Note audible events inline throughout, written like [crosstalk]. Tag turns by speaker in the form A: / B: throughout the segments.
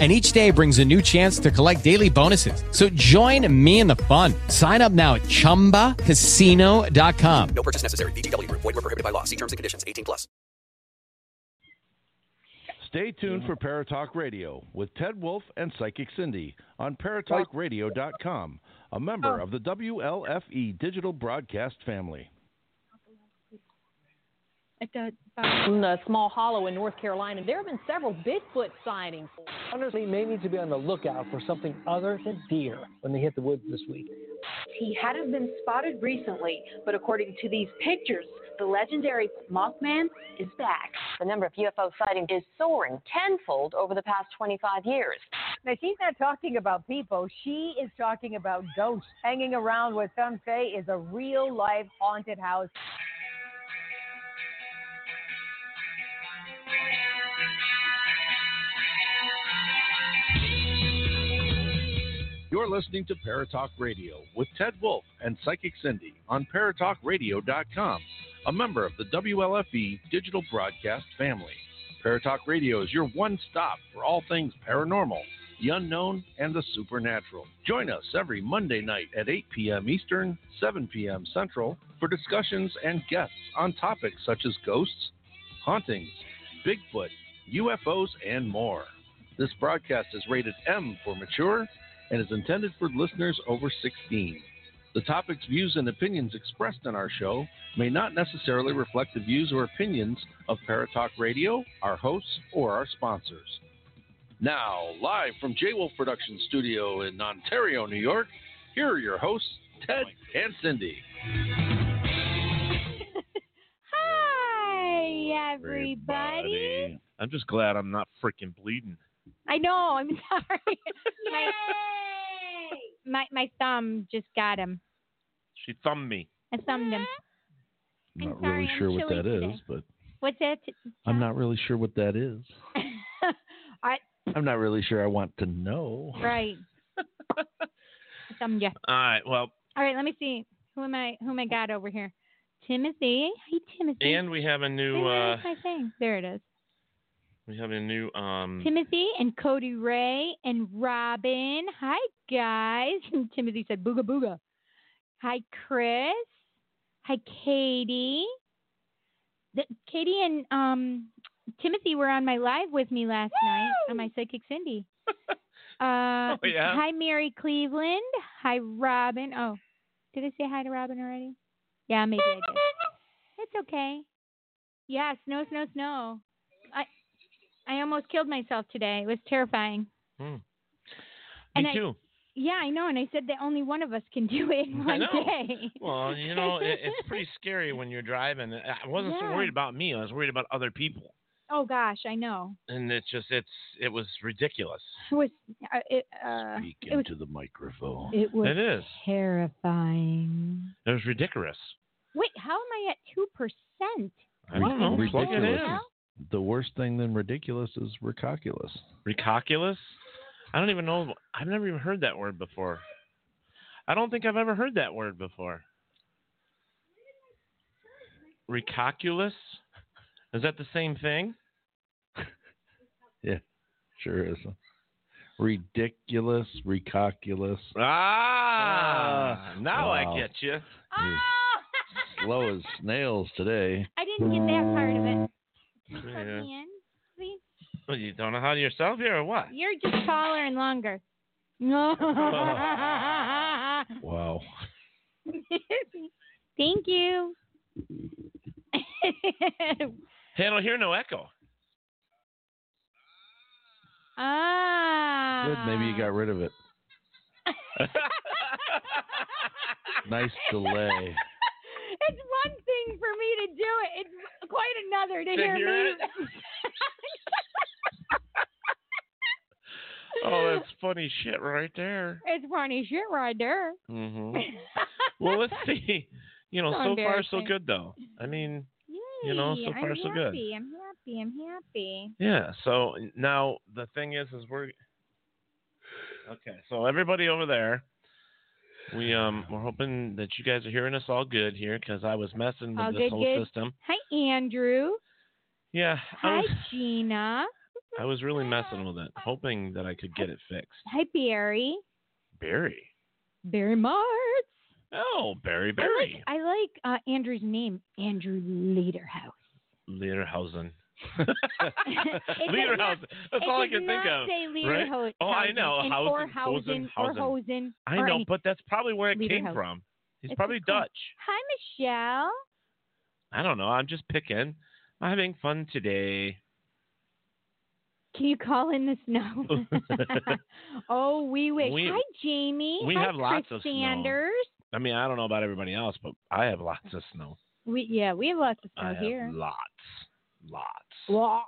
A: and each day brings a new chance to collect daily bonuses. So join me in the fun. Sign up now at ChumbaCasino.com.
B: No purchase necessary. VGW Group. Void were prohibited by law. See terms and conditions. 18 plus.
C: Stay tuned for Paratalk Radio with Ted Wolf and Psychic Cindy on paratalkradio.com, a member of the WLFE E digital broadcast family.
D: At the, in a small hollow in North Carolina, there have been several Bigfoot sightings.
E: Hunters may need to be on the lookout for something other than deer when they hit the woods this week.
F: He hadn't been spotted recently, but according to these pictures, the legendary Mothman is back.
G: The number of UFO sightings is soaring tenfold over the past 25 years.
H: Now, she's not talking about people. She is talking about ghosts. Hanging around what some say is a real life haunted house.
C: You're listening to Paratalk Radio with Ted Wolf and Psychic Cindy on paratalkradio.com, a member of the WLFE E digital broadcast family. Paratalk Radio is your one stop for all things paranormal, the unknown, and the supernatural. Join us every Monday night at 8 p.m. Eastern, 7 p.m. Central for discussions and guests on topics such as ghosts, hauntings, Bigfoot, UFOs, and more. This broadcast is rated M for mature and is intended for listeners over 16. The topics, views, and opinions expressed on our show may not necessarily reflect the views or opinions of Paratalk Radio, our hosts, or our sponsors. Now, live from J Wolf Production Studio in Ontario, New York, here are your hosts, Ted and Cindy.
I: [laughs] Hi, everybody.
J: Everybody. I'm just glad I'm not freaking bleeding.
I: I know. I'm [laughs] sorry. my, my my thumb just got him.
J: She thumbed me.
I: I thumbed him.
J: I'm
C: not
I: sorry,
C: really sure
I: I'm
C: what that
I: chilly
C: is,
I: today.
C: but
I: What's that?
C: I'm not really sure what that is.
I: [laughs] I,
C: I'm not really sure I want to know. [laughs]
I: right. I thumbed you.
J: All right. Well,
I: All right. Let me see. Who am I? Who am I got over here? Timothy. Hey, Timothy.
J: and we have a new
I: Where
J: uh,
I: is my thing? There it is.
J: we have a new um
I: Timothy and Cody Ray and Robin. Hi, guys. [laughs] And Timothy said, Booga Booga. Hi, Chris. Hi, Katie. The, Katie and um, Timothy were on my live with me last night on my Psychic
J: [laughs]
I: Cindy. Uh,
J: Oh, yeah?
I: Hi, Mary Cleveland. Hi, Robin. Oh, did I say hi to Robin already? Yeah, maybe I did. It's okay. Yeah, snow, snow, snow. I I almost killed myself today. It was terrifying. and
J: Hmm. me
I: I-
J: too.
I: Yeah, I know. And I said that only one of us can do it in
J: [laughs] I
I: one
J: know.
I: day.
K: [laughs]
J: Well, you know, it, it's pretty scary when you're driving. I wasn't so
I: Yeah.
J: worried about me. I was worried about other people,
I: oh gosh, I know.
J: and it's just it's it was ridiculous.
I: It was uh, it, uh,
C: Speak
I: it was
C: into the microphone.
I: it was
J: It is.
I: terrifying.
J: It was ridiculous.
I: Wait, how am I at two percent?
J: I don't know. Plug it
C: Ridiculous.
J: in.
C: The worst thing than ridiculous is ridiculous.
J: Recoculous? I don't even know. I've never even heard that word before. I don't think I've ever heard that word before. Recoculous? Is that the same thing?
C: Sure is. Ridiculous, ridiculous.
J: Ah, now
C: wow.
J: I get you.
I: Oh, [laughs]
C: Slow as snails today.
I: I didn't get that part of
C: Mm.
I: it. Can you plug
J: Yeah.
I: me in, please?
J: Well, you don't know how to yourself here or what?
I: You're just taller
C: [laughs]
I: and longer. No.
C: Wow. [laughs]
I: Thank you.
J: Hey, I don't hear no echo.
I: ah.
C: Good. Maybe you got rid
I: [laughs]
C: of it. Nice delay.
I: It's one thing for me to do it. It's quite another to,
J: To
I: hear,
J: hear
I: me.
J: it? oh, that's funny shit right there.
I: [laughs] It's funny shit right there.
C: [laughs]
J: hmm Well, let's see. You know,
I: So
J: so far so
I: embarrassing.
J: good though. I mean, you know, so
I: Hey,
J: far
I: I'm
J: so good.
I: happy. I'm happy. I'm happy.
J: Yeah. So now the thing is, is we're okay. So everybody over there, we um, we're hoping that you guys are hearing us all good here because I was messing with
I: All
J: this
I: good,
J: whole
I: good.
J: system.
I: Hi, Andrew.
J: Yeah. I
I: Hi,
J: was,
I: Gina.
J: I was [laughs] really messing with it, hoping that I could get it fixed.
I: Hi, Barry.
J: Barry.
I: Barry Martz.
J: Oh, Barry,
I: I like-
J: Barry,
I: I like, uh, Andrew's name, Andrew
J: [laughs]
I: Lederhouse. [laughs]
J: Lederhausen.
I: does not-
J: Lederhausen. That's
I: it
J: all I
I: does
J: can think
I: not
J: of.
I: Say
J: right?
I: Lederho-
J: Oh, I know.
I: And, or
J: Hausen,
I: Hausen,
J: Hosen,
I: or
J: Hausen.
I: Hosen.
J: I
I: or
J: know,
I: any-
J: but that's probably where it came
I: Lederhausen.
J: from. He's
I: It's
J: probably
I: just cool.
J: Dutch.
I: Hi, Michelle.
J: I don't know. I'm just picking. I'm having fun today.
I: Can you call in the snow?
J: [laughs]
I: [laughs] oh, we wish.
J: We-
I: Hi, Jamie.
J: we
I: Hi,
J: have lots
I: Chris
J: of snow.
I: Sanders.
J: I mean, I don't know about everybody else, but I have lots of snow.
I: We yeah, we have lots of
J: I
I: snow
J: have
I: here.
J: lots, lots.
I: Lot.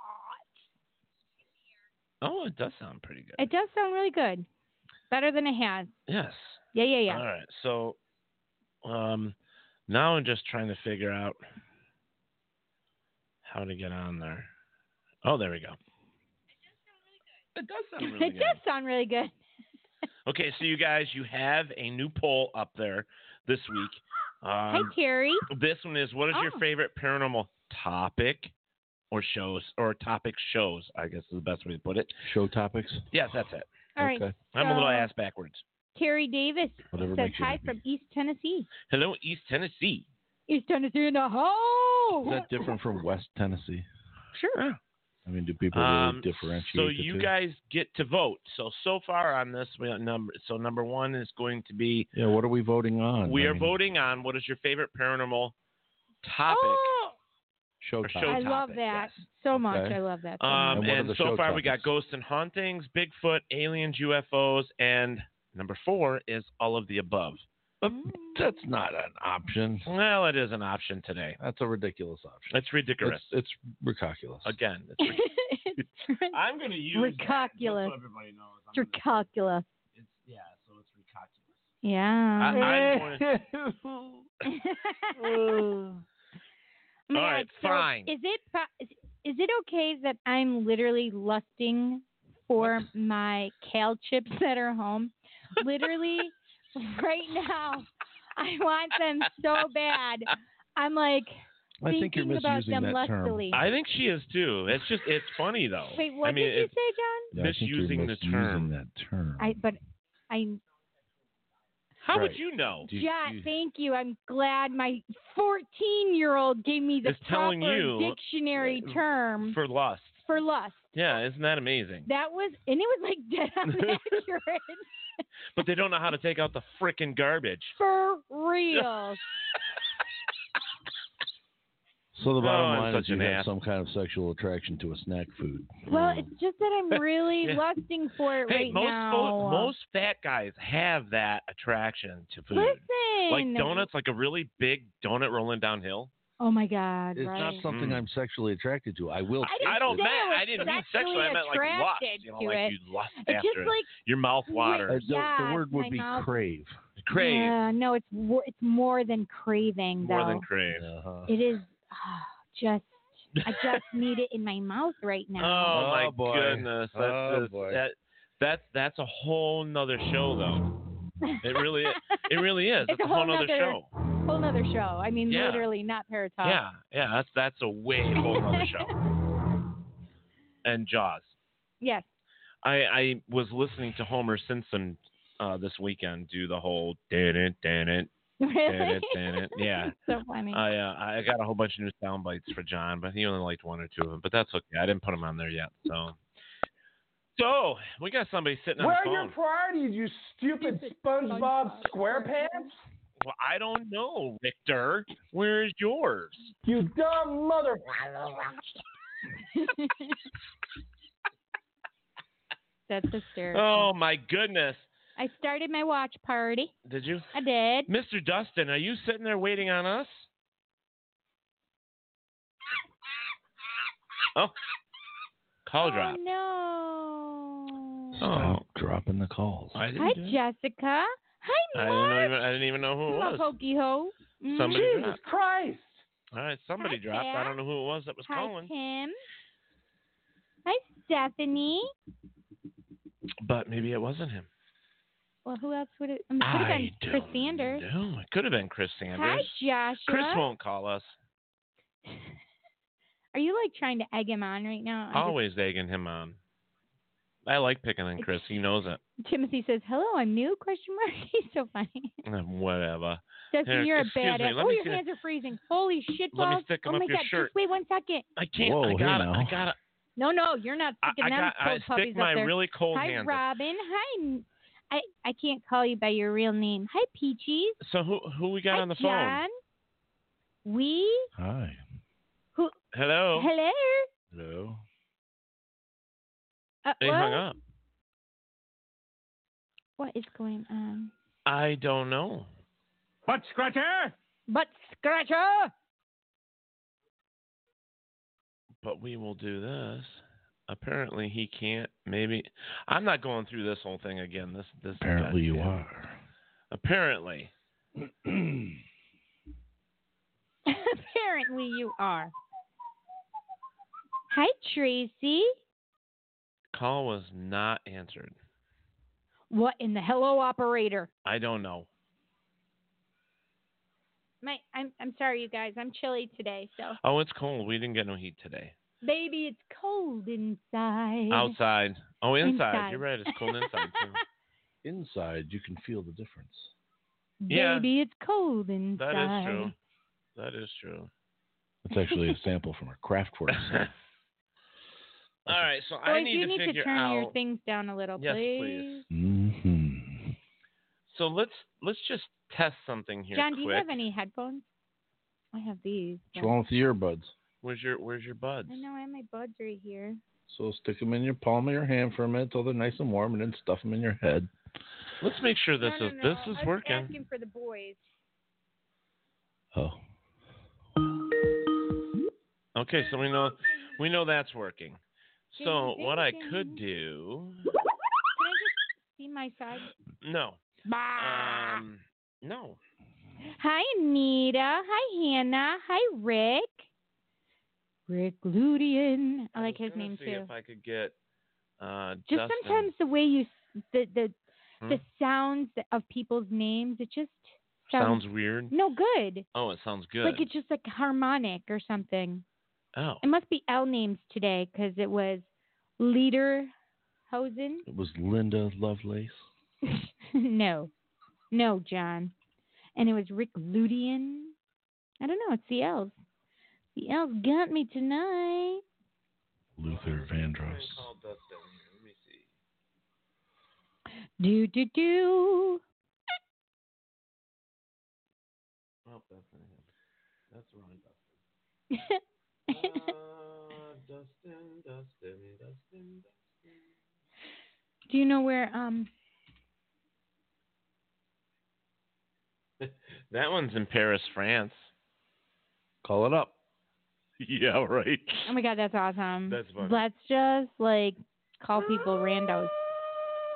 J: Oh, it does sound pretty good.
I: It does sound really good. Better than it has.
J: yes.
I: Yeah, yeah, yeah.
J: All right. So, um, now I'm just trying to figure out how to get on there. Oh, there we go. It does
I: [laughs]
J: sound really
I: it
J: good.
I: does sound really good.
J: Okay, so you guys, you have a new poll up there this week.
I: Hi,
J: Um,
I: Carrie.
J: This one is what is your
I: Oh.
J: favorite paranormal topic or shows or topic shows, I guess is the best way to put it.
L: Show topics.
J: Yes, that's it.
I: All right.
J: I'm a little
I: so-
J: ass backwards.
I: Carrie Davis
J: Whatever
I: says
J: makes you
I: hi
J: happy.
I: from East Tennessee.
J: Hello, East Tennessee.
I: East Tennessee in the hole.
L: Is that different from West Tennessee?
J: Sure.
L: I mean, do people really
J: Ah. Um,
L: differentiate?
J: So
L: the
J: you
L: two?
J: guys get to vote. So so far on this we got number so number one is going to be
L: Yeah. What are we voting on?
J: we
L: I
J: are
L: mean,
J: voting on what is your favorite paranormal topic.
I: Oh,
L: Show
J: or show
L: topics.
I: I love
J: topic,
I: that so much.
L: Okay.
I: I love that. so
J: Um,
L: And
I: [laughs]
J: and
L: what are the
J: so
L: show
J: far, we got
L: topics?
J: ghosts and hauntings, Bigfoot, aliens, UFOs, and number four is all of the above.
I: Mm.
L: That's not an option.
J: Well, it is an option today.
L: That's a ridiculous option.
J: It's ridiculous.
L: It's, it's ridiculous.
I: [laughs]
J: Again, it's
I: much.
J: ridiculous. I'm going to use that, just so
I: Ridiculous.
J: everybody knows. I'm
I: Mr.
J: gonna-
I: Calcula.
J: it's- yeah, so it's ridiculous. Uh,
I: Yeah.
J: I'm going to-
I: [laughs]
J: [laughs]
I: Oh my
J: All right,
I: God, so
J: fine.
I: Is it po- is is it okay that I'm literally lusting for my kale chips [laughs] that are home? Literally, [laughs] right now, [laughs] I want them so bad. I'm like
L: I think you're
I: thinking about
L: misusing
I: them
L: that
I: lustily.
L: term.
J: I think she is too. It's just, it's funny though.
I: Wait, what
J: I mean,
I: did you
J: it's
I: say, John?
L: Yeah, I think you're
J: misusing the
L: misusing
J: term.
L: That term.
I: I but I
J: How would
L: Right.
J: you know?
L: Do you-
I: John,
L: you-
I: thank you. I'm glad my 14 year old gave me the
J: Is telling
I: proper
J: you uh,
I: dictionary term
J: For lust.
I: for lust.
J: Yeah, isn't that amazing?
I: That was, and it was like dead
J: [laughs]
I: on accurate [laughs]
J: but they don't know how to take out the frickin' garbage.
I: for real.
L: So the bottom
J: Oh, I'm
L: line is
J: such an
L: you have
J: ass.
L: some kind of sexual attraction to a snack food.
I: well, it's just that
J: [laughs]
I: I'm really
J: Mm. Yeah.
I: lusting for it
J: Hey,
I: right
J: most
I: now. uh,
J: fo- most fat guys have that attraction to food.
I: Listen,
J: Like donuts, like a really big donut rolling downhill.
I: Oh my God!
L: It's
I: right.
L: not something
J: Mm.
L: I'm sexually attracted to. I will.
I: I didn't
J: I don't.
I: say
J: mean,
I: I was
J: I didn't mean
I: sexually
J: sexually. I meant like lust.
I: attracted
J: You know,
I: to
J: like
I: it.
J: you lust
I: it's
J: after
I: just
J: it.
I: like
J: Your mouth
L: Uh,
J: waters.
L: the, the
I: Yes,
L: word would
I: my
L: be
I: mouth-
L: crave.
J: Crave.
I: yeah, no, it's wo- it's more than craving
J: More
I: though.
J: than crave.
L: Uh-huh.
I: It is ah, just I
J: [laughs]
I: just need it in my mouth right
J: Oh,
I: now.
J: my
L: Oh, boy.
J: goodness. That's
L: Oh,
J: just-
L: boy.
J: that that's that's a whole nother show though. It really is. It really is.
I: It's a
J: a whole
I: whole
J: nother
I: nother-
J: show.
I: Whole nother show. I mean,
J: Oh. Yeah.
I: literally not Paratalk.
J: Yeah, yeah, that's that's a way whole other show. And Jaws.
I: Yes.
J: I, I was listening to Homer Simpson uh, this weekend do the whole did it, did it, did
I: Really?
J: it, did it. Yeah.
I: [laughs] so funny.
J: I uh, I got a whole bunch of new sound bites for John, but he only liked one or two of them. But that's okay. I didn't put them on there yet. So, so we got somebody sitting on
K: Where
J: the
K: are
J: phone.
K: your priorities, you stupid SpongeBob SquarePants?
J: well, I don't know, Victor. Where's yours?
K: You dumb mother.
I: That's hysterical.
J: Oh my goodness!
I: I started my watch party.
J: Did you?
I: I did.
J: Mr. Dustin, are you sitting there waiting on us? Oh, call drop.
I: Oh no.
L: Stop dropping the calls.
K: Um,
J: I didn't,
I: Hi
J: do it.
I: Jessica. Hi
J: I didn't
I: Mark.
J: even I didn't even know who it was.
I: Pokey ho.
J: Somebody
I: Mm-hmm.
K: Jesus
J: dropped.
K: Christ.
J: All right, somebody dropped. I don't know who it was that was
I: Hi,
J: calling,
I: Tim. Hi, Stephanie.
J: but maybe it wasn't him.
I: Well, who else would it? I mean, it could have
J: I
I: been Chris Sanders.
J: No, it could have been Chris
I: Hi,
J: Sanders.
I: Joshua.
J: Chris won't call us.
I: Are you like trying to egg him on right now? I'm just-
J: Always egging him on. I like picking on Chris. He knows it.
I: Timothy says, "Hello, I'm new?" [laughs] Question mark. He's so funny.
J: Mm, Whatever. Here,
I: Stephanie, you're a
J: excuse
I: badass.
J: me, let
I: oh,
J: me
I: your
J: see the-
I: hands are freezing. Holy shit
J: Let me
I: balls!
J: stick 'em
I: oh
J: up
I: my
J: your
I: god!
J: shirt.
I: Just wait one second.
J: I can't.
L: Whoa,
J: I
L: hey
J: got it. I
L: now.
J: got it.
I: No, no, you're not sticking
J: I
I: them
J: got- I
I: cold
J: stick
I: puppies
J: my
I: up there.
J: really cold
I: Hi,
J: hands up.
I: Robin. Hi. M- I I can't call you by your real name. Hi, Peaches.
J: So who who we got on the phone?
I: John. We.
L: Hi.
I: Who?
J: Hello.
I: Hello.
L: Hello.
I: Uh,
J: They
I: what?
J: hung up.
I: What is going on?
J: I don't know.
K: Butt scratcher?
I: Butt scratcher.
J: But we will do this. Apparently he can't. Maybe I'm not going through this whole thing again. This this.
L: Apparently you
J: goddamn-
L: are.
J: Apparently.
I: [laughs] Apparently you are. Hi, Tracy.
J: Call was not answered.
I: What in the hello operator?
J: I don't know.
I: My, I'm I'm sorry, you guys. I'm chilly today, so
J: Oh, it's cold. We didn't get no heat today.
I: baby, it's cold inside.
J: Outside. Oh, inside.
I: Inside.
J: You're right. It's cold inside
I: [laughs]
J: too.
L: Inside, you can feel the difference.
J: Yeah.
I: Baby, it's cold inside.
J: That is true. That is true. [laughs]
L: It's actually
I: [laughs]
L: a sample from a Kraftwerk song.
J: All right, so
I: Boys,
J: I need
I: you
J: to
I: need to
J: figure
I: turn
J: out.
I: your things down a little,
J: Yes, please.
I: please.
L: Mm-hmm.
J: So let's let's just test something here.
I: John,
J: quick.
I: do you have any headphones? I have these. but-
L: What's wrong with the earbuds?
J: Where's your Where's your buds?
I: I know I have my buds right here.
L: So stick them in your palm of your hand for a minute till they're nice and warm, and then stuff them in your head.
J: Let's make sure this
I: no,
J: is
I: no, no.
J: this is
I: I was
J: working.
I: Asking for the boys.
L: Oh,
J: Okay, so we know we know that's working.
I: Ding,
J: So what I
I: ding,
J: could do?
I: Can I just see my side?
J: No.
I: Bah.
J: Um. No.
I: Hi, Anita. Hi, Hannah. Hi, Rick. Rick Ludian. I like
J: was
I: his
J: gonna
I: name
J: see
I: too.
J: If I could get. Uh,
I: Just
J: Dustin.
I: sometimes the way you s- the the
J: Hmm?
I: the sounds that- of people's names, it just sounds,
J: sounds weird.
I: no good.
J: Oh, it sounds good.
I: Like it's just like harmonic or something.
J: oh,
I: It must be L names today because it was Leaderhausen.
L: it was Linda Lovelace.
I: [laughs] no, no, John. And it was Rick Ludian. I don't know. It's the L's. The L's got me tonight.
L: Luther Vandross.
J: Call Dustin here. Let me see.
I: Do do do. [laughs]
J: Oh, that's not him. That's wrong,
I: [laughs]
J: Dustin. Uh, Dustin, Dustin, Dustin, Dustin.
I: do you know where? Um.
J: That one's in Paris, France.
L: Call it up.
J: Yeah, right.
I: Oh my God, that's awesome.
J: That's funny.
I: Let's just like call people randos.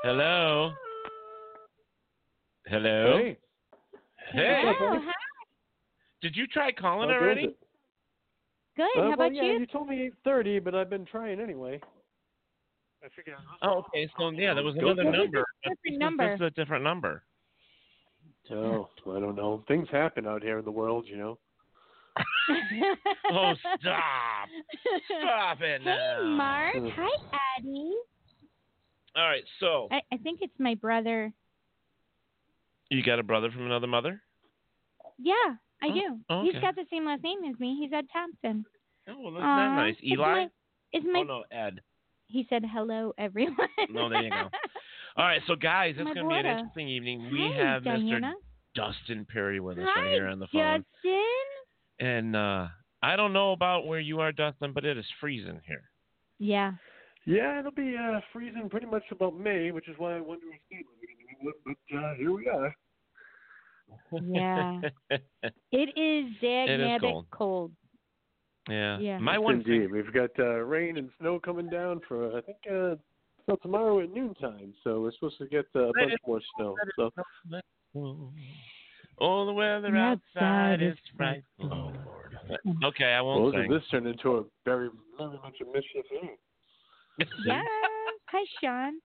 J: Hello. Hello.
K: Hey.
J: Hey.
I: Oh, hi.
J: Did you try calling
K: What is
J: already?
K: it?
I: Good.
K: Uh,
I: How
K: well,
I: about
K: yeah, [laughs] you told me 8:30, but I've been trying anyway. I figured
J: Oh, okay. So yeah, there was
K: Go
J: another
K: for it.
J: number.
I: Different
J: This is-
I: number.
J: This is a different number.
K: Oh, I don't know. Things happen out here in the world, you know.
I: you?
J: Oh, stop! Stop it
I: [laughs] Hey,
J: now.
I: Mark. Hi, Addie.
J: All right. So
I: I, I think it's my brother.
J: you got a brother from another mother?
I: Yeah, I
J: Oh,
I: do.
J: oh, okay.
I: He's got the same last name as me. He's Ed Thompson.
J: Oh, well, that's
I: Aw,
J: not nice.
I: it's
J: Eli.
I: my- It's my.
J: Oh no, Ed.
I: He said hello, everyone.
J: No, there
I: [laughs]
J: you go. All right, so guys, it's
I: My
J: going to be an
I: brother.
J: interesting evening. We
I: Hi,
J: have
I: Diana.
J: Mr. Dustin Perry with us
I: Hi,
J: right here on the phone,
I: Justin.
J: and uh, I don't know about where you are, Dustin, but it is freezing here.
I: Yeah.
K: Yeah, it'll be uh, freezing pretty much about May, which is why I wonder if Steve would be doing it. But uh, here we are.
I: Yeah. It is dagnabbit
J: cold. [laughs] yeah.
I: Yeah.
J: My
K: Yes,
J: one
K: indeed. We've got uh, rain and snow coming down for I think uh, till tomorrow at noontime. So we're supposed to get uh, a bunch more snow. So
J: Oh, the weather
I: The
J: outside
I: outside
J: is
I: is
J: frightful.
L: Oh Lord.
J: Okay, I
K: Well,
J: won't
K: look at
J: sing.
K: this turned into a very, very much a mischief thing.
I: Yes. Hi, Sean.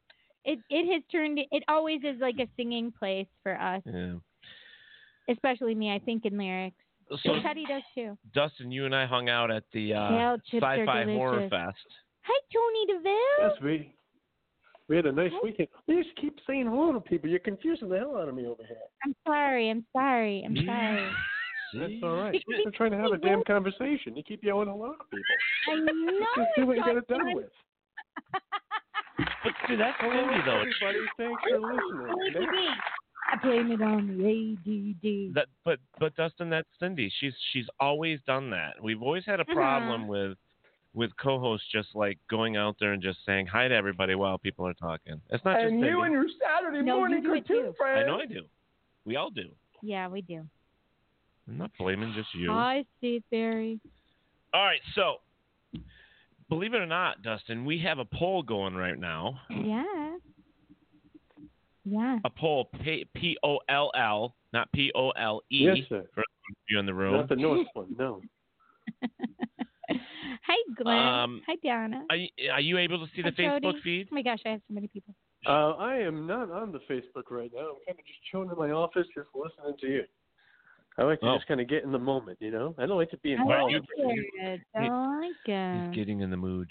I: It it has turned. It always is like a singing place for us,
J: Yeah.
I: especially me. I think in lyrics.
J: So,
I: And Teddy does too.
J: Dustin, you and I hung out at the uh,
I: Kale chips are
J: Sci-Fi Horror
I: delicious.
J: Fest.
I: Hi, Tony
K: Yes,
I: Deville.
K: we we had a nice weekend. You just keep saying hello to people. You're confusing the hell out of me over here.
I: I'm sorry. I'm sorry. I'm sorry.
K: That's all right. I'm trying to have a damn conversation. You keep yelling hello to people.
I: [laughs] I know.
K: Just do what you
I: it's
K: got it
I: like
K: done
I: my-
K: with.
J: But see, that's
K: Hello,
J: Cindy though.
K: everybody. Thanks for listening.
I: ADD. I blame it on the ADD.
J: [laughs] That, but but Dustin, that's Cindy. She's she's always done that. We've always had a
I: Mhm.
J: problem with with co-hosts just like going out there and just saying hi to everybody while people are talking. It's not just
M: and
J: Cindy.
M: you and your Saturday
I: No, you
M: morning
I: do it
M: cartoon
I: too.
M: friends.
J: I know I do. We all do.
I: Yeah, we do.
J: I'm not blaming just you.
I: Hi, Steve Barry.
J: All right, so believe it or not, Dustin, we have a poll going right now.
I: Yeah. Yeah.
J: A poll, P O L L, not P O L E.
K: Yes, sir.
J: For you in the room.
K: Not the North one, no.
I: Hi, Glenn.
J: Um,
I: Hi, Donna.
J: Are you, are you able to see the
I: Hi, Jody.
J: Facebook feed?
I: Oh my gosh, I have so many people.
K: Uh, I am not on the Facebook right now. I'm kind of just chilling in my office, just listening to you. I like to
J: Oh.
K: just kind of get in the moment, you know. I don't like to be
I: I
K: involved.
I: like it. Oh, I like it.
J: Getting in the mood.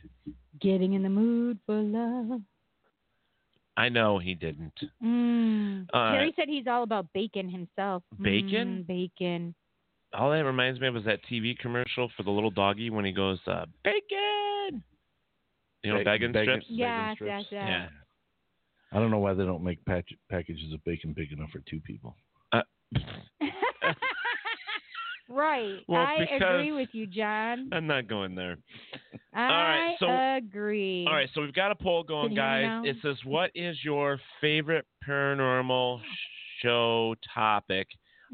I: Getting in the mood for love.
J: I know he didn't.
I: Mm.
J: All
I: Terry
J: right.
I: said he's all about bacon himself.
J: Uh, Bacon?
I: Mm, bacon.
J: All that reminds me of was that TV commercial for the little doggy when he goes, uh,
I: Bacon.
J: you know, bacon, strips.
I: Yes, yes, yes.
J: Yeah.
L: I don't know why they don't make pack- packages of bacon big enough for two people.
I: [laughs] Right.
J: Well,
I: I
J: because-
I: agree with you, John.
J: I'm not going there.
I: I
J: right, so-
I: agree.
J: All right, so we've got a poll
I: Can
J: going,
I: you hear me
J: guys.
I: now?
J: It says, "What is your favorite paranormal show topic?"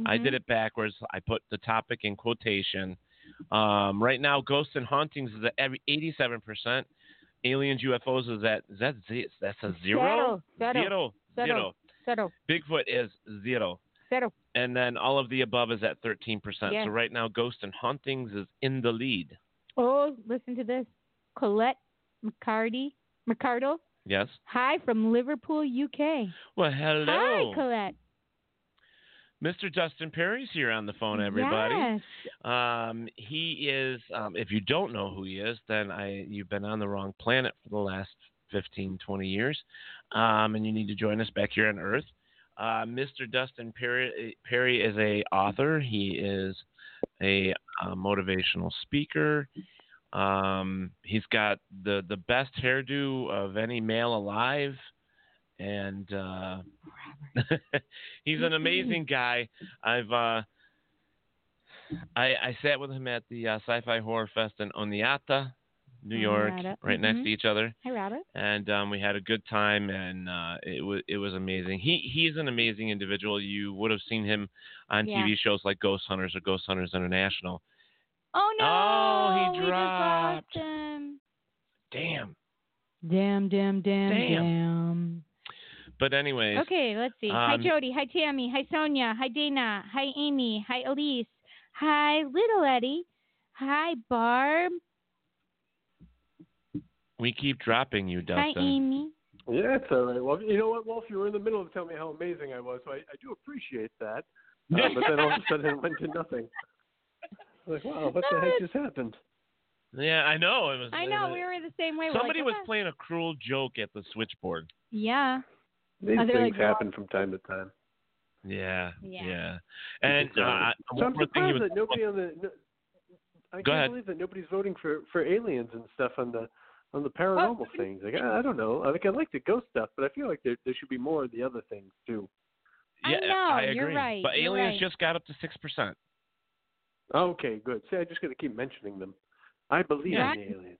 J: I
I: Mhm.
J: did it backwards. I put the topic in quotation. Um, right now, ghosts and hauntings is at every eighty-seven percent. Aliens, UFOs is at is that z- that's a zero,
I: Zero, zero,
J: zero,
I: zero.
J: zero.
I: Mm-hmm. Settle.
J: Bigfoot is zero,
I: Settle.
J: and then all of the above is at thirteen percent.
I: Yeah.
J: So right now, ghosts and hauntings is in the lead.
I: Oh, listen to this. Colette McCarty. McCardle.
J: Yes.
I: Hi from Liverpool, UK.
J: Well, hello.
I: Hi, Colette.
J: Mr. Dustin Perry's here on the phone, everybody.
I: Yes.
J: Um, he is. Um, if you don't know who he is, then I you've been on the wrong planet for the last 15, 20 years, um, and you need to join us back here on Earth. Uh, Mr. Dustin Perry, eh, Perry is a author. He is a, uh motivational speaker. Um, he's got the the best hairdo of any male alive, and uh, [laughs] he's an amazing guy. I've uh, I, I sat with him at the uh, Sci-Fi Horror Fest in Oneata, New York,
I: Oneata,
J: right next
I: mhm.
J: to each other,
I: Hi, Robert.
J: and um, we had a good time, and uh, it was it was amazing. He he's an amazing individual. You would have seen him on
I: Yeah.
J: TV shows like Ghost Hunters or Ghost Hunters International.
I: Oh no!
J: Oh, he
I: we just lost
J: dropped.
I: him.
J: Damn.
I: Damn, damn, damn,
J: Damn.
I: damn.
J: But anyways,
I: Okay, let's see. hi,
J: Um,
I: Jody. Hi, Tammy. Hi, Sonia. Hi, Dana. Hi, Amy. Hi, Elise. Hi, Little Eddie. Hi, Barb.
J: we keep dropping you,
I: Hi,
J: Dustin.
I: Amy.
K: Yeah, it's all right. Well, you know what, Wolf, you were in the middle of telling me how amazing I was, so I, I do appreciate
I: [laughs]
K: that. Uh, but then all of a sudden it went to nothing. Like, wow, what
I: [laughs]
K: the heck just happened?
J: yeah, I know. It was.
I: I know we were the same way. We're
J: Somebody
I: like,
J: was
I: "Okay."
J: playing a cruel joke at the switchboard.
I: Yeah.
K: These
I: Oh, they're
K: things
I: like,
K: happen from time to time.
J: Yeah.
I: Yeah.
J: Yeah. And uh,
K: So
J: I- one
K: I'm
J: more thing he
K: surprised
J: was
K: that nobody on the. No, I
J: Go
K: can't
J: ahead.
K: believe that nobody's voting for for aliens and stuff on the on the paranormal things. Like I, I don't know. Like I like the ghost stuff, but I feel like there there should be more of the other things too.
I: I
J: Yeah,
I: know,
J: I agree.
I: you're right,
J: But
I: you're
J: aliens
I: right.
J: just got up to six percent.
K: Okay, good. See, I just got to keep mentioning them. I believe
J: Yeah.
K: in the aliens.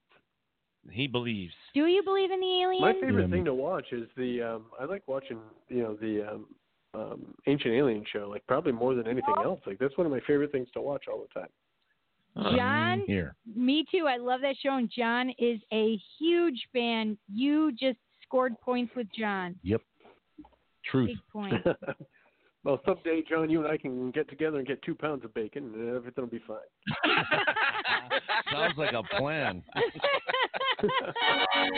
J: He believes.
I: Do you believe in the aliens?
K: My favorite thing to watch is the. Um, I like watching you know the um, um, ancient alien show, like probably more than anything else. Like that's one of my favorite things to watch all the time.
J: Um,
I: John,
L: Mm, Here.
I: me too. I love that show, and John is a huge fan. You just scored points with John.
J: [laughs]
L: Yep. Truth.
I: Big point.
K: Well, someday, John, you and I can get together and get two pounds of bacon, and everything will be fine.
L: Sounds like a plan.
J: [laughs]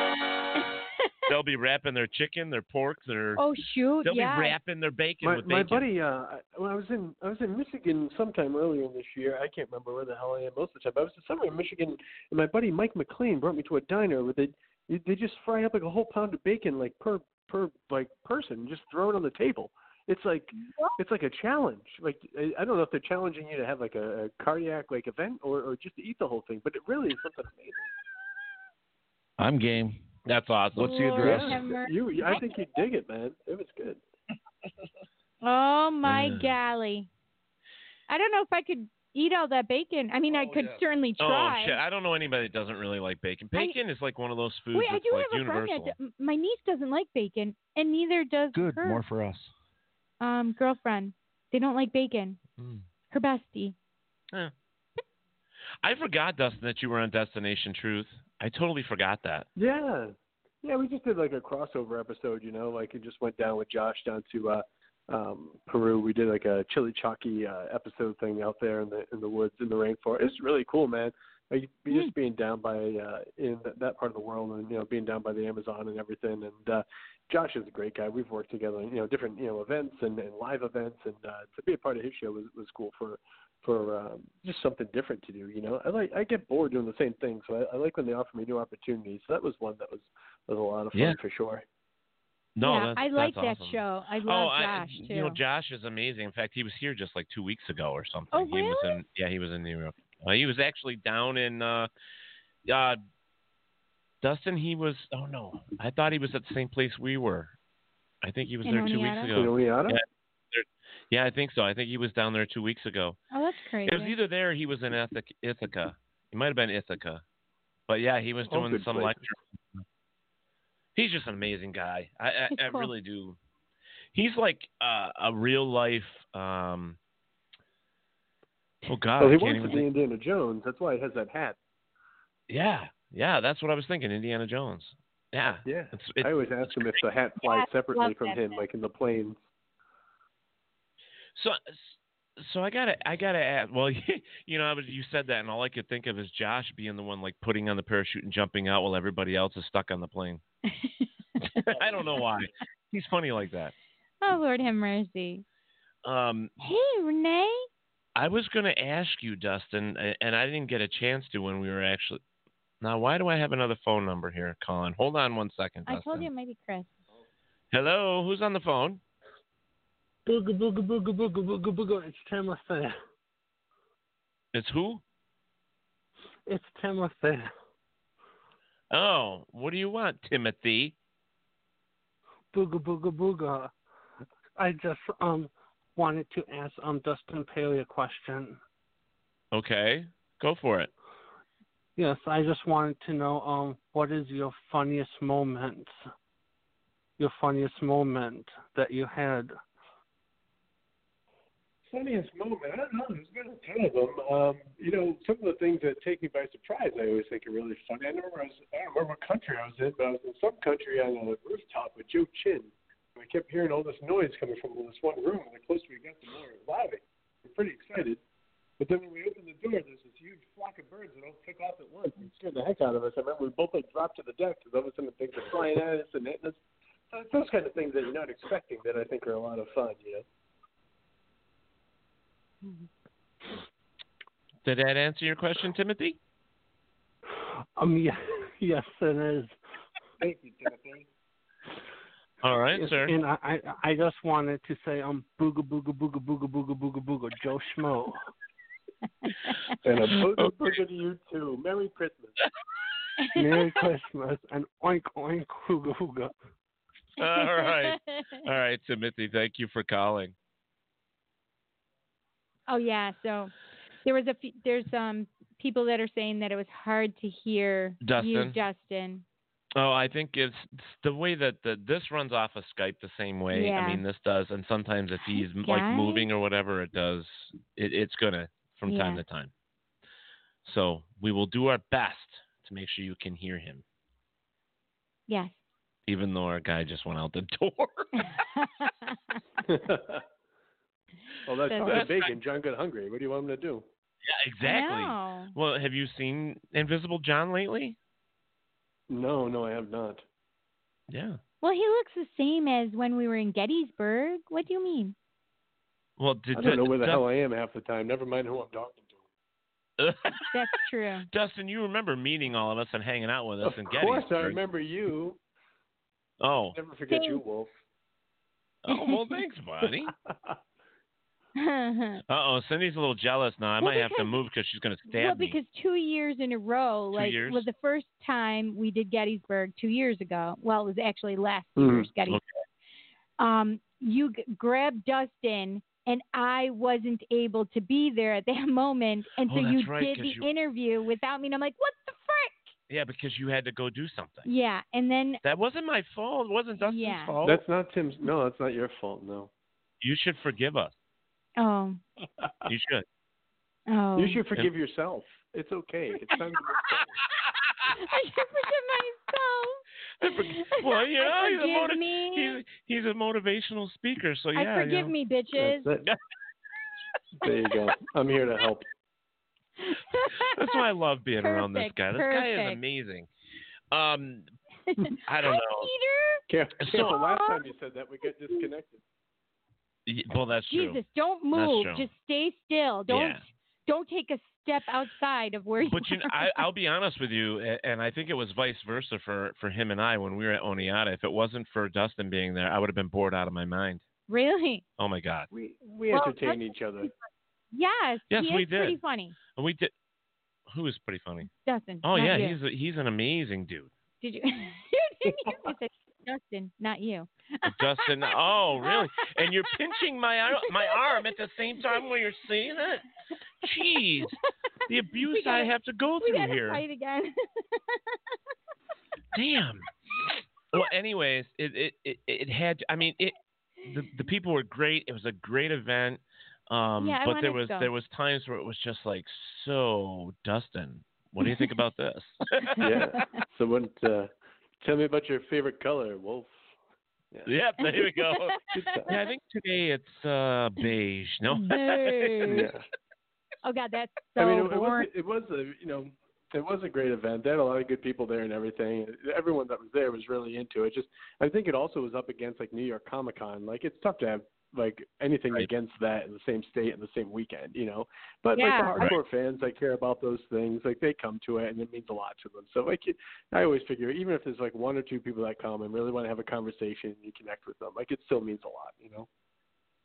J: They'll be wrapping their chicken, their pork, their
I: [laughs] Oh shoot!
J: They'll
I: yeah.
J: be wrapping their bacon
K: my,
J: with
K: my
J: bacon.
K: buddy, uh, I- when I was in I was in Michigan sometime earlier in this year. I can't remember where the hell I am most of the time. but I was somewhere in Michigan, and my buddy Mike McLean brought me to a diner where they they just fry up like a whole pound of bacon like per per like person, and just throw it on the table. It's like it's like a challenge. Like I, I don't know if they're challenging you to have like a, a cardiac like event or or just to eat the whole thing, but it really is something amazing.
L: I'm game.
J: That's awesome.
L: What's the address?
I: Hammer.
K: You, I think you'd dig it, man. It was good.
I: Oh my
L: Mm.
I: golly! I don't know if I could eat all that bacon. I mean, I could certainly try.
J: Oh shit! I don't know anybody that doesn't really like bacon. Bacon is like one of those foods
I: Wait, I
J: that's
I: do
J: like
I: have a
J: universal.
I: friend that d- my niece doesn't like bacon, and neither does
L: Good,
I: her
L: more for us.
I: um girlfriend. They don't like bacon.
J: Hmm.
I: Her bestie.
J: I forgot, Dustin, that you were on Destination Truth. I totally forgot that.
K: Yeah. Yeah, we just did like a crossover episode, you know, like it just went down with Josh down to uh um Peru. We did like a chili chalky uh, episode thing out there in the in the woods in the rainforest. It's really cool, man. Like you- just being down by uh in th- that part of the world and you know, being down by the Amazon and everything and uh Josh is a great guy. We've worked together, in, you know, different, you know, events and, and live events and uh to be a part of his show was was cool for for um, just something different to do. You know, I like I get bored doing the same thing, so I, I like when they offer me new opportunities. So that was one that was was a lot of fun
J: Yeah.
K: for sure.
J: No,
I: yeah,
J: that's,
I: I like
J: that's
I: that
J: awesome.
I: show. I
J: oh,
I: love
J: I,
I: Josh too.
J: you know, Josh is amazing. In fact, he was here just like two weeks ago or something.
I: Oh,
J: He was in, yeah, he was in New York. Uh, he was actually down in, uh, uh, Dustin. He was. Oh no, I thought he was at the same place we were. I think he was
I: In
J: there two
I: Oneata?
J: weeks
K: In
J: ago.
K: Oneata?
J: Yeah, there- yeah, I think so. I think he was down there two weeks ago.
I: oh, that's crazy.
J: It was either there or he was in Ithaca. Ithaca. He might have been Ithaca. But yeah, he was
K: All
J: doing
K: Oh, good
J: some
K: places.
J: lecture. He's just an amazing guy. I I,
I: He's
J: I
I: cool.
J: really do. He's like uh, a real life. Um, oh God,
K: so he
J: I can't
K: wants to
J: even
K: be
J: think.
K: Indiana Jones. That's why he has that hat.
J: Yeah, yeah, that's what I was thinking. Indiana Jones. Yeah,
K: Yeah.
J: it's, it's
K: I always ask him if the hat flies separately
I: love
K: from
I: that
K: him, like in the planes.
J: So, so I gotta, I gotta ask. Well, [laughs] you know, I was, you said that, and all I could think of is Josh being the one like putting on the parachute and jumping out while everybody else is stuck on
I: [laughs]
J: the plane. [laughs] I don't know why. He's funny like that.
I: oh Lord have mercy.
J: Um,
I: Hey Renee.
J: I was gonna ask you, Dustin, a- and I didn't get a chance to when we were actually. Now, why do I have another phone number here, Colin? Hold on one second,
I: I
J: Dustin.
I: told you it might be Chris.
J: Hello, who's on the phone?
E: Booga booga booga booga booga booga. It's Tim LaFayette.
J: It's who?
E: It's Tim LaFayette.
J: Oh, what do you want, Timothy?
E: Booga booga booga. I just um wanted to ask um Dustin Paley a question.
J: Okay, go for it.
E: Yes, I just wanted to know um what is your funniest moment? Your funniest moment that you had.
K: Funniest moment. I don't know. There's been a ton of them. Um, you know, some of the things that take me by surprise, I always think are really funny. I remember I was, I don't remember what country I was in, but I was in some country on a rooftop with Joe Chin. And I kept hearing all this noise coming from this one room, and the closer we got, the more it was loud. We We're pretty excited. But then when we opened the door, there's this huge flock of birds that all took off at once and scared the heck out of us. I remember we both like dropped to the deck because all of a sudden things are flying at us and hitting us. So it's those kind of things that you're not expecting that I think are a lot of fun, you know.
J: Did that answer your question, Timothy?
E: Um
K: [laughs]
E: yeah, yes it is.
K: Thank you, Timothy.
J: All right,
E: Yes,
J: sir.
E: And I, I I just wanted to say um booga booga booga booga booga booga booga Joe Schmo.
K: And a booger booger to you too. Merry Christmas.
E: Merry Christmas and oink oink hooga hooga.
J: [laughs] [laughs] All right. All right, Timothy, thank you for calling.
I: [laughs] Oh yeah, so there was a few, there's um people that are saying that it was hard to hear you,
J: Dustin.
I: Justin.
J: Oh, I think it's, it's the way that the, this runs off of Skype the same way.
I: Yeah.
J: I mean, this does, and sometimes if he's m like
I: Guys.
J: moving or whatever, it does. It, it's gonna from time
I: Yeah.
J: to time. So we will do our best to make sure you can hear him,
I: Yes. [laughs]
J: [laughs] even though our guy just went out the door.
K: Well, that's,
I: That's-
K: fucking big, and John got hungry. What do you want him to do?
J: Yeah, exactly.
I: No.
J: Well, have you seen Invisible John lately?
K: No, no, I have not.
J: Yeah.
I: Well, he looks the same as when we were in Gettysburg. What do you mean?
J: Well, did
K: I don't know where the
J: Dustin-
K: hell I am half the time. Never mind who I'm talking to.
J: [laughs]
I: That's true. [laughs]
J: Dustin, you remember meeting all of us and hanging out with us in
K: of course, I
J: Gettysburg.
K: remember you.
J: Oh.
K: Never forget
I: Thanks.
K: you, Wolf.
J: Oh, well, thanks,
K: [laughs]
J: buddy.
I: well,
J: Uh oh, Cindy's a little jealous now. I
I: Well,
J: might have to
I: because-
J: move because she's going to stab me.
I: because two years in a row,
J: Two
I: like
J: years?
I: was the first time we did Gettysburg two years ago. Well, it was actually last
J: Mhm.
I: year's Gettysburg.
J: Okay.
I: Um, you g- grabbed Dustin, and I wasn't able to be there at that [laughs] moment, and
J: Oh,
I: so
J: that's
I: you
J: right,
I: did
J: 'cause
I: the
J: you-
I: interview without me. And I'm like, what the frick?
J: Yeah, because you had to go do something.
I: Yeah, and then
J: That wasn't my fault. It wasn't Dustin's
I: Yeah.
J: fault.
K: That's not Tim's. No, that's not your fault. No.
J: You should forgive us.
I: oh
J: You
I: [laughs]
J: should.
I: oh.
K: You should forgive yourself. It's okay. It's [laughs] time to move forward.
I: [laughs] I should forgive myself. [laughs]
J: Well, [laughs] you know, he's a,
I: forgive
J: motiv-
I: me.
J: he's, he's a motivational speaker,
I: [laughs]
J: so yeah.
I: I forgive me, bitches.
K: That's it. There you go. I'm here to help.
J: That's why I love being around this
I: Perfect,
J: guy. This guy is
I: perfect.
J: amazing. Um,
I: [laughs]
J: I don't
I: Hi,
J: know.
K: Care-
J: So-
K: Careful. Last time you said that, we got disconnected.
J: Y- Well, that's
I: Peter.
J: true.
I: Jesus, don't move.
J: true.
I: Just stay still. Don't
J: Yeah.
I: don't take a step outside of where [laughs] you.
J: But you,
I: are.
J: I, I'll be honest with you, a- and I think it was vice versa for for him and I when we were at Oneata. If it wasn't for Dustin being there, I would have been bored out of my mind.
I: really?
J: Oh my God.
K: We we
I: Well,
K: entertain
I: that's-
K: each other.
I: Yes.
J: Yes,
I: he
J: we
I: is pretty
J: did.
I: funny.
J: And we did. Who is pretty funny?
I: Dustin.
J: Oh
I: not
J: yeah,
I: you.
J: he's a, he's an
I: [laughs]
J: amazing dude.
I: Did you? you didn't even say Dustin, not you.
J: Dustin. Oh really? And you're pinching my ar- my arm at the same time while you're saying it. Jeez,
I: [laughs]
J: the abuse
I: gotta-
J: I have to go
I: we
J: through
I: gotta
J: here.
I: fight again.
J: Damn. Well, anyways, it it it, it had. I mean, it the, the people were great. It was a great event. Um,
I: Yeah, I
J: but
I: wanted
J: there
I: to
J: was
I: go.
J: there was times where it was just like, so Dustin, what do you
I: [laughs]
J: think about this? [laughs]
K: Yeah. So, what, uh, tell me about your favorite color, Wolf.
J: yep, there we go.
K: Good stuff.
J: Yeah, I think today it's uh, beige.
I: [laughs]
J: No, [laughs]
I: Boo.
K: Yeah.
I: Oh God, that's so
K: I mean, it, it was
I: boring.
K: it was a you know it was a great event. They had a lot of good people there and everything. Everyone that was there was really into it. Just I think it also was up against like New York Comic Con. Like it's tough to have like anything against that in the same state in the same weekend, you know. But
I: Yeah.
K: like the hardcore fans that care about those things, like they come to it and it means a lot to them. So like it, I always figure even if there's like one or two people that come and really want to have a conversation and you connect with them, like it still means a lot, you know.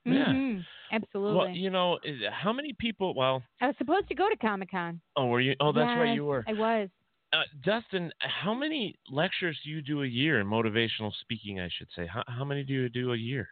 J: yeah.
I: Mhm, Absolutely.
J: Well, you know, is- how many people? Well,
I: I was supposed to go to Comic Con.
J: oh, were you? Oh, that's right, you were.
I: I was.
J: Uh, Dustin, how many lectures do you do a year in motivational speaking? I should say. How, how many do you do a year?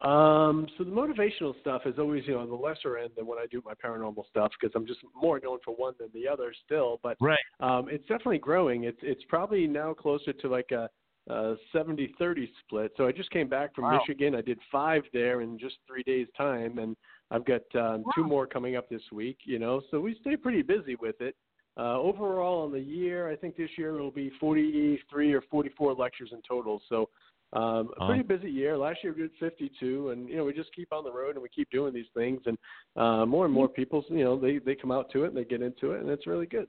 K: Um, so the motivational stuff is always, you know, on the lesser end than when I do my paranormal stuff because I'm just more known for one than the other still. But
J: Right.
K: um, it's definitely growing. It's it's probably now closer to like a, a 70-30 split. So I just came back from
J: Wow.
K: Michigan. I did five there in just three days' time, and I've got um, two more coming up this week. You know, so we stay pretty busy with it. Uh, overall, on the year, I think this year it'll be 43 or 44 lectures in total. So um, a
J: Wow.
K: pretty busy year. Last year we did 52, and you know we just keep on the road and we keep doing these things, and uh, more
J: Mm-hmm.
K: and more people, you know, they they come out to it and they get into it, and it's really good.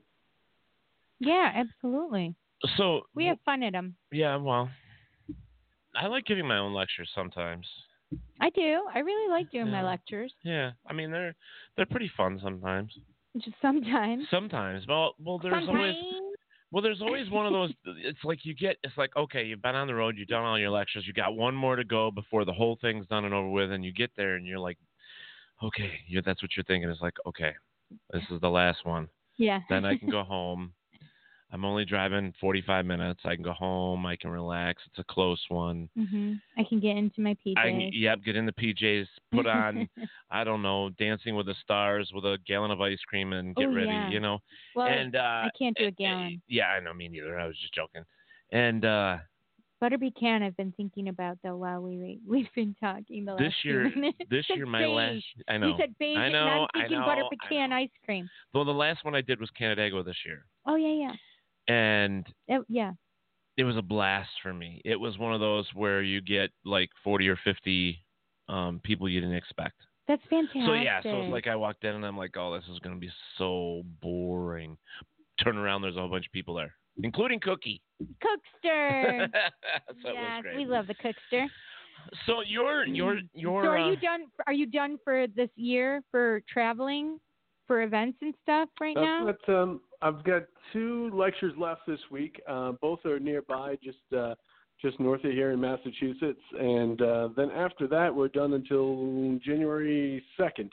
I: Yeah, absolutely.
J: So
I: We have fun at them.
J: yeah, well, I like giving my own lectures sometimes.
I: I do. I really like doing my
J: Yeah.
I: lectures.
J: Yeah, I mean they're they're pretty fun sometimes.
I: Just
J: Mm-hmm.
I: sometimes.
J: Sometimes, well, well, there's always
I: sometimes.
J: well, there's always one of those. It's like you get. It's like okay, you've been on the road, you've done all your lectures, you got one more to go before the whole thing's done and over with, and you get there and you're like, okay, you're, that's what you're thinking. It's like okay, this is the last one.
I: Yeah.
J: then I [laughs] can go home. I'm only driving 45 minutes. I can go home. I can relax. It's a close one.
I: hmm I can get into my PJs.
J: I can, yep, get in the PJs, put on,
I: [laughs]
J: I don't know, Dancing with the Stars with a gallon of ice cream and get
I: Oh,
J: ready,
I: yeah.
J: you know?
I: well,
J: and, uh,
I: I can't do a
J: eh, eh,
I: gallon.
J: Yeah, I know, me neither. I was just joking. And uh,
I: Butterby can I've been thinking about though while we wait. [laughs] we've been talking the
J: this
I: last few
J: year,
I: minutes.
J: this
I: Said
J: year, my
I: beige.
J: last, I know.
I: You said beige,
J: I
I: and
J: know,
I: I'm
J: I
I: thinking
J: know,
I: butter
J: I
I: pecan
J: know.
I: ice cream.
J: Well, the last one I did was Canandaigua this year.
I: Oh yeah,
J: And
I: yeah, That- yeah.
J: it was a blast for me. It was one of those where you get like 40 or 50 um, people you didn't expect.
I: That's fantastic.
J: So yeah, so it's like I walked in and I'm like, oh, this is gonna be so boring. Turn around, there's a whole bunch of people there, including Cookie. [laughs]
I: Cookster.
J: So it was
I: yes,
J: great.
I: we love the Cookster. Mm-hmm.
J: So your your your
I: so are
J: uh,
I: you done? Are you done for this year for traveling, for events and stuff right
K: I've
I: now?
K: got, um, I've got two lectures left this week. Uh, both are nearby, just uh, just north of here in Massachusetts. And uh, then after that, we're done until January second.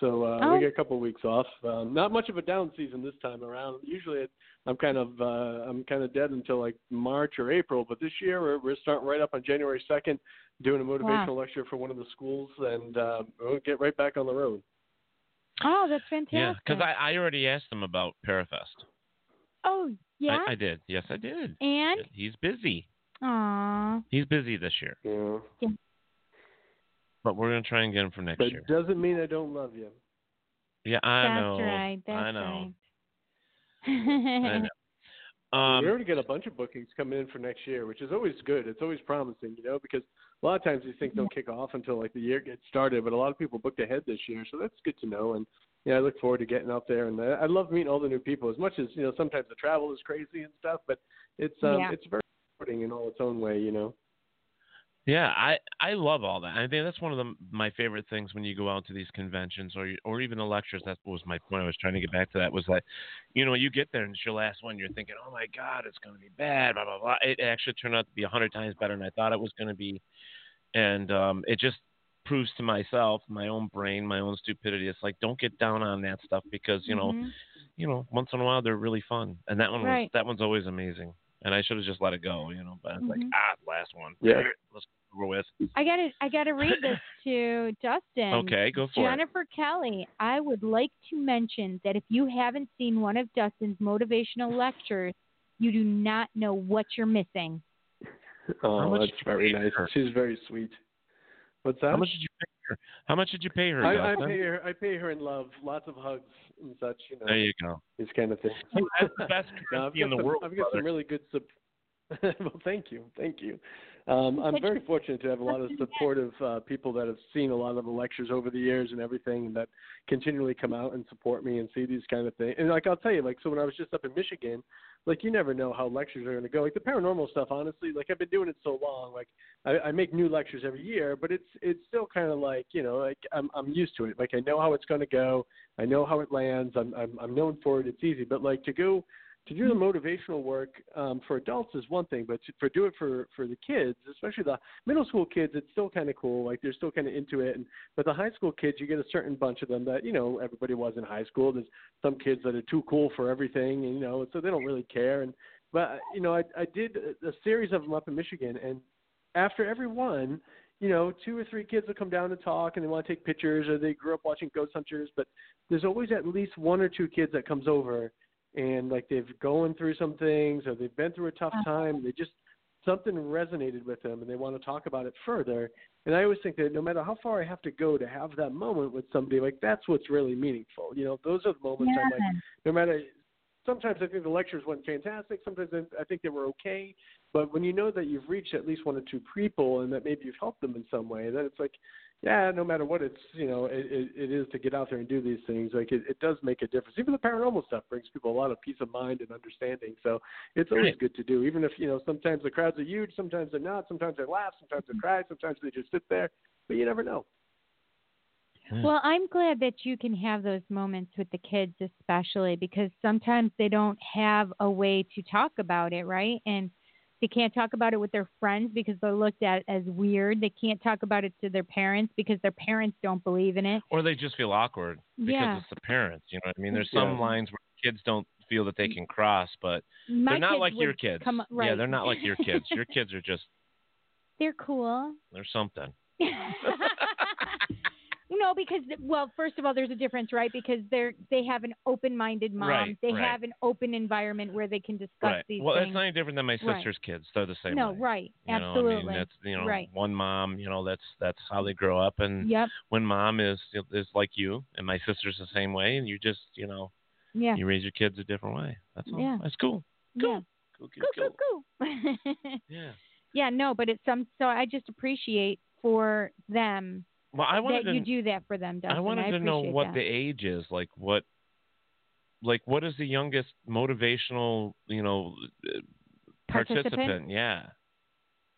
K: So uh,
I: Oh.
K: we get a couple weeks off. Um, not much of a down season this time around. Usually, it, I'm kind of uh, I'm kind of dead until like March or April. But this year, we're, we're starting right up on January second, doing a motivational lecture for one of the schools, and uh, we'll get right back on the road.
I: Oh, that's fantastic.
J: yeah, because I, I already asked him about Parafest.
I: oh yeah.
J: I, I did. Yes, I did.
I: and
J: He's busy.
I: Aw.
J: He's busy this year.
I: Yeah.
J: But we're gonna try and get him for next
K: But
J: year.
K: doesn't mean I don't love you.
J: Yeah, I
I: that's
J: know.
I: right. That's
J: I know.
I: right. [laughs]
J: I know. Um,
K: we already got a bunch of bookings coming in for next year, which is always good. It's always promising, you know, because a lot of times these things don't kick off until like the year gets started. But a lot of people booked ahead this year, so that's good to know. And yeah, I look forward to getting out there, and I, I love meeting all the new people. As much as you know, sometimes the travel is crazy and stuff, but it's um,
I: Yeah.
K: it's very rewarding in all its own way, you know.
J: Yeah, I I love all that. I think that's one of the, my favorite things when you go out to these conventions or you- or even the lectures. That was my point. I was trying to get back to that. Was that, you know, you get there and it's your last one. You're thinking, oh my god, it's going to be bad. Blah blah blah. It actually turned out to be a hundred times better than I thought it was going to be, and um, it just proves to myself, my own brain, my own stupidity. It's like don't get down on that stuff because you know,
I: Mhm.
J: you know, once in a while they're really fun, and that one was,
I: Right.
J: that one's always amazing. And I should have just let it go, you know. But it's like
I: Mhm.
J: ah, last one.
K: Yeah.
J: Let's go with.
I: I gotta I gotta read
J: [laughs]
I: this to Justin.
J: Okay, go for it.
I: Jennifer Kelly, I would like to mention that if you haven't seen one of Justin's motivational lectures, you do not know what you're missing.
K: Oh,
J: much
K: that's
J: did you
K: very
J: pay
K: nice.
J: her?
K: She's very sweet. What's that?
J: How much did you pay her? How much did you pay her?
K: I, I
J: Dustin?
K: pay her. I pay her in love, lots of hugs and such. You know,
J: There you
K: [laughs]
J: go.
K: these kind of things.
J: [laughs] That's the best
K: No, I've
J: currency in
K: got
J: the
K: some-
J: world.
K: I've got some
J: brother.
K: really good support. [laughs] well, thank you, thank you. Um, I'm very fortunate to have a lot of supportive uh, people that have seen a lot of the lectures over the years and everything, and that continually come out and support me and see these kind of things. And like I'll tell you, like so when I was just up in Michigan, like you never know how lectures are going to go. Like the paranormal stuff, honestly, like I've been doing it so long, like I, I make new lectures every year, but it's it's still kind of like you know, like I'm I'm used to it. Like I know how it's going to go, I know how it lands. I'm I'm I'm known for it. It's easy, but like to go to do the motivational work um, for adults is one thing, but to, for do it for for the kids, especially the middle school kids, it's still kind of cool. Like they're still kind of into it. And but the high school kids, you get a certain bunch of them that you know everybody was in high school. There's some kids that are too cool for everything, and you know, so they don't really care. And but you know, I I did a- a series of them up in Michigan, and after every one, you know, two or three kids will come down and talk and they want to take pictures or they grew up watching ghost hunters, but there's always at least one or two kids that comes over and like they've going through some things or they've been through a tough time, they just something resonated with them and they want to talk about it further. And I always think that no matter how far I have to go to have that moment with somebody, like that's what's really meaningful. You know, those are the moments I'm like no matter sometimes I think the lectures went fantastic, sometimes I I think they were okay, but when you know that you've reached at least one or two people and that maybe you've helped them in some way, then it's like, yeah, no matter what it's you know it, it, it is to get out there and do these things, like it, it does make a difference. Even the paranormal stuff brings people a lot of peace of mind and understanding, so it's always
J: Right.
K: good to do. Even if you know sometimes the crowds are huge, sometimes they're not, sometimes they laugh, sometimes they cry, sometimes they just sit there, but you never know.
J: Hmm.
I: Well, I'm glad that you can have those moments with the kids, especially because sometimes they don't have a way to talk about it, right? And they can't talk about it with their friends because they're looked at as weird. They can't talk about it to their parents because their parents don't believe in it.
J: Or they just feel awkward because
I: Yeah.
J: it's the parents. You know what I mean? There's
K: Yeah.
J: some lines where kids don't feel that they can cross, but
I: Mm. My
J: they're not
I: kids
J: like your
I: would
J: kids.
I: come-
J: Yeah,
I: right.
J: they're not like your kids. Your kids are just
I: [laughs] They're cool. [laughs]
J: they're something.
I: no, because well, first of all, there's a difference, right? Because they're they have an open-minded mom.
J: Right,
I: they
J: right.
I: have an open environment where they can discuss
J: Right.
I: these
J: Well, that's
I: things.
J: not any different than my
I: Right.
J: sister's kids. They're the same.
I: no,
J: way.
I: right?
J: You
I: Absolutely.
J: Know, I mean, that's you know,
I: right.
J: one mom. You know, that's that's how they grow up, and [laughs]
I: Yep.
J: when mom is is like you, and my sister's the same way, and you just you know
I: Yeah.
J: you raise your kids a different way. That's all.
I: Yeah.
J: That's cool.
I: Yeah.
J: Cool, cool,
I: Cool, cool, cool.
J: Yeah.
I: [laughs] yeah, no, but it's some. So I just appreciate for them
J: Well, I wanted
I: that you
J: to-
I: do that for them, Dustin.
J: I wanted to know
I: appreciate
J: what
I: that.
J: the age is, like what, like what is the youngest motivational, you know, uh,
K: Participant?
J: Yeah.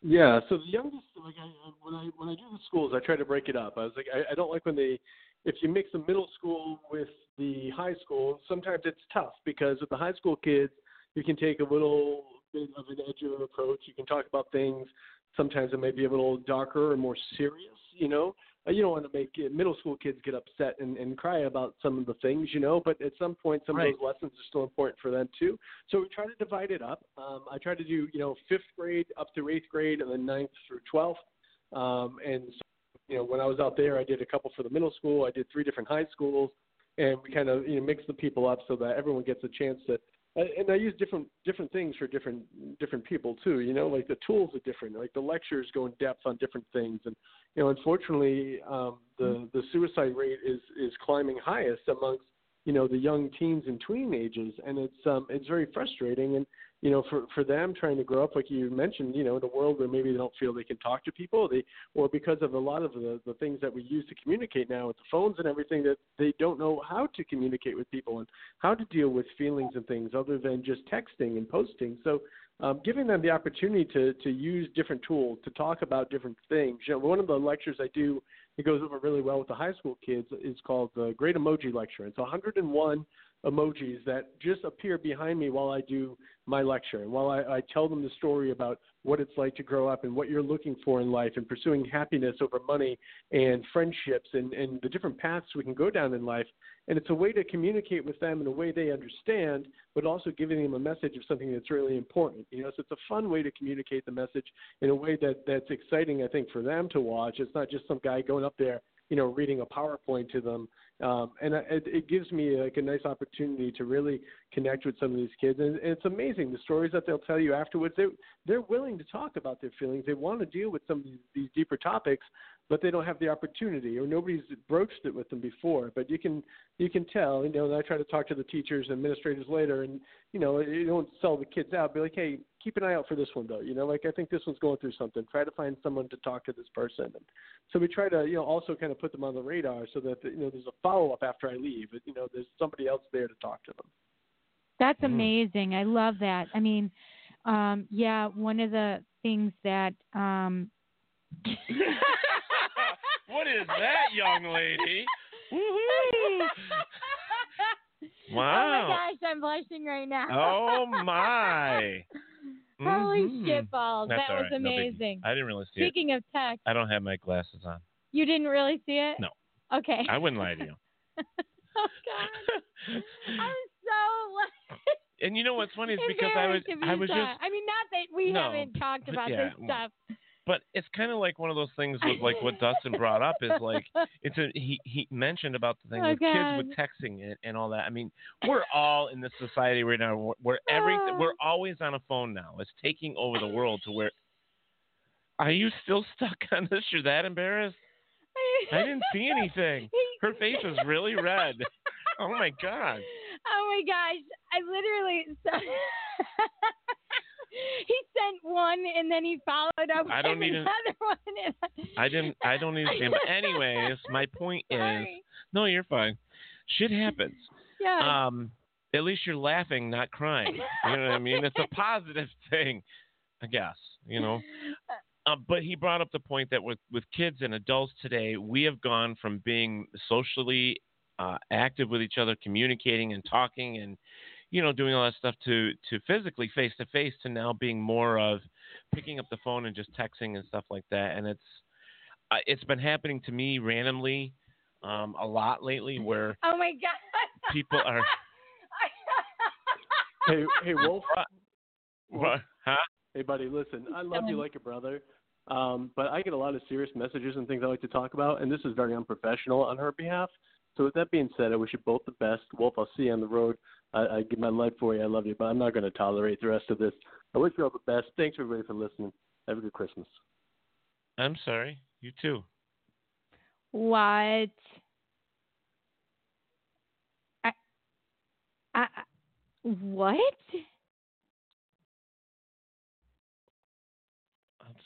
K: Yeah. So the youngest, like I, I- when I when I do the schools, I try to break it up. I was like, I, I don't like when they, if you mix the middle school with the high school, sometimes it's tough because with the high school kids, you can take a little bit of an edgier approach. You can talk about things. Sometimes it may be a little darker or more serious. You know, Uh, you don't want to make uh, middle school kids get upset and, and cry about some of the things. You know, but at some point, some
M: Right.
K: of those lessons are still important for them too. So we try to divide it up. Um, I try to do you know fifth grade up through eighth grade, and then ninth through twelfth. Um, and so, you know, when I was out there, I did a couple for the middle school. I did three different high schools, and we kind of you know mix the people up so that everyone gets a chance to. and- And I use different different things for different different people too. You know, like the tools are different. Like the lectures go in depth on different things, and you know, unfortunately, um, the the suicide rate is is climbing highest amongst you know the young teens and tween ages, and it's um it's very frustrating. And you know, for for them trying to grow up, like you mentioned, you know, in a world where maybe they don't feel they can talk to people, they or because of a lot of the the things that we use to communicate now with the phones and everything, that they don't know how to communicate with people and how to deal with feelings and things other than just texting and posting. So. Um, giving them the opportunity to, to use different tools to talk about different things. You know, one of the lectures I do it goes over really well with the high school kids is called the Great Emoji Lecture. It's 101 emojis that just appear behind me while I do my lecture and while I, I tell them the story about what it's like to grow up and what you're looking for in life and pursuing happiness over money and friendships and, and the different paths we can go down in life. And it's a way to communicate with them in a way they understand, but also giving them a message of something that's really important. You know, so it's a fun way to communicate the message in a way that that's exciting, I think, for them to watch. It's not just some guy going up there, you know, reading a PowerPoint to them. Um, and I- it, it gives me like a nice opportunity to really connect with some of these kids. And, and it's amazing the stories that they'll tell you afterwards. They they're willing to talk about their feelings. They want to deal with some of these, these deeper topics, but they don't have the opportunity or nobody's broached it with them before. But you can you can tell. You know, and I try to talk to the teachers and administrators later, and you know, you don't sell the kids out. Be like, hey, keep an eye out for this one though. You know, like I think this one's going through something. Try to find someone to talk to this person. And so we try to you know also kind of put them on the radar so that you know there's a follow up after I leave. You know, there's somebody else there to talk to them.
I: That's
J: Mm-hmm.
I: amazing. I love that. I mean, um, yeah, one of the things that
J: [laughs]
I: um, [laughs]
J: what is that, young lady? Woohoo! Wow.
I: Oh my gosh, I'm blushing right now.
J: Oh my.
I: [laughs] Holy
J: Mhm.
I: shitballs.
J: That's
I: that
J: all
I: was
J: right, no biggie.
I: amazing.
J: I didn't really see it.
I: Speaking of text,
J: I don't have my glasses on.
I: you didn't really see it?
J: No.
I: Okay.
J: I wouldn't lie to you.
I: oh god. [laughs] I'm so like
J: And you know [laughs] what's funny is because I was
I: embarrassed if
J: I
I: you
J: was
I: saw
J: just
I: it. I mean not that we
J: No,
I: haven't talked
J: but
I: about
J: yeah,
I: this
J: well,
I: stuff.
J: But it's kind of like one of those things with like what Dustin brought up is
I: [laughs]
J: like it's a he he mentioned about the thing
I: Oh,
J: with kids
I: God.
J: with texting and, and all that. I mean, we're all in this society right now where- where every
I: Oh.
J: we're always on a phone now. It's taking over the world to where. Are you still stuck on this? You're that embarrassed? I didn't see
I: [laughs]
J: anything. Her face is really red. Oh my god.
I: Oh my gosh. I literally [laughs] He sent one and then he followed up
J: I don't
I: with
J: even-
I: another [laughs] one and I-
J: I didn't. I don't understand. But anyways, my point
I: [laughs]
J: is,
I: Sorry.
J: no, you're fine. Shit happens.
I: Yeah.
J: Um, at least you're laughing, not crying. You know what I mean? It's a positive [laughs] thing, I guess. You know. Uh, but he brought up the point that with with kids and adults today, we have gone from being socially uh, active with each other, communicating and talking, and you know, doing all that stuff to to physically face to face to now being more of picking up the phone and just texting and stuff like that. And it's uh, it's been happening to me randomly um, a lot lately where
I: Oh my god.
J: people are.
K: Hey, hey, Wolf.
J: What? Huh?
K: Hey, buddy, listen, I love
I: Um,
K: you like a brother, um, but I get a lot of serious messages and things I like to talk about, and this is very unprofessional on her behalf. So, with that being said, I wish you both the best. Wolf, I'll see you on the road. I, I give my life for you. I love you, but I'm not going to tolerate the rest of this. I wish you all the best. Thanks, everybody, for listening. Have a good Christmas.
J: I'm sorry. You too.
I: [laughs] What? I, I, what?
J: That's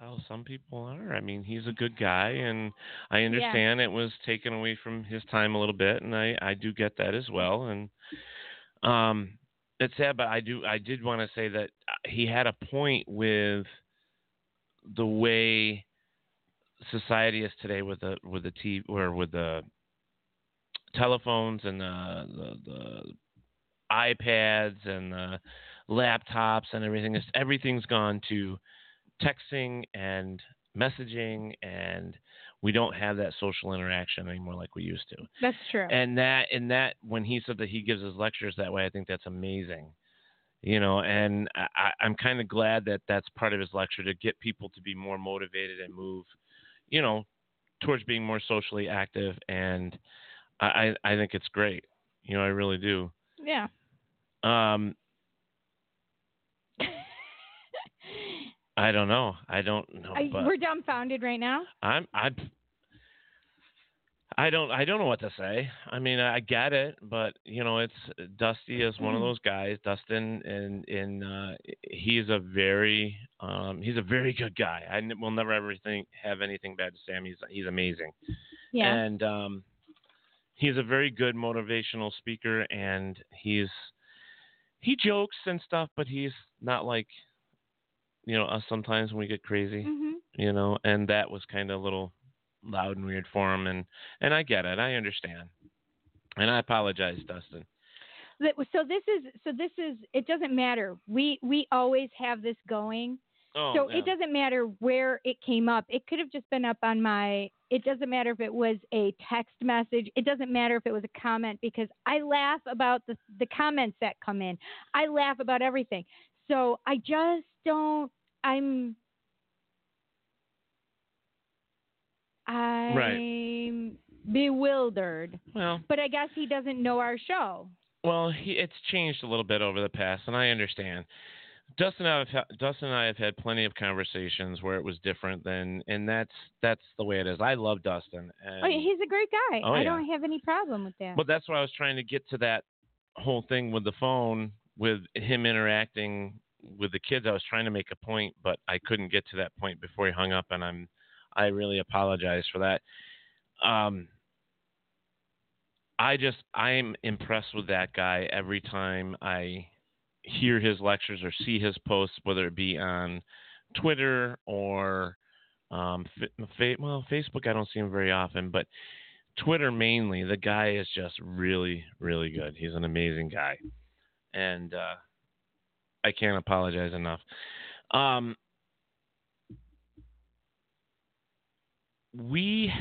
J: how some people are. I mean, he's a good guy, and I understand it was taken away from his time a little bit, and I I do get that as well. And um, it's sad, but I do I did want to say that uh, he had a point with the way society is today with the with the TV or with the telephones and the the, the iPads and the laptops and everything. It's, everything's gone to texting and messaging, and we don't have that social interaction anymore like we used to.
I: That's true.
J: And that and that when he said that he gives his lectures that way, I think that's amazing. You know, and I, I- I'm kind of glad that that's part of his lecture to get people to be more motivated and move, you know, towards being more socially active. And I, I I think it's great. You know, I really do.
I: Yeah.
J: Um, I don't know. I don't know.
I: [laughs] I,
J: Oh, but
I: we're dumbfounded right now.
J: I'm I. I don't I don't know what to say. I mean, I get it, but you know, it's Dusty is one of those guys, Dustin, and and uh, he's a very um, he's a very good guy. I n- will never ever think have anything bad to say. I mean, he's he's amazing,
I: Yeah.
J: and um, he's a very good motivational speaker, and he's he jokes and stuff, but he's not like you know us sometimes when we get crazy
I: Mm-hmm.
J: you know, and that was kind of a little loud and weird for him, and and I get it, I understand, and I apologize, Dustin.
I: That- So this is so this is it doesn't matter. We we always have this going.
J: Oh,
I: so
J: yeah.
I: it doesn't matter where it came up. It could have just been up on my it doesn't matter if it was a text message. It doesn't matter if it was a comment because I laugh about the the comments that come in. I laugh about everything. So I just don't I'm I'm bewildered.
J: Well,
I: but I guess he doesn't know our show.
J: Well, he, it's changed a little bit over the past, and I understand. Dustin and I have ha- Dustin and I have had plenty of conversations where it was different than, and that's that's the way it is. I love Dustin, and
I: oh, yeah, he's a great guy.
J: Oh,
I: I
J: yeah.
I: don't have any problem with that.
J: But that's why I was trying to get to that whole thing with the phone, with him interacting with the kids. I was trying to make a point, but I couldn't get to that point before he hung up, and I'm I really apologize for that. Um, I just I'm impressed with that guy every time I hear his lectures or see his posts, whether it be on Twitter or um, fa- fa- well, Facebook. I don't see him very often, but Twitter mainly. The guy is just really, really good. He's an amazing guy, and uh, I can't apologize enough. Um, we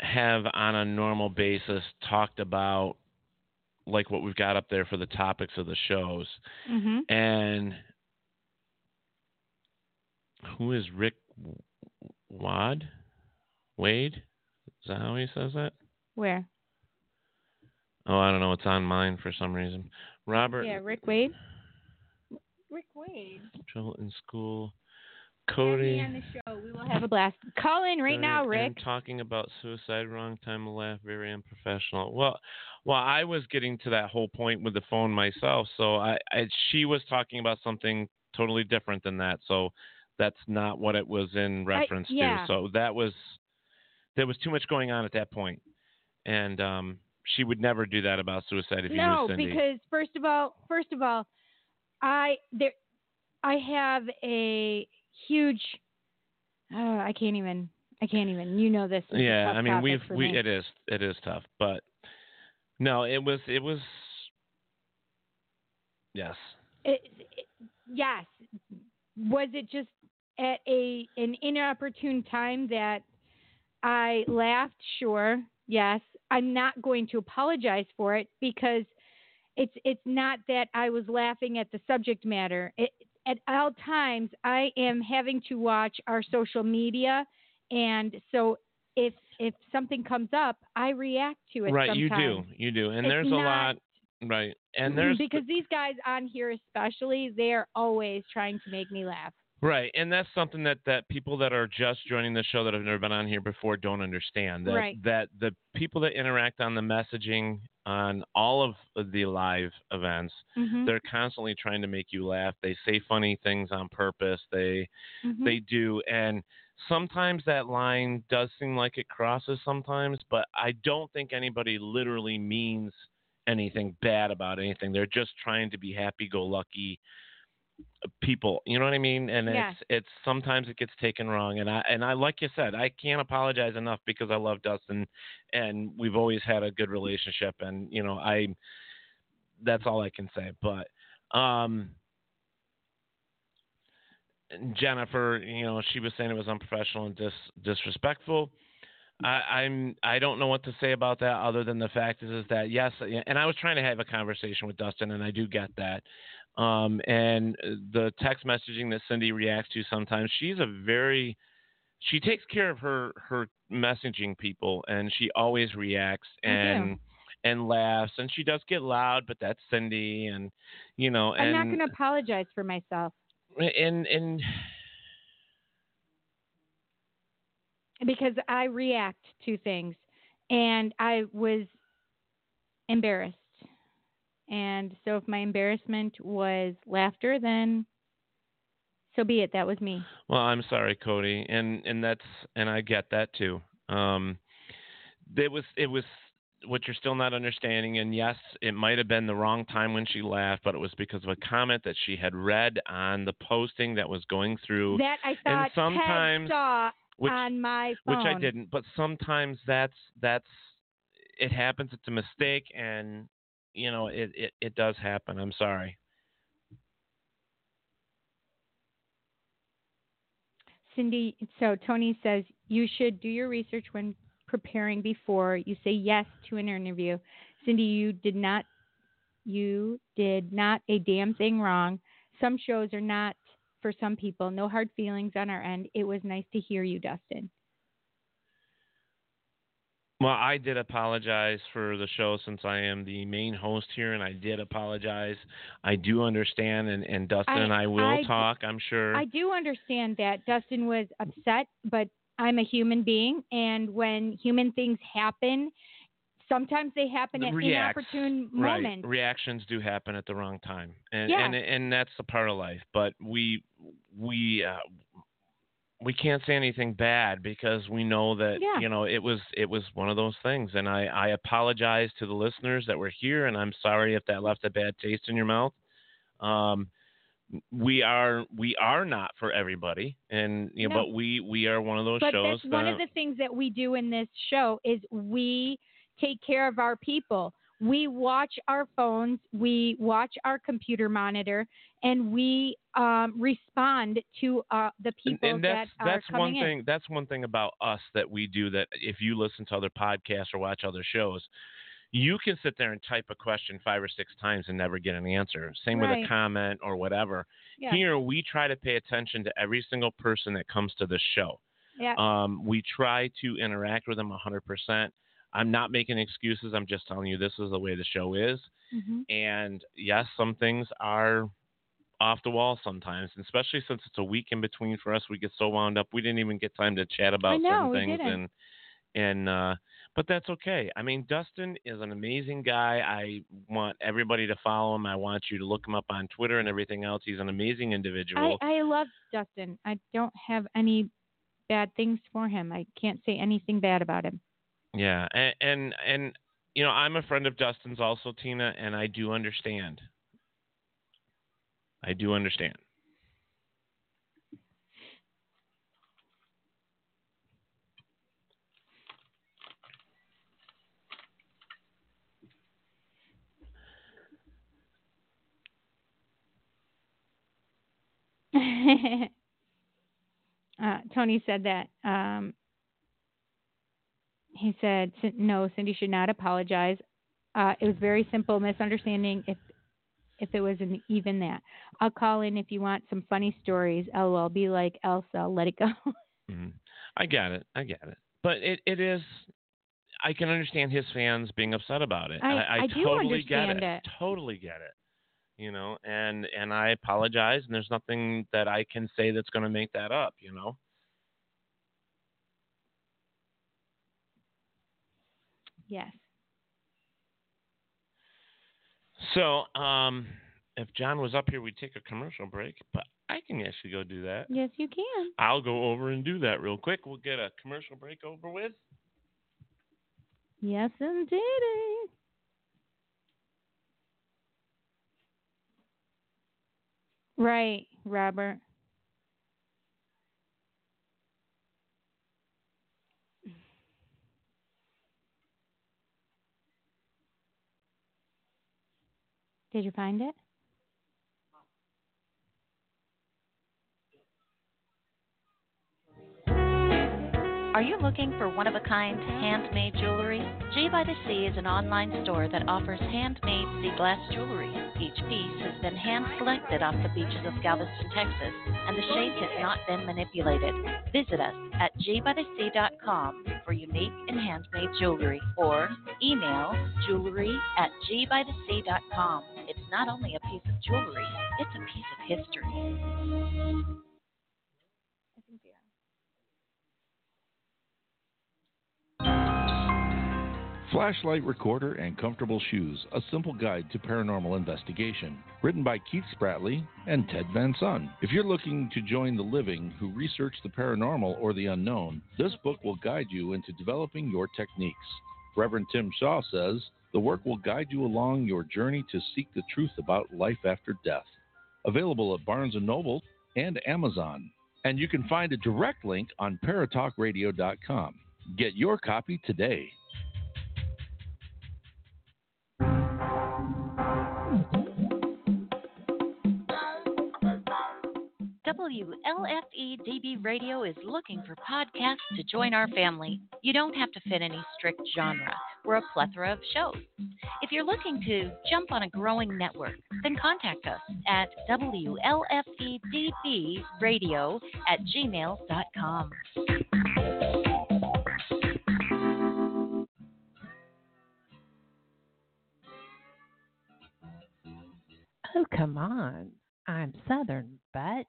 J: have on a normal basis talked about like what we've got up there for the topics of the shows,
I: Mm-hmm.
J: and who is Rick Wad? Wade? Is that how he says that?
I: Where?
J: Oh, I don't know. It's on mine for some reason. Robert
I: Yeah, Rick Wade.
H: Rick Wade.
J: Mitchell in school. Cody.
I: on the show. We will have a blast. Call in right now,
J: Derek,
I: Rick.
J: and talking about suicide, wrong time to laugh, very unprofessional. Well, well, I was getting to that whole point with the phone myself, so I, I she was talking about something totally different than that. So that's not what it was in reference
I: yeah.
J: to. So that was there was too much going on at that point, and um, she would never do that about suicide if you
I: no,
J: knew Cindy.
I: because first of all, first of all, I there, I have a huge. Uh, I can't even. I can't even. You know this. is a
J: yeah
I: tough
J: i mean
I: topic
J: we've
I: for
J: we
I: me.
J: it is it is tough but no it was it was yes
I: it, it- yes was it just at a an inopportune time that i laughed sure yes i'm not going to apologize for it because it's it's not that i was laughing at the subject matter it, at all times i am having to watch our social media and so if if something comes up i react to it
J: right you do
I: sometimes.
J: you do and
I: It's
J: there's a
I: not-
J: lot right and
I: Mhm,
J: there's
I: because these guys on here especially they are always trying to make me laugh
J: right and that's something that that people that are just joining the show that have never been on here before don't understand that
I: Right.
J: that the people that interact on the messaging on all of the live events.
I: Mm-hmm,
M: Mhm.
J: They're constantly trying to make you laugh. They say funny things on purpose. They
I: mm-hmm.
M: Mhm.
J: they do and sometimes that line does seem like it crosses sometimes, but I don't think anybody literally means anything bad about anything. They're just trying to be happy go lucky people. You know what I mean? And
M: Yeah.
J: it's it's sometimes it gets taken wrong. And I and I like you said, I can't apologize enough because I love Dustin, and we've always had a good relationship. And you know, I that's all I can say. But um, Jennifer, you know, she was saying it was unprofessional and dis- disrespectful. I, I'm I don't know what to say about that other than the fact is is that yes, and I was trying to have a conversation with Dustin, and I do get that. Um, and uh, the text messaging that Cindy reacts to sometimes, she's a very she takes care of her her messaging people, and she always reacts
M: I do.
J: and and laughs, and she does get loud, but that's Cindy, and you know,
I: I'm
J: and
I: not going to apologize for myself
J: and and
I: because I react to things, and I was embarrassed. And so, if my embarrassment was laughter, then so be it. That was me.
J: Well, I'm sorry, Cody, and and that's and I get that too. Um, it was it was what you're still not understanding, and yes, it might have been the wrong time when she laughed, but it was because of a comment that she had read on the posting that was going through.
I: That I thought
J: and sometimes
I: Ted saw
J: which-
I: on my
J: which
I: phone.
J: I didn't, but sometimes that's that's it happens. It's a mistake, and you know it it, it does happen. I'm sorry.
I: Cindy, so Tony says you should do your research when preparing before you say yes to an interview. Cindy, you did not you did not a damn thing wrong. Some shows are not for some people. No hard feelings on our end. It was nice to hear you, Dustin.
J: Well, I did apologize for the show since I am the main host here, and I did apologize. I do understand, and, and Dustin
I: I-
J: and I will
I: I-
J: talk, I'm sure.
I: I do understand that Dustin was upset, but I'm a human being, and when human things happen, sometimes they happen at
J: Reacts,
I: inopportune
J: right.
I: moments.
J: Reactions do happen at the wrong time, and
I: Yeah.
J: and and that's a part of life. But we we uh, we can't say anything bad because we know that
M: Yeah.
J: you know it was it was one of those things. And I I apologize to the listeners that were here, and I'm sorry if that left a bad taste in your mouth. Um, we are we are not for everybody, and you know,
I: No.
J: but we we are one of those
I: but
J: shows.
I: that's one
J: that,
I: of the things that we do in this show is we take care of our people we watch our phones we watch our computer monitor and we um, respond to uh, the
J: And-
I: people
J: and that's
I: that
J: that's
I: are coming
J: one
I: in
J: thing that's one thing about us that we do that if you listen to other podcasts or watch other shows you can sit there and type a question five or six times and never get an answer same with
M: Right.
J: a comment or whatever
M: Yeah.
J: here we try to pay attention to every single person that comes to the show
M: Yeah.
J: um, we try to interact with them 100% i'm not making excuses i'm just telling you this is the way the show is
I: mm-hmm.
J: and yes, some things are off the wall sometimes, and especially since it's a week in between for us. We get so wound up. We didn't even get time to chat about
M: know,
J: certain
M: we
J: things,
M: didn't.
J: and and uh, but that's okay. I mean, Dustin is an amazing guy. I want everybody to follow him. I want you to look him up on Twitter and everything else. He's an amazing individual.
I: I, I love dustin i don't have any bad things for him i can't say anything bad about him
J: yeah, and, and and you know, I'm a friend of Dustin's also, Tina, and I do understand. I do understand.
I: [laughs] uh, Tony said that. Um, he said, "Cin- "No, Cindy should not apologize. Uh, it was very simple misunderstanding. If if it was an even that, I'll call in if you want some funny stories. LOL. Be like Elsa. Let it go. [laughs]
J: Mhm. I got it. I get it. But it, it is. I can understand his fans being upset about it.
M: I-
J: I,
M: I do
J: totally get
M: understand
J: it.
M: it.
J: Totally get it. You know, and and I apologize. And there's nothing that I can say that's going to make that up. You know.
I: yes.
J: So, um, if John was up here, we'd take a commercial break, but I can actually go do that.
I: Yes, you can.
J: I'll go over and do that real quick. We'll get a commercial break over with. [sighs]
I: Yes, indeed. Right, Robert. Did you find it?
M: Are you looking for one of a kind handmade jewelry? G by the Sea is an online store that offers handmade sea glass jewelry. Each piece has been hand selected off the beaches of Galveston, Texas, and the shape has not been manipulated. Visit us at gbythesea.com for unique and handmade jewelry or email jewelry at gbythesea.com. It's not only a piece of jewelry, it's a piece of history.
C: Flashlight Recorder and Comfortable Shoes A Simple Guide to Paranormal Investigation, written by Keith Spratley and Ted Van Son. If you're looking to join the living who research the paranormal or the unknown, this book will guide you into developing your techniques. Reverend Tim Shaw says the work will guide you along your journey to seek the truth about life after death. Available at Barnes & Noble and Amazon. And you can find a direct link on paratalkradio.com. Get your copy today.
M: WLFE DB E Radio is looking for podcasts to join our family. You don't have to fit any strict genre. We're a plethora of shows. If you're looking to jump on a growing network, then contact us at E WLFEDBRadio at gmail.com.
N: Oh, come on. I'm Southern, but.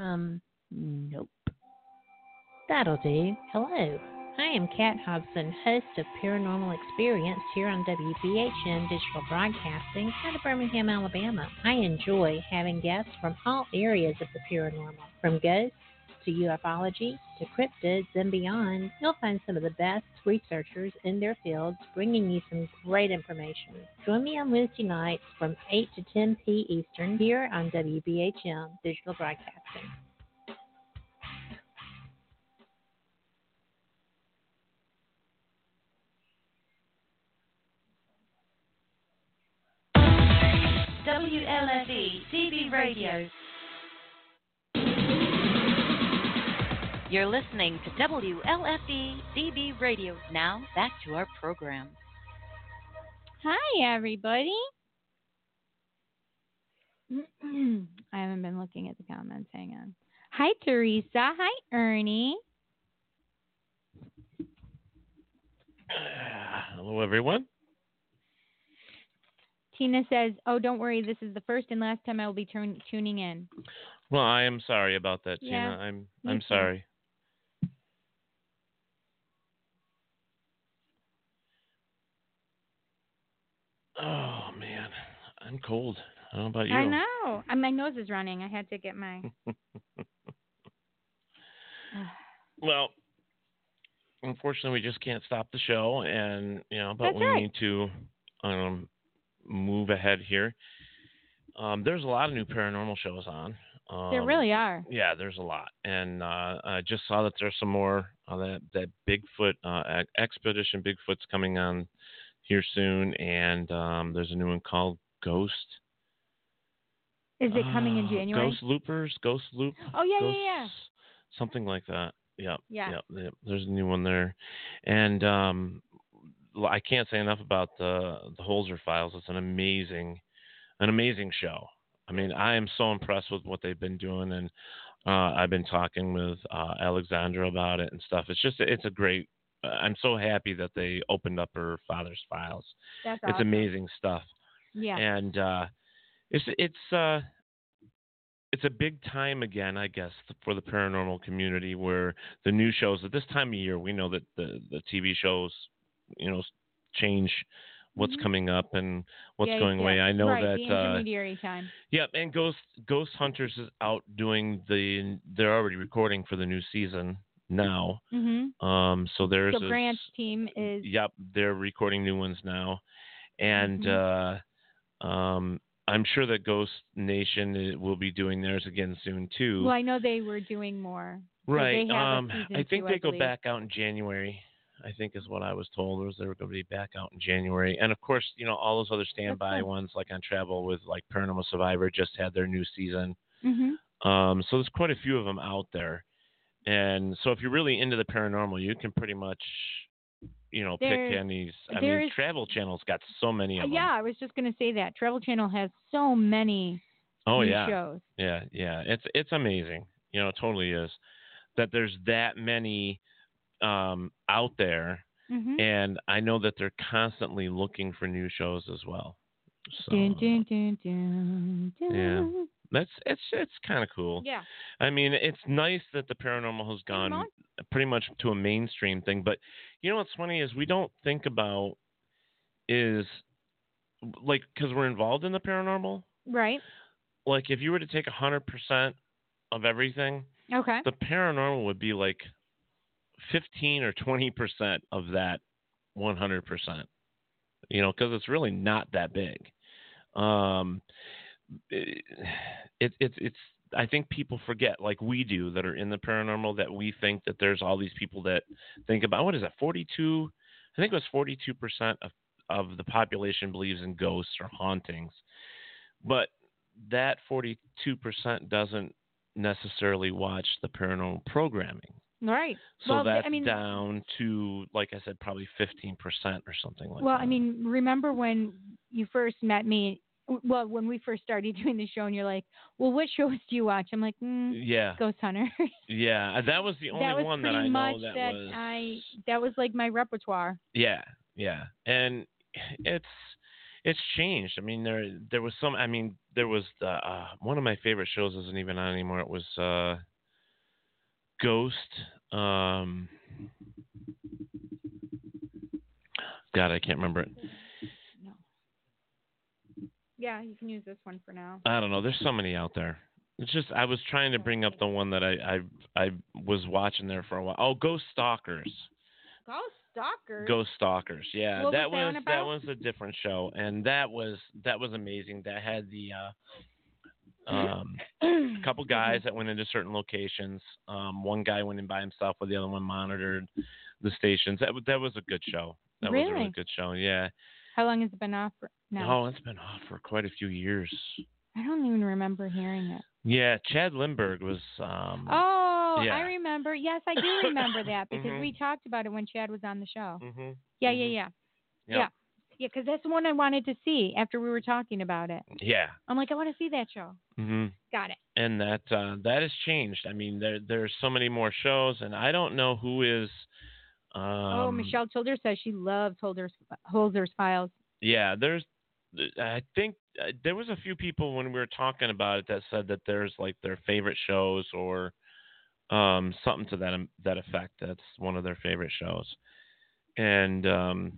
N: Um, nope. That'll do. Hello. I am Kat Hobson, host of Paranormal Experience here on WBHN Digital Broadcasting out of Birmingham, Alabama. I enjoy having guests from all areas of the paranormal, from ghosts to ufology to cryptids and beyond. You'll find some of the best researchers in their fields bringing you some great information. Join me on Wednesday nights from 8 to 10 p. Eastern here on WBHM Digital Broadcasting.
M: WLFE DB Radio. You're listening to WLFE DB E, Radio. Now back to our program.
I: Hi, everybody. [clears throat] I haven't been looking at the comments. Hang on. Hi, Teresa. Hi, Ernie.
J: Hello, everyone.
I: Tina says, Oh, don't worry. This is the first and last time I will be tun- tuning in.
J: Well, I am sorry about that, Tina.
I: Yeah,
J: I'm
I: me
J: I'm
I: too.
J: sorry. Oh man, I'm cold. I don't know about you.
I: I know. And My nose is running. I had to get my.
J: Well, unfortunately, we just can't stop the show, and you know, but
I: That's
J: we
I: right.
J: need to um, move ahead here. Um, there's a lot of new paranormal shows on. Um,
I: there really are.
J: Yeah, there's a lot, and uh, I just saw that there's some more on that that Bigfoot uh, ex- expedition. Bigfoot's coming on here soon, and um, there's a new one called Ghost.
I: Is it coming in
J: Uh,
I: January?
J: Ghost Loopers, Ghost Loop.
I: Oh, yeah,
J: Ghost-
I: yeah, yeah.
J: Something like that. Yep.
I: Yeah.
J: Yep, yep. There's a new one there, and um, l- I can't say enough about the the Holzer Files. It's an amazing, an amazing show. I mean, I am so impressed with what they've been doing, and uh, I've been talking with uh, Alexandra about it and stuff. It's just, it's a great. I'm so happy that they opened up her father's files.
I: That's
J: it's
I: awesome.
J: amazing stuff
I: Yeah.
J: and uh, it's it's uh, it's a big time again, I guess, for the paranormal community where the new shows at this time of year we know that the the TV shows, you know, change what's coming up and what's
I: Mm-hmm. Yeah,
J: going
I: yeah,
J: away. I know
I: right,
J: that.
I: the
J: uh,
I: intermediary time.
J: Yep, and Ghost Ghost Hunters is out doing the. They're already recording for the new season now.
I: Mhm.
J: Um, so there's
I: so
J: a-
I: Branch team is
J: Yep, they're recording new ones now, and
I: Mm-hmm.
J: uh, um, I'm sure that Ghost Nation i- will be doing theirs again soon too.
I: well. I know they were doing more. Like,
J: right.
I: They have
J: um,
I: a season
J: I think
I: two,
J: they
I: I
J: go
I: believe.
J: back out in January. I think is what I was told was they were going to be back out in January, and of course, you know all those other standby
I: good.
J: ones like on Travel with like Paranormal Survivor just had their new season.
I: Mm-hmm.
J: Um, so there's quite a few of them out there. And so if you're really into the paranormal, you can pretty much, you know,
I: There-
J: pick any. I
I: there
J: mean,
I: is- Uh,
J: Travel Channel's got so many of them.
I: Yeah, I was just gonna say that Travel Channel has so many
J: Oh
I: new
J: yeah.
I: shows.
J: Yeah, yeah. It's it's amazing. You know, it totally is that there's that many um, out there,
I: Mhm.
J: and I know that they're constantly looking for new shows as well. So
I: Dun, dun, dun, dun,
J: uh, yeah,
I: dun.
J: that's it's it's kind of cool.
I: Yeah.
J: I mean, it's nice that the paranormal has gone pretty much to a mainstream thing, but you know what's funny is we don't think about is like because we're involved in the paranormal.
I: Right.
J: Like if you were to take hundred percent of everything,
I: Okay.
J: the paranormal would be like fifteen or twenty percent of that one hundred percent. You know, because it's really not that big. Um, it, it, it's it's. I think people forget, like we do, that are in the paranormal, that we think that there's all these people that think about what is that? Forty-two. I think it was forty-two percent of of the population believes in ghosts or hauntings, but that forty-two percent doesn't necessarily watch the paranormal programming.
I: Right.
J: So
I: well, they-
J: that's
I: I mean,
J: down to, like I said, probably 15% or something like
I: well,
J: that.
I: I mean, remember when you first met me? w- Well, when we first started [laughs] doing the show, and you're like, "Well, what shows do you watch?" I'm like, mm,
J: Yeah.
I: Ghost Hunter."
J: yeah, uh, that was the
I: [laughs]
J: only
I: that was
J: one that
I: pretty
J: I
I: much
J: know that,
I: that
J: was.
I: I that was like my repertoire.
J: Yeah, yeah, and it's it's changed. I mean, there there was some. I mean, there was the uh, one of my favorite shows isn't even on anymore. It was uh, Ghost. Um, God, I can't remember it.
I: Yeah, you can use this one for now.
J: I don't know. There's so many out there. It's just I was trying to bring up the one that I I, I was watching there for a while. Oh, Ghost Stalkers.
I: Ghost Stalkers.
J: Ghost Stalkers. Yeah,
I: What
J: that
I: was that
J: was
I: one
J: that
I: about?
J: was a different show, and that was that was amazing. That had the uh, um,
I: [clears throat]
J: a couple guys that went into certain locations. Um, one guy went in by himself, while the other one monitored the stations. That wa- that was a good show. That was a
I: Really?
J: really good show. Yeah.
I: How long has it been off? for- Now
J: Oh, it's been off for quite a few years.
I: I don't even remember hearing it.
J: Yeah, Chad Lindberg was. Um,
I: Oh, I
J: yeah.
I: remember. Yes, I do remember
J: [laughs]
I: that because
J: Mhm.
I: we talked about it when Chad was on the show.
J: Mm-hmm.
I: Yeah, yeah, yeah,
J: Yeah.
I: yeah, yeah. Because that's the one I wanted to see after we were talking about it.
J: Yeah.
I: I'm like, I want to see that show.
J: hmm
I: Got it.
J: And that uh, that has changed. I mean, there there's so many more shows, and I don't know who is. Um,
I: oh, Michelle Childers says she loves Holder's Holder's Files.
J: Yeah, there's. I think uh, there was a few people when we were talking about it that said that there's like their favorite shows or um, something to that that effect. That's one of their favorite shows, and um,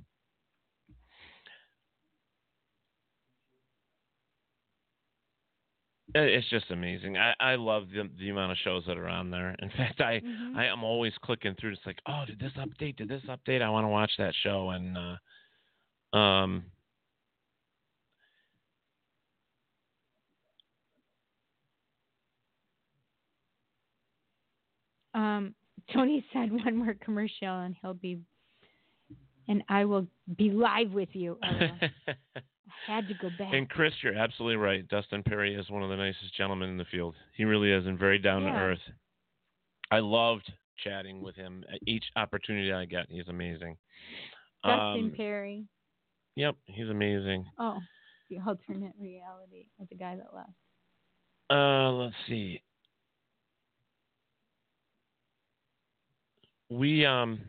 J: it- it's just amazing. I, I love the the amount of shows that are on there. In fact, I
I: Mhm.
J: I am always clicking through. It's like, oh, did this update? Did this update? I want to watch that show. And uh, um,
I: Um, Tony [laughs] said one more commercial and he'll be, and I will be live with you. Ella.
J: [laughs]
I: I had to go back.
J: And Chris, you're absolutely right. Dustin Perry is one of the nicest gentlemen in the field. He really is, and very down to
I: Yeah.
J: earth. I loved chatting with him at each opportunity I got. He's amazing.
I: Dustin
J: Um,
I: Perry.
J: Yep, he's amazing.
I: Oh, the alternate reality of the guy that left.
J: Uh, let's see. We um,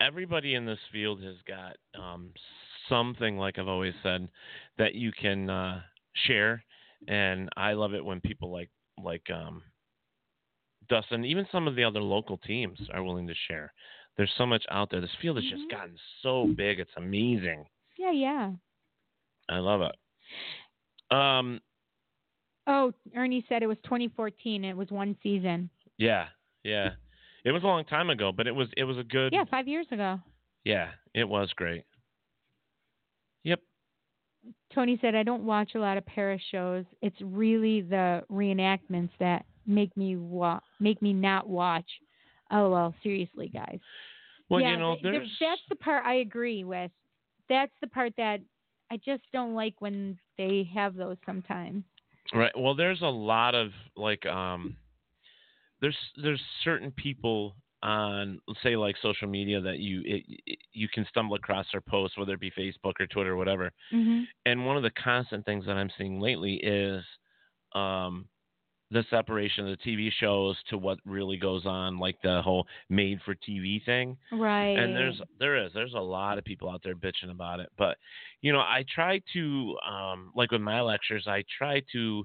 J: everybody in this field has got um something like I've always said that you can uh, share, and I love it when people like like um, Dustin, even some of the other local teams are willing to share. There's so much out there. This field has just gotten so big; it's amazing.
I: Yeah, yeah.
J: I love it. Um,
I: Oh, Ernie said it was 2014. It was one season.
J: yeah, yeah. It was a long time ago, but it was it was a good.
I: Yeah, five years ago.
J: yeah, it was great.
I: Tony said, I don't watch a lot of Paris shows. It's really the reenactments that make me wa- make me not watch. Oh well, seriously, guys.
J: Well,
I: yeah,
J: you know,
I: th- th-
J: there's-
I: that's the part I agree with. That's the part that I just don't like when they have those sometimes.
J: Right. Well, there's a lot of like um there's there's certain people on let's say like social media that you it, it- you can stumble across their posts whether it be Facebook or Twitter or whatever.
I: Mm-hmm.
J: And one of the constant things that I'm seeing lately is um the separation of the TV shows to what really goes on like the whole made for TV thing.
I: Right.
J: And there's there is there's a lot of people out there bitching about it, but you know I try to um, like with my lectures I try to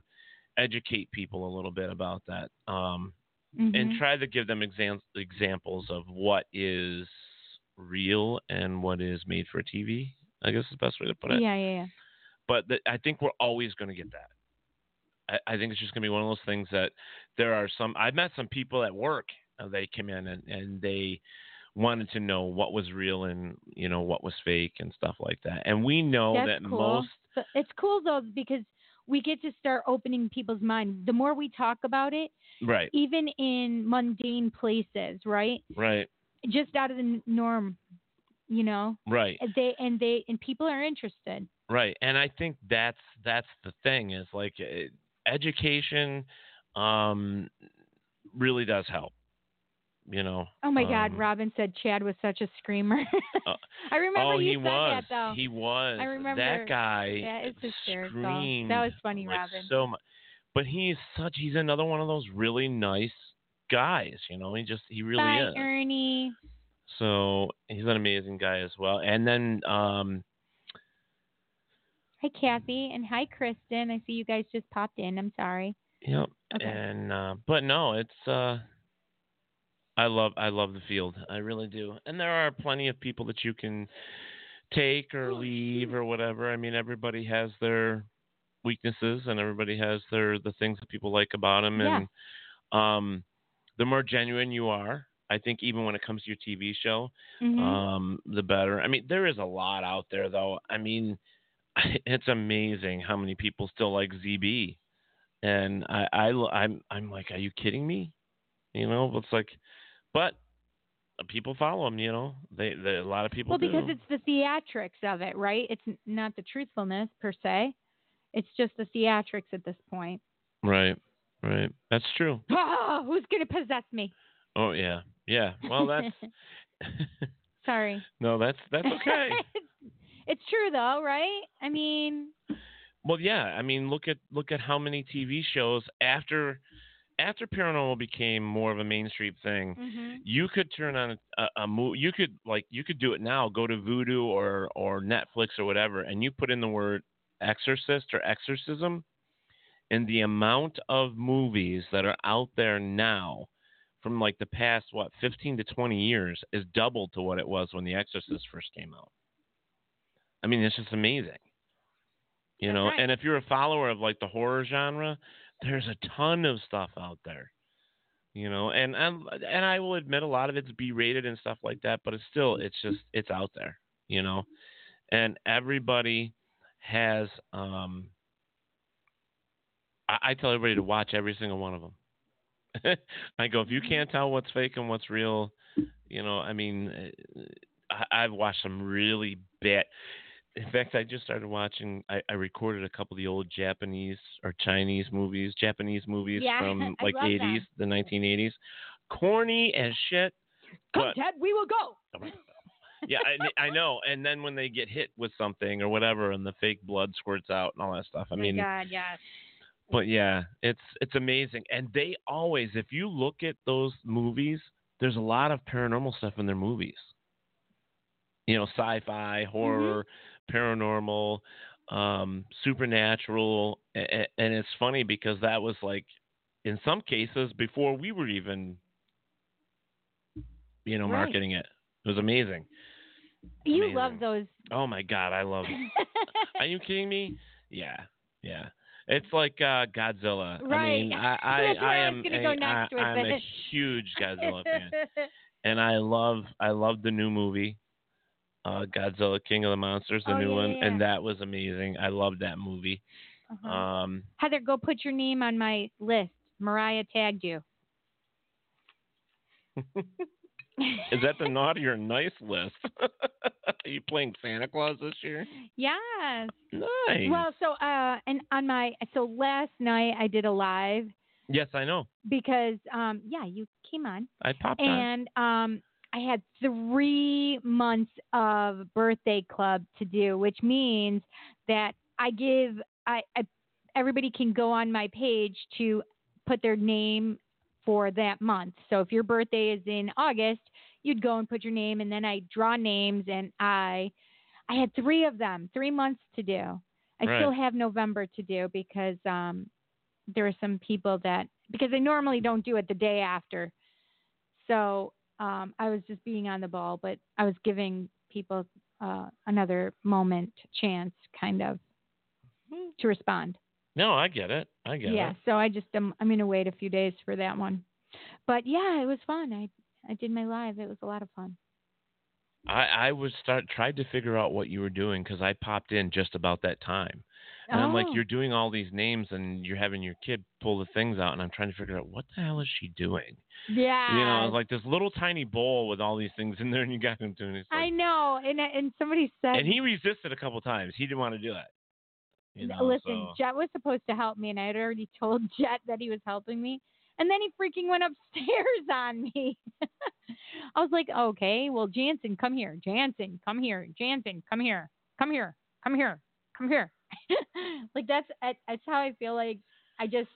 J: educate people a little bit about that um, and
I: Mm-hmm.
O: Mhm.
J: try to give them exam- examples of what is real and what is made for TV. I guess is the best way to put it.
I: yeah, yeah, yeah.
J: But th- I think we're always going to get that. I, I think it's just going to be one of those things that there are some. I've met some people at work. Uh, they came in and, and they wanted to know what was real and you know what was fake and stuff like that. And we know
I: That's
J: that
I: cool.
J: most
I: But It's cool though because we get to start opening people's mind. The more we talk about it,
J: right,
I: even in mundane places, right?
J: right,
I: Just out of the n- norm, you know.
J: right,
I: And They and they and people are interested.
J: right. And I think that's that's the thing is like eh, education um, really does help. You know.
I: Oh my God!
J: um,
I: Robin said Chad was such a screamer.
J: uh,
I: [laughs] I remember
J: oh,
I: you
J: he
I: said
J: was.
I: that though.
J: He was.
I: I remember
J: that guy.
I: That is hysterical.
J: screamed,
I: That was funny,
J: like,
I: Robin.
J: So much, but he's such. He's another one of those really nice guys. You know, he just he really
I: Bye,
J: is.
I: Ernie.
J: So he's an amazing guy as well. And then um,
I: Hi, Kathy, and hi, Kristen. I see you guys just popped in. I'm sorry.
J: Yep.
I: Okay.
J: And uh, but no, it's uh, I love I love the field. I really do. And there are plenty of people that you can take or leave or whatever. I mean, everybody has their weaknesses and everybody has their the things that people like about them.
I: Yeah.
J: And um, the more genuine you are, I think even when it comes to your TV show,
I: Mhm.
J: um, the better. I mean, there is a lot out there though. I mean, [laughs] it's amazing how many people still like ZB and I, I am I'm like, are you kidding me? You know, it's like, but people follow him. You know, they, they a lot of people.
I: Well, because
J: do.
I: it's the theatrics of it, right? It's n- not the truthfulness per se. It's just the theatrics at this point. [laughs]
J: right, right. That's true.
I: Oh, who's gonna possess me?
J: Oh yeah, yeah. Well, that's
I: [laughs]
J: [laughs]
I: sorry.
J: no, that's that's okay.
I: [laughs] it's true though, right? I mean,
J: well, yeah. I mean, look at look at how many TV shows after after paranormal became more of a mainstream thing.
I: Mm-hmm.
J: you could turn on a, a, a movie. You could like you could do it now. Go to Vudu or or Netflix or whatever, and you put in the word exorcist or exorcism, and the amount of movies that are out there now from like the past what 15 to 20 years is double to what it was when the exorcist first came out i mean it's just amazing you know
O: right.
J: and if you're a follower of like the horror genre there's a ton of stuff out there you know and I'm, and i will admit a lot of it's b-rated and stuff like that but it's still it's just it's out there you know and everybody has um i, I tell everybody to watch every single one of them [laughs] i go if you can't tell what's fake and what's real you know i mean eh, I, i've watched some really bad in fact, I just started watching. I, I recorded a couple of the old Japanese or Chinese movies, Japanese movies
I: Yeah, [laughs]
J: from
I: I
J: like
I: love them.
J: 80s, the 1980s. Corny as shit.
I: come
J: But
I: Ted, we will go.
J: "Oh." yeah, I, I know. And then when they get hit with something or whatever, and the fake blood squirts out and all that stuff. I mean,
I: Oh God, yes.
J: but yeah, it's it's amazing. And they always, if you look at those movies, there's a lot of paranormal stuff in their movies. You know, sci-fi, horror, paranormal, um, supernatural, a- a- and it's funny because that was like, in some cases, before we were even, you know,
O: Right.
J: marketing it. It was amazing.
I: You
J: Amazing.
I: love those.
J: Oh my god, [laughs]
I: [laughs]
J: I love it. Are you kidding me? Yeah, yeah. It's like uh, Godzilla. I
I: Right.
J: mean, I, I,
I: [laughs] That's where
J: I
I: I was
J: am
I: gonna
J: a-
I: go next
J: I-
I: with
J: I'm a
I: it.
J: huge Godzilla
I: [laughs]
J: fan, and I love I love the new movie, uh, Godzilla King of the Monsters, the
I: Oh,
J: new
I: yeah,
J: one,
I: yeah,
J: and
I: yeah.
J: that was amazing. I loved that movie.
I: Uh-huh.
J: Um,
I: Heather, go put your name on my list. Mariah tagged
J: [laughs]
I: you.
J: is that
I: [laughs]
J: the naughty or nice list? [laughs] Are you playing Santa Claus this year?
I: Yes.
J: Nice.
I: Well, so uh, and on my so last night I did a live
J: yes, I know.
I: because um, yeah, you came on.
J: I popped on.
I: and um, I had three months of birthday club to do, which means that I give I, I everybody can go on my page to put their name for that month. So if your birthday is in August, you'd go and put your name, and then I draw names, and I I had three of them, three months to do. I
O: Right.
I: still have November to do because um, there are some people that because they normally don't do it the day after so um, I was just being on the ball, but I was giving people uh, another moment, chance, kind of, to respond.
J: No, I get it. I get
I: yeah.
J: it.
I: So I just um, I'm gonna wait a few days for that one, but yeah, it was fun. I I did my live. It was a lot of fun.
J: I I was start tried to figure out what you were doing because I popped in just about that time, and I'm like,
I: Oh.
J: you're doing all these names and you're having your kid pull the things out, and I'm trying to figure out what the hell is she doing?
I: Yeah.
J: You know, it's like this little tiny bowl with all these things in there, and you got him doing it.
I: I know, and and somebody said,
J: And he resisted a couple times. He didn't want to do it. You know,
I: listen,
J: so-
I: Jet was supposed to help me, and I had already [laughs] told Jet that he was helping me. And then he freaking went upstairs [laughs] on me. I was like, okay, well, Jansen, come here. Jansen, come here. Jansen, come here. Come here. Come here. Come here. [laughs] like, that's, I- that's how I feel like I just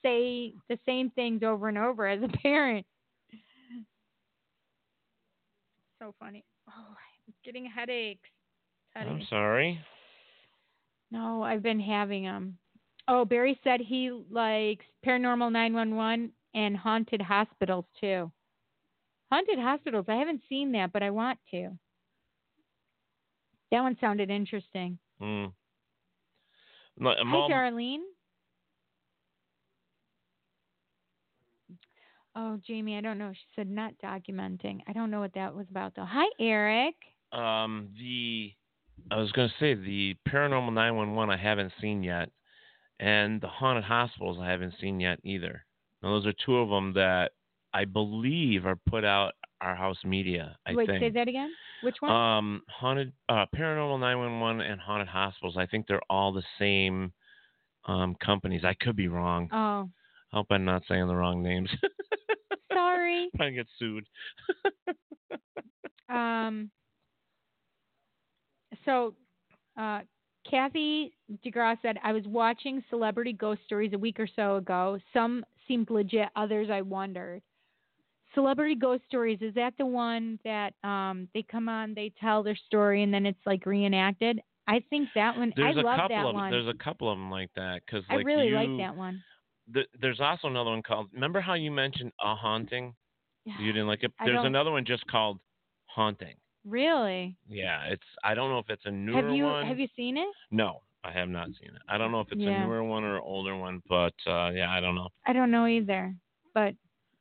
I: say the same things over and over as a parent. So funny. Oh, I'm getting headaches.
J: I'm
I: Headaches.
J: sorry.
I: No, I've been having them. Oh, Barry said he likes Paranormal 911 and Haunted Hospitals too. Haunted Hospitals, I haven't seen that, but I want to. That one sounded interesting.
J: Mm. No, I'm
I: Hi,
J: all-
I: Darlene. Oh, Jamie, I don't know. She said not documenting. I don't know what that was about though. Hi, Eric.
J: um, the I was going to say the Paranormal 911 I haven't seen yet, and the Haunted Hospitals I haven't seen yet either. Now those are two of them that I believe are put out our house media. I
I: Wait,
J: think.
I: say that again. Which one?
J: Um, haunted uh, Paranormal 911 and Haunted Hospitals. I think they're all the same um, companies. I could be wrong.
I: oh,
J: I hope I'm not saying the wrong names. [laughs]
I: sorry.
J: Probably get sued.
I: Um, so, uh, Kathy DeGrasse said, I was watching celebrity ghost stories a week or so ago. Some seemed legit, others I wondered. Celebrity ghost stories, is that the one that um, they come on, they tell their story, and then it's like reenacted? I think that one,
J: There's
I: I
J: a
I: love
J: couple
I: that
J: of
I: one.
J: there's a couple of them like that because
I: I
J: like
I: really
J: you,
I: like that one.
J: th- there's also another one called. Remember how you mentioned a haunting? You didn't like it.
I: I
J: There's
I: don't-
J: another one just called haunting.
I: [sighs] Really?
J: Yeah, it's. I don't know if it's a newer
I: Have you
J: one.
I: have you seen it?
J: No, I have not seen it. I don't know if it's
I: Yeah.
J: a newer one or an older one, but uh, yeah, I don't know.
I: I don't know either, but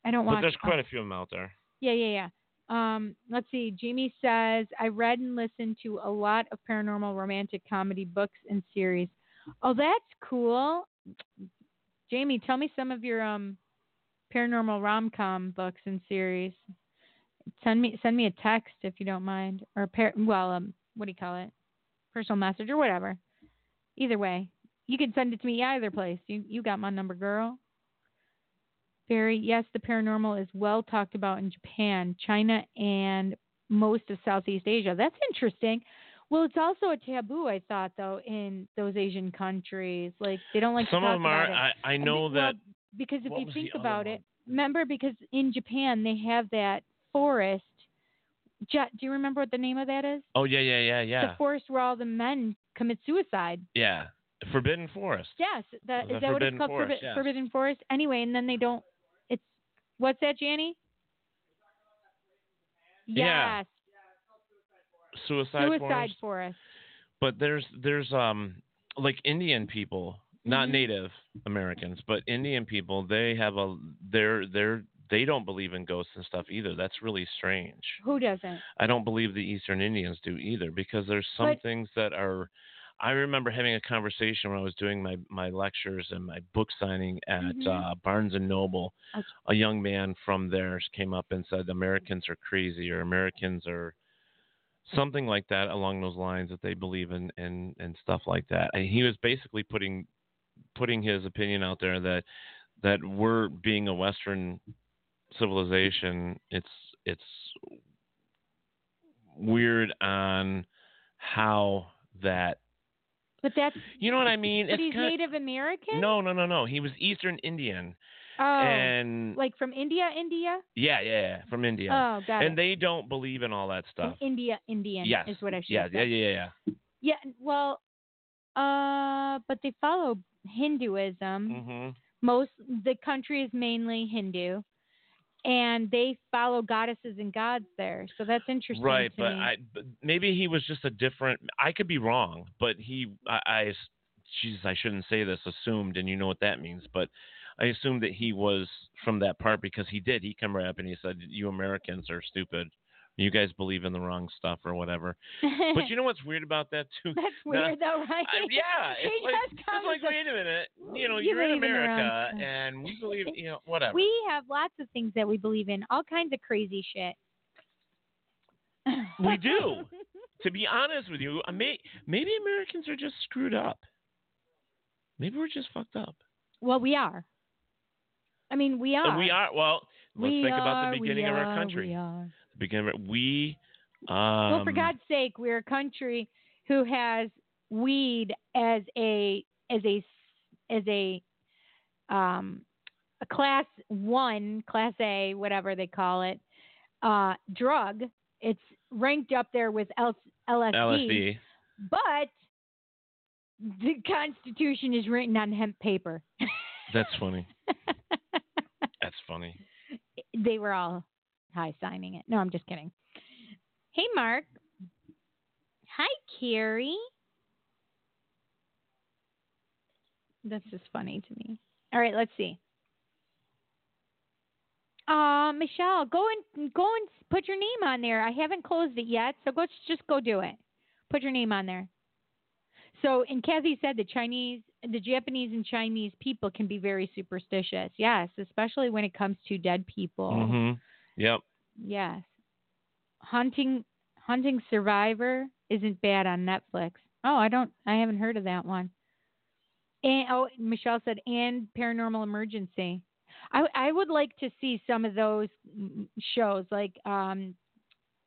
I: I don't
J: But
I: watch.
J: there's
I: them.
J: quite a few of them out there.
I: Yeah, yeah, yeah. Um, let's see. Jamie says I read and listened to a lot of paranormal romantic comedy books and series. Oh, that's cool. Jamie, tell me some of your um paranormal rom com books and series. Send me send me a text if you don't mind, or a par- well, um, what do you call it? Personal message or whatever. Either way, you can send it to me either place. You you got my number, girl. Barry, yes, the paranormal is well talked about in Japan, China, and most of Southeast Asia. That's interesting. Well, it's also a taboo, I thought, though, in those Asian countries. Like they don't like
J: Some
I: to
J: of
I: talk
J: them are.
I: about it
J: I, I
I: And
J: know
I: be-
J: that.
I: well, because if
J: what
I: you
J: was
I: think
J: the other
I: about it, remember because in Japan they have that forest. Jet, do you remember what the name of that is?
J: Oh yeah, yeah, yeah, yeah,
I: The [laughs] forest where all the men commit suicide.
J: yeah. Forbidden Forest.
I: Yes, that is that what
J: The
I: it's
J: Forbidden
I: called?
J: Forest,
I: Forbi-
J: yes.
I: Forbidden Forest. Anyway, and then they don't. It's what's that, Janny?
J: Yeah.
I: Yes.
J: suicide,
I: Suicide
J: forest.
I: forest.
J: But there's there's um like Indian people, not Native Americans, but Indian people. They have a they're they're they don't believe in ghosts and stuff either. That's really strange.
I: Who doesn't?
J: I don't believe the Eastern Indians do either because there's some
I: But-
J: things that are. I remember having a conversation when I was doing my, my lectures and my book signing at
I: Mhm.
J: uh, Barnes and Noble.
I: Okay.
J: A young man from there came up and said, "Americans are crazy," or "Americans are something like that," along those lines that they believe in and and stuff like that. And he was basically putting putting his opinion out there that that we're being a Western civilization. It's it's weird on how that
I: But that's
J: you know what I mean.
I: But
J: it's
I: he's
J: kinda-
I: Native American.
J: No, no, no, no. He was Eastern Indian.
I: Oh,
J: and
I: like from India, India.
J: yeah, yeah, yeah, from India.
I: Oh, got
J: and
I: it.
J: they don't believe in all that
I: An
J: stuff.
I: India Indian
J: yes,
I: is what I should
J: yeah,
I: say.
J: yeah, yeah, yeah,
I: Yeah, and- well, uh, but they follow Hinduism.
J: Mhm.
I: Most the country is mainly Hindu, and they follow goddesses and gods there. So that's interesting.
J: Right,
I: to
J: but
I: me.
J: I
I: [laughs]
J: but maybe he was just a different. I could be wrong, but he, I, I s- jeez, I shouldn't say this. Assumed, and you know what that means, but. I assumed that he was from that part because he did. He come right up and he said, "You Americans are stupid. You guys believe in the wrong stuff or whatever." but you know what's weird about that
I: [laughs]
J: too? [laughs]
I: That's weird though, right?
J: I-
I: [laughs]
J: yeah,
I: He
J: it's like-
I: just
J: it's
I: comes
J: like,
I: with-
J: wait a minute, you know,
I: You
J: are in
I: believe in the wrong
J: America
I: stuff.
J: and we believe,
I: [laughs]
J: you know, whatever.
I: We have lots of things that we believe in, all kinds of crazy shit.
J: We [laughs] do. to be honest with you, I may, maybe Americans are just screwed up. Maybe we're just fucked up.
I: [laughs] Well, we are. I mean, we are.
J: And we are. Well, let's
I: We
J: think about
I: are,
J: the
I: we
J: beginning of
I: are,
J: our country.
I: We are.
J: The beginning. Of, we. Um,
I: well, for God's sake, we're a country who has weed as a as a as a um, a class one, class A, whatever they call it, uh, drug. It's ranked up there with L-
J: LSD.
I: but the Constitution is written on hemp paper. [laughs]
J: That's funny. That's funny.
I: they were all high signing it. No, I'm just kidding. Hey, Mark. Hi, Carrie. That's just funny to me. All right, let's see. Uh, Michelle, go and go and put your name on there. I haven't closed it yet, so go just go do it. Put your name on there. So, and Kathy said the Chinese, the Japanese and Chinese people can be very superstitious. Yes, especially when it comes to dead people.
C: Mm-hmm.
J: Mhm. Yep.
I: Yes. Hunting Hunting Survivor isn't bad on Netflix. Oh, I don't I haven't heard of that one. And oh, Michelle said and Paranormal Emergency. I I would like to see some of those mm, shows like um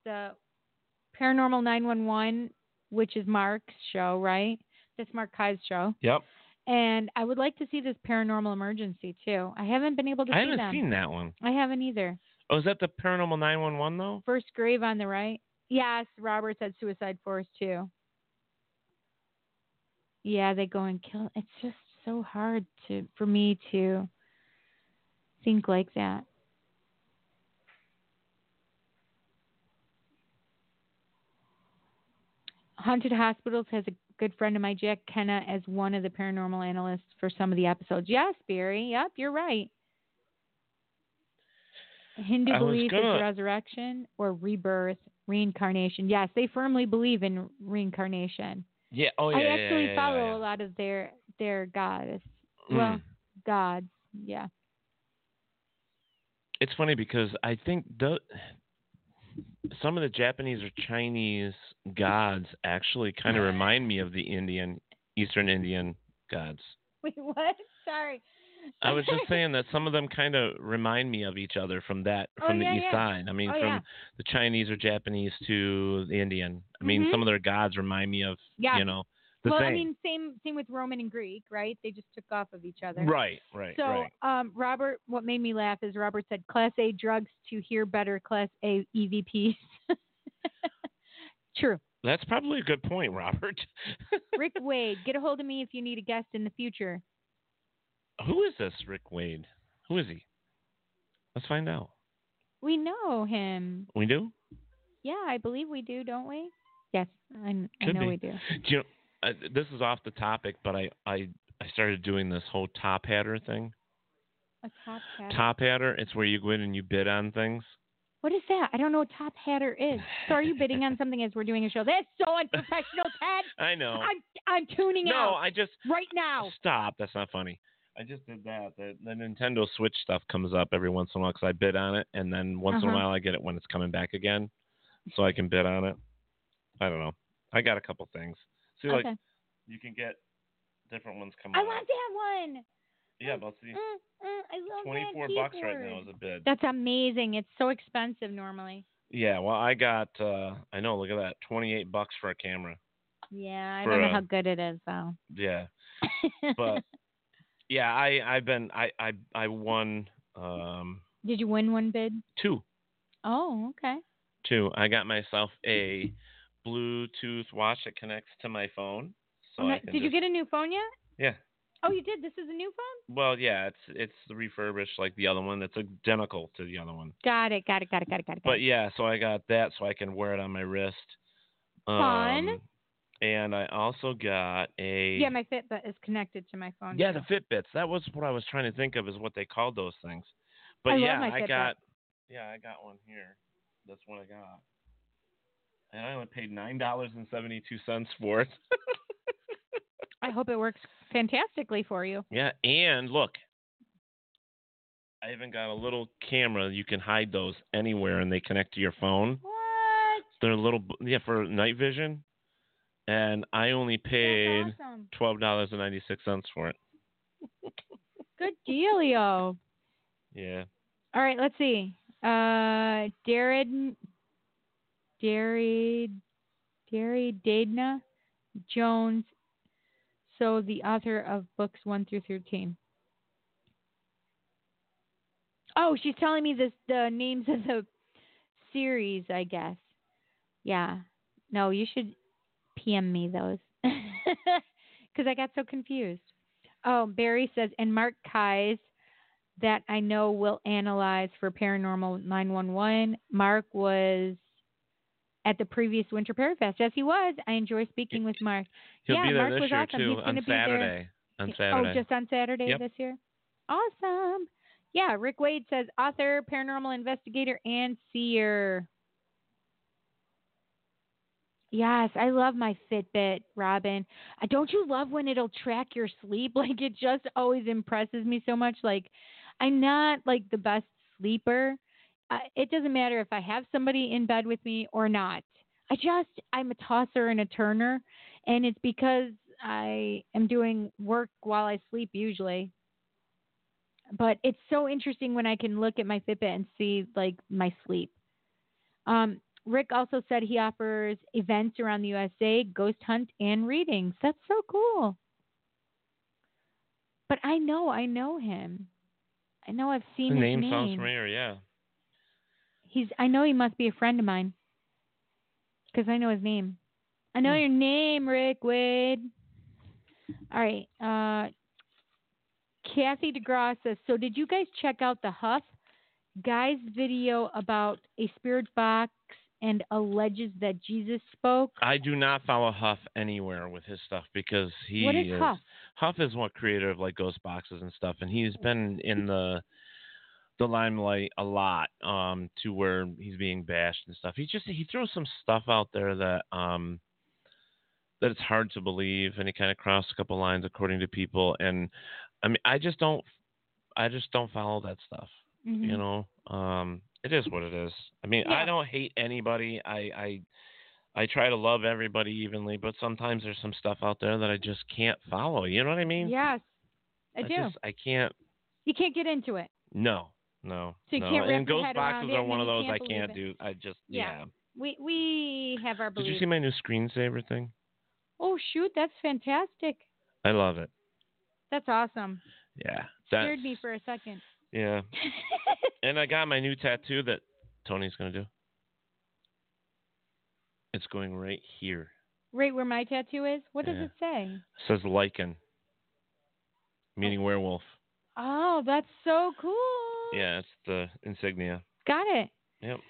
I: the Paranormal 911 which is Mark's show, right? That's Mark Kai's show.
J: Yep.
I: And I would like to see this Paranormal Emergency too. I haven't been able to
J: I
I: see
J: haven't
I: them.
J: seen that one.
I: I haven't either.
J: Oh, is that the Paranormal 911 though?
I: First grave on the right. Yes, Robert said suicide forest too. Yeah, they go and kill. It's just so hard to for me to think like that. Haunted Hospitals has a good friend of mine, Jack Kenna, as one of the paranormal analysts for some of the episodes. Yes, Barry. Yep, you're right. Hindu
J: I was
I: belief is
J: gonna-
I: resurrection or rebirth, reincarnation. Yes, they firmly believe in reincarnation.
J: Yeah. Oh yeah.
I: I
J: yeah,
I: actually
J: yeah, yeah,
I: follow
J: yeah.
I: a lot of their their goddess.
J: Mm.
I: Well, gods. Yeah. [laughs]
J: It's funny because I think the some of the Japanese or Chinese gods actually kind of remind me of the Indian, Eastern Indian gods.
I: Wait, what? Sorry.
J: I
I: [laughs]
J: was just saying that some of them kind of remind me of each other from that
I: Oh,
J: from
I: yeah,
J: the East
I: yeah.
J: Side. I mean,
I: Oh,
J: from
I: yeah.
J: the Chinese or Japanese to the Indian. I mean,
I: Mhm.
J: some of their gods remind me of
I: Yeah.
J: you know the
I: well,
J: same.
I: I mean, same same with Roman and Greek, right? They just took off of each other.
J: right, right,
I: So,
J: right.
I: um, Robert, what made me laugh is Robert said, "Class A drugs to hear better, Class A E EVPs." [laughs] True.
J: That's probably a good point, [laughs] Robert.
I: [laughs] Rick Wade, get a hold of me if you need a guest in the future.
J: Who is this Rick Wade? Who is he? Let's find out.
I: We know him.
J: We do?
I: Yeah, I believe we do, don't we? Yes, I, kn- I
J: Could
I: know
J: be.
I: we do.
J: Do you know, uh, this is off the topic, but I, I, I started doing this whole top hatter thing.
I: A top hatter.
J: Top hatter, it's where you go in and you bid on things.
I: What is that? I don't know what top hatter is. So are you bidding
J: [laughs]
I: on something as we're doing a show? That's so unprofessional, Ted.
J: I know.
I: I'm I'm tuning
J: no,
I: out
J: I just
I: right now.
J: stop. That's not funny. I just did that. The, the Nintendo Switch stuff comes up every once in a while because I bid on it, and then once in a
I: Uh-huh.
J: while I get it when it's coming back again, so I can bid on it. I don't know. I got a couple things. See, like
I: okay.
J: you can get different ones coming.
I: I
J: up.
I: want that one.
J: Yeah, but see,
I: Mm, mm, I love that
J: twenty-four bucks right now
I: keyboard.
J: is a bid.
I: That's amazing. It's so expensive normally.
J: Yeah, well, I got. uh I know. Look at that, twenty-eight bucks for a camera.
I: Yeah, I
J: For
I: don't know
J: a-
I: how good it is though.
J: Yeah. But yeah, I I've been I I I won um
I: [laughs] Did you win one bid?
J: two
I: Oh, okay.
J: two. I got myself a Bluetooth watch that connects to my phone. So I
I: Okay.
J: can
I: Did you
J: just-
I: get a new phone yet?
J: Yeah.
I: Oh, you did. This is a new phone.
J: Well, yeah, it's it's refurbished like the other one. That's identical to the other one.
I: Got it. Got it. Got it. Got it. Got it. got
J: But
I: it.
J: yeah, so I got that so I can wear it on my wrist.
I: Fun.
J: Um, And I also got a
I: yeah, my Fitbit is connected to my phone.
J: Yeah,
I: too.
J: the Fitbits. That was what I was trying to think of is what they called those things. But
I: I love
J: yeah,
I: my
J: I
I: Fitbit.
J: got yeah, I got one here. That's one I got. And I only paid nine dollars and seventy two cents for it.
I: I hope it works fantastically for you.
J: Yeah, and look. I even got a little camera. You can hide those anywhere and they connect to your phone.
I: What?
J: They're a little yeah, for night vision. And I only paid
I: awesome.
J: twelve dollars and ninety six cents for it.
I: Good dealio.
J: Yeah.
I: All right, let's see. Uh, Darren, Derry, Derry Dadna Jones. So the author of books one through thirteen. Oh, she's telling me this the names of the series, I guess. Yeah. No, you should PM me those [laughs] because I got so confused. Oh, Barry says, and Mark Kies that I know will analyze for Paranormal 911. Mark was at the previous Winter Parrot Fest. Yes, he was. I enjoy speaking with Mark.
J: He'll
I: yeah,
J: be there
I: Mark
J: this
I: was
J: year
I: awesome.
J: too
I: He's
J: on
I: gonna be there.
J: Saturday. On Saturday.
I: Oh, just on Saturday
J: Yep.
I: this year? Awesome. Yeah, Rick Wade says author, paranormal investigator, and seer. Yes, I love my Fitbit, Robin. Uh, Don't you love when it'll track your sleep? [laughs] Like it just always impresses me so much. Like I'm not like the best sleeper. Uh, it doesn't matter if I have somebody in bed with me or not. I just I'm a tosser and a turner, and it's because I am doing work while I sleep usually. But it's so interesting when I can look at my Fitbit and see like my sleep. Um, Rick also said he offers events around the USA, ghost hunt, and readings. That's so cool. But I know, I know him. I know I've
J: the
I: seen his
J: name
I: name.
J: sounds familiar, yeah.
I: He's. I know he must be a friend of mine. Because I know his name. I know your name, Rick Wade. All right. Uh, Kathy DeGraw says. So did you guys check out the Huff guys video about a spirit box and alleges that Jesus spoke?
J: I do not follow Huff anywhere with his stuff because he
I: What is Huff?
J: Huff is one creator of like ghost boxes and stuff, and
I: Oh.
J: he's been in the the limelight a lot, um, to where he's being bashed and stuff. He just he throws some stuff out there that um that it's hard to believe, and he kind of crossed a couple lines according to people, and I mean I just don't I just don't follow that stuff, you
I: Mm-hmm.
O: Mhm.
J: know. Um, it is what it is. I mean I
O: Yeah.
J: don't hate anybody. I I I try to love everybody evenly, but sometimes there's some stuff out there that I just can't follow. You know what I mean?
I: Yes, I,
J: I
I: do.
J: just I can't.
I: you can't get into it.
J: No, no.
I: So you
J: no.
I: can't wrap
J: and
I: your
J: ghost
I: head around
J: boxes
I: it
J: are
I: and
J: one
I: then you
J: of those
I: can't
J: I
I: believe
J: can't
I: it.
J: do. I just
I: Yeah.
J: yeah.
I: We we have our
J: Did
I: beliefs.
J: you see my new screensaver thing?
I: oh shoot, that's fantastic.
J: I love it.
I: That's awesome.
J: Yeah. That,
I: Scared me for a second. [laughs]
J: Yeah. and I got my new tattoo that Tony's gonna do. It's going right here.
I: Right where my tattoo is? What does
J: Yeah.
I: it say?
J: It says lichen, meaning werewolf.
I: Oh, that's so cool.
J: Yeah, it's the insignia.
I: Got it.
J: Yep.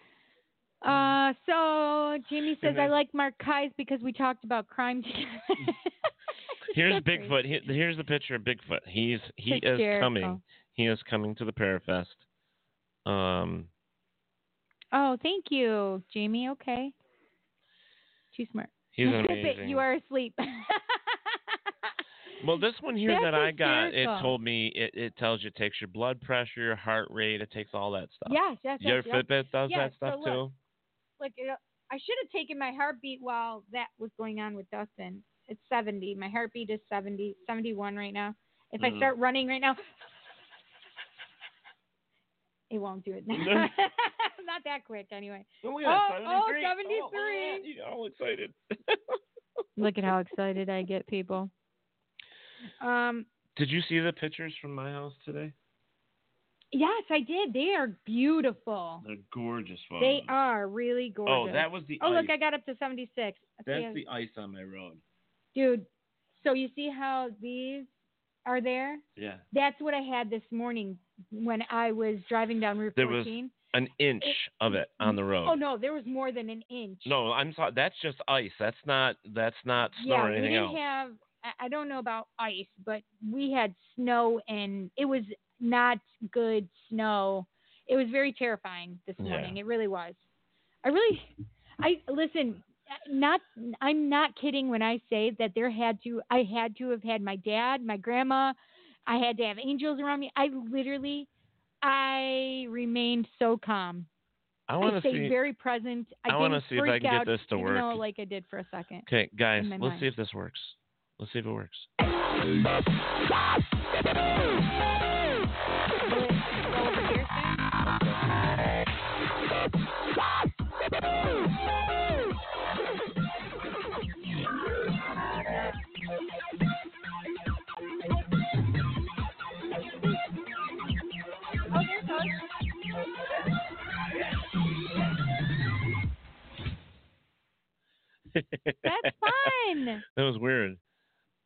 I: Uh, so Jamie says I
J: then-
I: like Mark Kies because we talked about crime [laughs] together.
J: [laughs] Here's Bigfoot. He- Here's the picture of Bigfoot. He's he is
I: Hysterical.
J: coming. He is coming to the Parafest. Um,
I: oh, thank you, Jamie. Okay. Too smart.
J: he's
I: [laughs] Zip it,
J: amazing.
I: you are asleep. [laughs]
J: Well, this one here
I: That's
J: that I got,
I: hysterical.
J: it told me it, it tells you it takes your blood pressure, your heart rate, it takes all that stuff.
I: Yes, yes, yes,
J: Your
I: yes.
J: Fitbit does
I: Yeah,
J: that stuff
I: so look,
J: too.
I: Like it, I should have taken my heartbeat while that was going on with Dustin. It's 70. My heartbeat is 70, 71 right now. If I
J: Mhm.
I: start running right now, it won't do it. [laughs] Not that quick, anyway.
J: Oh,
I: oh, 73.
J: You all excited.
I: Look at how excited I get, people. Um,
J: Did you see the pictures from my house today?
I: yes, I did. They are beautiful.
J: They're gorgeous photos.
I: They are really gorgeous.
J: that was the
I: Oh, look, I
J: ice.
I: got up to 76. I see I-
J: That's the ice on my road.
I: Dude, so you see how these are there?
J: Yeah.
I: That's what I had this morning when I was driving down Route
J: There was
I: 14.
J: an inch of it on the road.
I: Oh no, there was more than an inch.
J: No, I'm sorry. That's just ice. That's not. That's not snow
I: yeah,
J: or
I: we
J: anything
I: didn't
J: else.
I: have. I- I don't know about ice, but we had snow, and it was not good snow. It was very terrifying this
J: Yeah.
I: morning. It really was. I really, I listen. Not, I'm not kidding when I say that there had to. I had to have had my dad, my grandma. I had to have angels around me. I literally, I remained so calm.
J: I want to
I: stayed
J: see.
I: very present. I,
J: I wanna
I: didn't
J: see if I
I: freak
J: can get
I: out,
J: this to
I: even
J: work.
I: though, like I did for a second.
J: okay, guys,
I: in my
J: let's
I: mind.
J: see if this works. Let's see if it works. [laughs]
I: That's fun.
J: That was weird,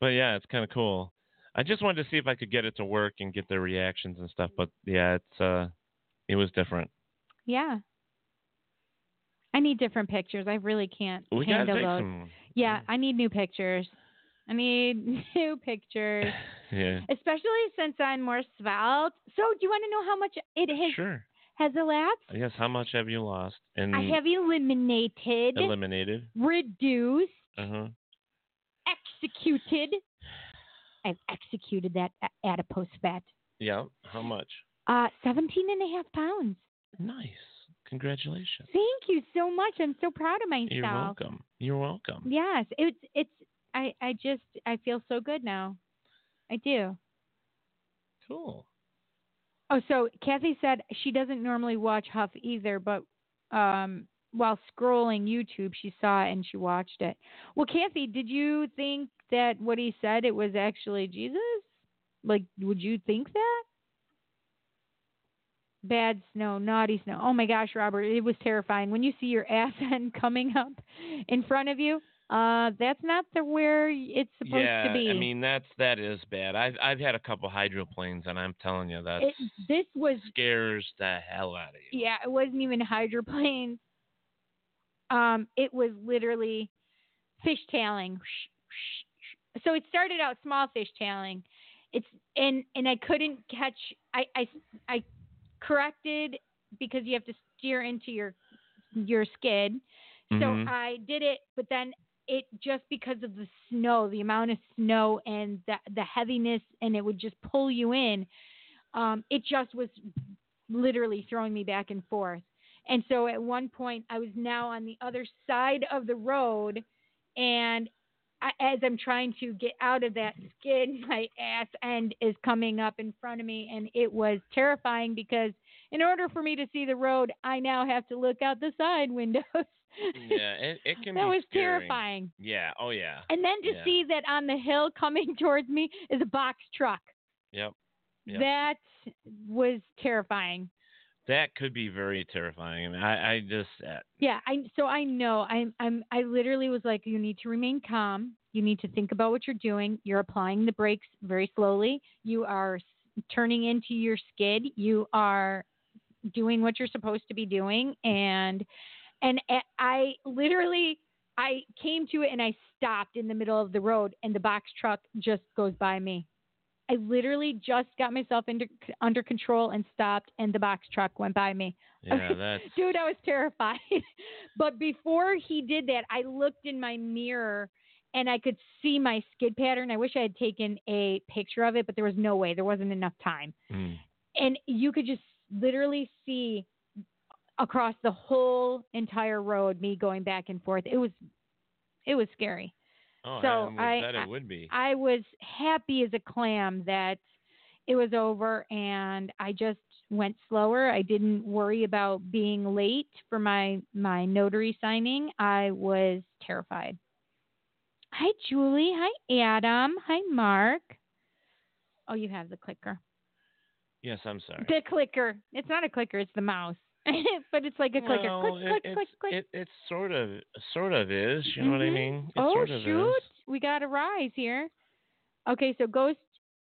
J: but yeah, it's kind of cool. I just wanted to see if I could get it to work and get their reactions and stuff. But yeah, it's uh, it was different.
I: Yeah. I need different pictures. I really can't
J: We gotta
I: handle
J: take
I: those.
J: some.
I: Yeah, I need new pictures. I need [laughs] new pictures,
J: [sighs] Yeah.
I: especially since I'm more svelte. So, do you want to know how much it has
J: Sure.
I: has elapsed?
J: Yes. How much have you lost and
I: I have eliminated,
J: eliminated?
I: reduced,
J: Uh huh.
I: executed. I've executed that a- adipose fat.
J: Yeah. How much?
I: Uh, 17 and a half pounds.
J: Nice. Congratulations.
I: Thank you so much. I'm so proud of myself.
J: You're welcome. You're welcome.
I: Yes, it's it's. I I just I feel so good now. I do.
J: Cool.
I: Oh, so Kathy said she doesn't normally watch Huff either, but um, while scrolling YouTube, she saw it and she watched it. Well, Kathy, did you think that what he said it was actually Jesus? Like, would you think that? Bad snow, naughty snow. Oh my gosh, Robert, it was terrifying. When you see your [laughs] ass end coming up in front of you, uh, that's not the where it's supposed
J: yeah,
I: to be.
J: I mean that's that is bad. I've I've had a couple hydroplanes, and I'm telling you that
I: it, this was
J: scares the hell out of you.
I: Yeah, it wasn't even hydroplanes. Um, it was literally fishtailing. So it started out small fishtailing. It's and and I couldn't catch. I I I corrected because you have to steer into your your skid. So
O: Mhm.
I: I did it, but then it just because of the snow, the amount of snow and the the heaviness, and it would just pull you in. Um, it just was literally throwing me back and forth. And so at one point, I was now on the other side of the road, and I, as I'm trying to get out of that skid, [laughs] my ass end is coming up in front of me, and it was terrifying because in order for me to see the road, I now have to look out the side [laughs] windows.
J: Yeah, it,
O: [laughs]
J: it can.
I: that
J: be
I: was
J: scary.
I: terrifying.
J: Yeah. Oh yeah.
I: And then to
J: Yeah.
I: see that on the hill coming [laughs] towards me is a box truck.
J: Yep. Yep.
I: That was terrifying.
J: That could be very terrifying, and I I just uh,
I: Yeah, I so I know I'm I'm I literally was like, you need to remain calm. You need to think about what you're doing. You're applying the brakes very slowly. You are s- turning into your skid. You are doing what you're supposed to be doing, and and a- I literally I came to it and I stopped in the middle of the road, and the box truck just goes by me. I literally just got myself into, under control and stopped, and the box truck went by me. [laughs]
O: Yeah, that's
I: Dude, I was terrified. [laughs] but before he did that, I looked in my mirror and I could see my skid pattern. I wish I had taken a picture of it, but there was no way. There wasn't enough time.
O: Hmm.
I: And you could just literally see across the whole entire road me going back and forth. It was it was scary.
O: Oh,
I: So
O: I,
I: I-
O: I bet it would be.
I: I was happy as a clam that it was over and I just went slower. I didn't worry about being late for my my notary signing. I was terrified. Hi Julie, hi Adam, hi Mark. Oh, you have the clicker.
O: Yes, I'm sorry.
I: The clicker. It's not a clicker, it's the mouse. [laughs] but it's like a clicker.
O: Well,
I: click
O: it-
I: click
O: it's-
I: click click.
O: It, it sort of sort of is. You know what I
I: Mhm.
O: mean? It
I: oh
O: sort of
I: shoot,
O: Is.
I: we got a rise here. Okay, so ghost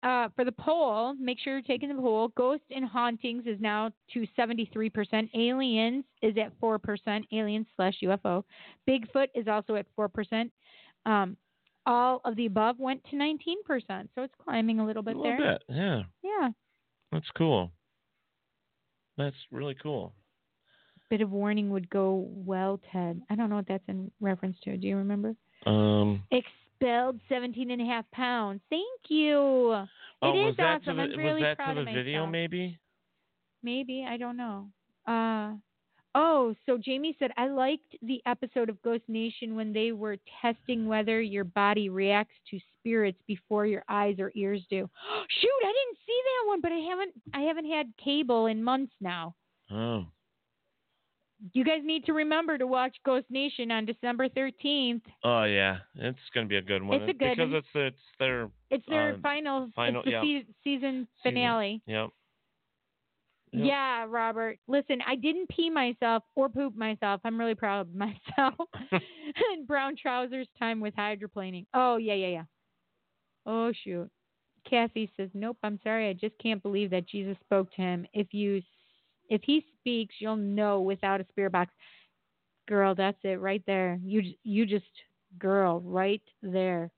I: uh, for the poll. Make sure you're taking the poll. Ghost and hauntings is now to 73%. Aliens is at 4%. Aliens slash UFO. Bigfoot is also at 4%. Um, all of the above went to 19%, so it's climbing a little bit
O: A little
I: there.
O: bit. Yeah,
I: Yeah,
O: that's cool. That's really cool.
I: bit of warning would go well, Ted. I don't know what that's in reference to. Do you remember?
O: Um.
I: Expelled 17 and a half pounds. Thank you.
O: oh,
I: it
O: was
I: is
O: that
I: awesome.
O: to the,
I: I'm really
O: was that
I: proud
O: to
I: of
O: the video
I: myself.
O: maybe?
I: Maybe I don't know. Uh, oh, so Jamie said I liked the episode of Ghost Nation when they were testing whether your body reacts to spirits before your eyes or ears do. [gasps] Shoot, I didn't see that one, but I haven't I haven't had cable in months now.
O: Oh.
I: You guys need to remember to watch Ghost Nation on December 13th.
O: Oh yeah, it's gonna be a good one.
I: It's a good
O: because
I: one.
O: it's it's their
I: It's their
O: uh,
I: final,
O: final-
I: it's the
O: yeah.
I: se- season finale.
O: Yep. Yep.
I: Yeah, Robert. Listen, I didn't pee myself or poop myself. I'm really proud of [laughs] myself. and brown trousers time with hydroplaning. Oh, yeah, yeah, yeah. Oh, shoot. Kathy says, "Nope, I'm sorry. I just can't believe that Jesus spoke to him. If you if he speaks, you'll know without a spirit box." Girl, that's it right there. You j- you just girl right there.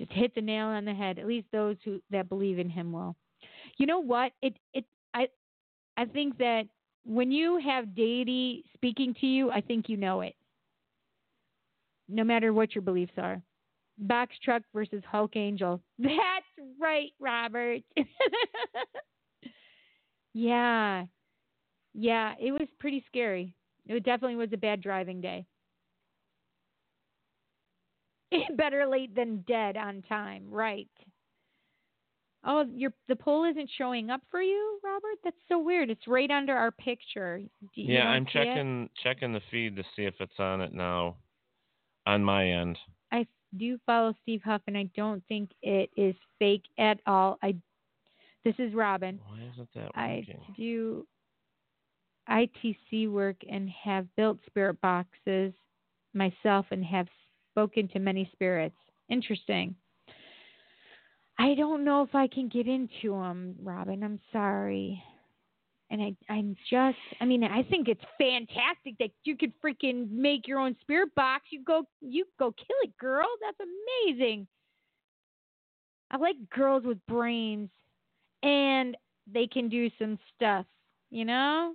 I: Just hit the nail on the head. At least those who that believe in him will. You know what? It it I I think that when you have deity speaking to you, I think you know it. No matter what your beliefs are. Box truck versus Hulk Angel. [laughs] That's right, Robert. [laughs] yeah. Yeah, it was pretty scary. It definitely was a bad driving day. [laughs] Better late than dead on time, right? Oh, your the poll isn't showing up for you, Robert? That's so weird. It's right under our picture. Do you
O: yeah,
I: not
O: I'm
I: see it?
O: checking checking the feed to see if it's on it now, on my end.
I: I do follow Steve Huff, and I don't think it is fake at all. I this is Robin.
O: Why isn't that
J: Oh,
I: I
O: working?
I: do ITC work and have built spirit boxes myself and have spoken to many spirits. Interesting. I don't know if I can get into them, Robin. I'm sorry. And I, I'm just, I mean, I think it's fantastic that you could freaking make your own spirit box. You go, you go kill it, girl. That's amazing. I like girls with brains and they can do some stuff, you know?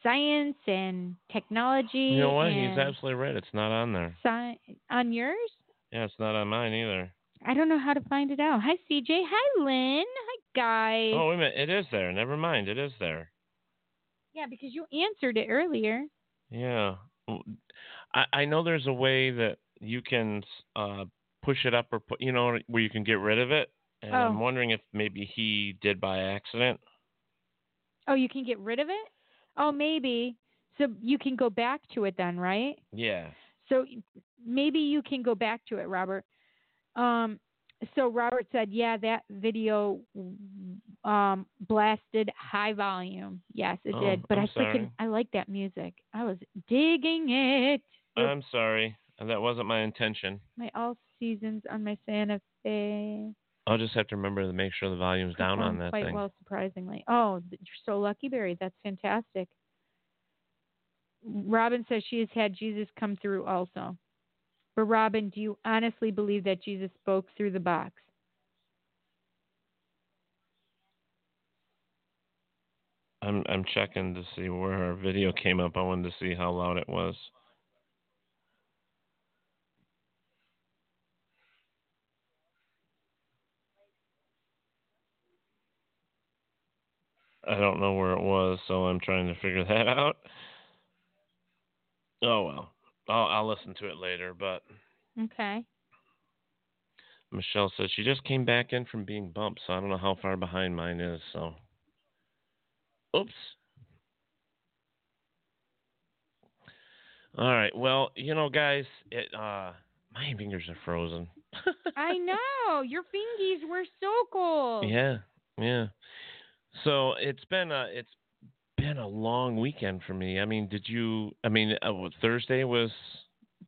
I: Science and technology.
O: You know what? He's
I: and
O: absolutely right. It's not on there.
I: sci- on yours?
O: Yeah, it's not on mine either.
I: I don't know how to find it out. Hi, CJ. Hi, Lynn. Hi, guys.
O: Oh, wait a minute. It is there. Never mind. It is there.
I: yeah, because you answered it earlier.
O: Yeah. I, I know there's a way that you can uh, push it up or put, you know, where you can get rid of it. And I'm
I: Oh.
O: wondering if maybe he did by accident.
I: Oh, you can get rid of it? Oh, maybe. So you can go back to it then, right?
O: Yeah.
I: So maybe you can go back to it, Robert. Um, so Robert said, "Yeah, that video um, blasted high volume. Yes, it
O: Oh,
I: did. But
O: I'm
I: I freaking
O: sorry.
I: I like that music. I was digging it.
O: I'm sorry. That wasn't my intention.
I: My all seasons on my Santa Fe.
O: I'll just have to remember to make sure the volume's down on
I: performed
O: that
I: quite
O: thing.
I: well, surprisingly. Oh, th- you're so lucky, Barry. That's fantastic. Robin says she has had Jesus come through also. But Robin, do you honestly believe that Jesus spoke through the box?
J: I'm I'm checking to see where our video came up. I wanted to see how loud it was. I don't know where it was, so I'm trying to figure that [laughs] out. Oh well, I'll, I'll listen to it later. But
I: Okay.
J: Michelle says she just came back in from being bumped, so I don't know how far behind mine is. So, oops. All right. Well, you know, guys, it uh, my fingers are frozen. [laughs]
I: I know. Your fingies were so cold.
J: Yeah, yeah. So it's been a it's been a long weekend for me. I mean, did you? I mean, uh, well, Thursday was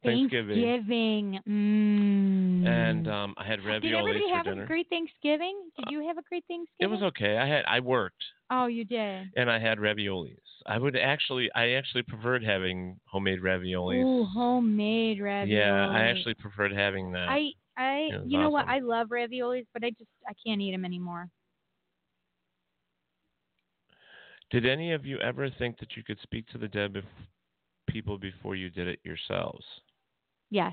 J: Thanksgiving,
I: Thanksgiving. Mm.
J: and um, I had
I: Did
J: ravioli
I: everybody
J: for
I: have
J: dinner. Uh,
I: a great Thanksgiving? Did you have a great Thanksgiving?
J: it was okay. I had I worked
I: Oh, you did.
J: and I had raviolis. I would actually I actually preferred having homemade raviolis.
I: Ooh, homemade ravioli.
J: Yeah, I actually preferred having that.
I: I, I,
J: It was
I: you know what? I love raviolis, but I just I can't eat them anymore.
J: Did any of you ever think that you could speak to the dead bef- people before you did it yourselves?
I: Yes.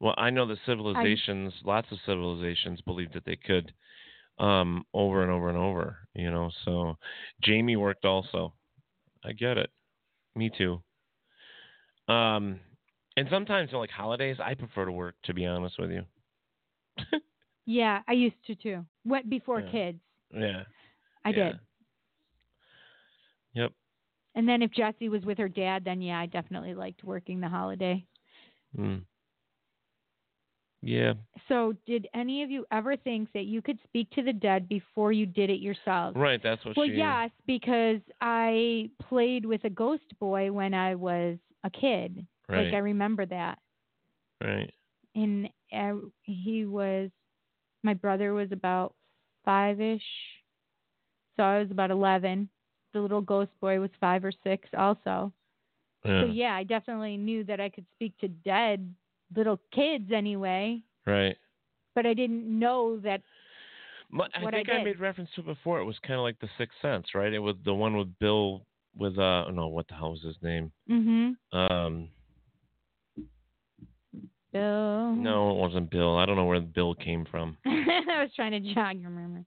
J: Well, I know that civilizations, lots of civilizations, believed that they could, um, over and over and over. You know, so Jamie worked also. I get it. Me too. Um, and sometimes like holidays, I prefer to work. To be honest with you.
I: Yeah, I used to too. What before
J: Yeah.
I: kids?
J: Yeah.
I: I
J: Yeah.
I: did.
J: Yep.
I: And then if Jessie was with her dad, then yeah, I definitely liked working the holiday.
J: Mm. Yeah.
I: So, did any of you ever think that you could speak to the dead before you did it yourselves?
J: Right. That's what
I: well,
J: she.
I: yes, because I played with a ghost boy when I was a kid.
J: Right.
I: Like I remember that,
J: Right.
I: and uh, he was my brother was about five ish, so I was about eleven. The little ghost boy was five or six, also.
J: Yeah.
I: So yeah, I definitely knew that I could speak to dead little kids anyway,
J: Right.
I: but I didn't know that.
J: My, I
I: what I
J: think I,
I: did.
J: made reference to it before. It was kind of like the Sixth Sense, right? It was the one with Bill with uh no, what the hell was his name?
I: Mm-hmm.
J: Um,
I: Bill. [laughs]
J: no, it wasn't Bill. I don't know where Bill came from.
I: I was trying to jog your memory.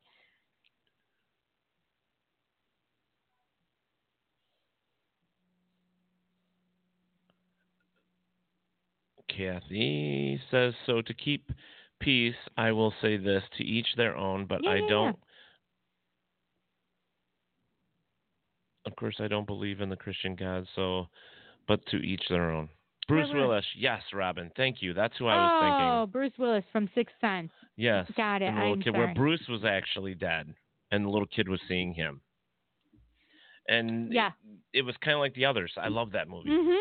J: Kathy says so to keep peace. I will say this to each their own, but
I: Yeah,
J: I
I: yeah, yeah.
J: don't. Of course, I don't believe in the Christian God, so, but to each their own. Bruce
I: right.
J: Willis, yes, Robin, thank you. That's who I was thinking.
I: oh, Bruce Willis from Sixth Sense.
J: Yes.
I: Got it.
J: and the little
I: I'm
J: kid,
I: sorry.
J: Where Bruce was actually dead, and the little kid was seeing him. And
I: Yeah.
J: it, was kind of like the others. I love that movie.
I: Mhm.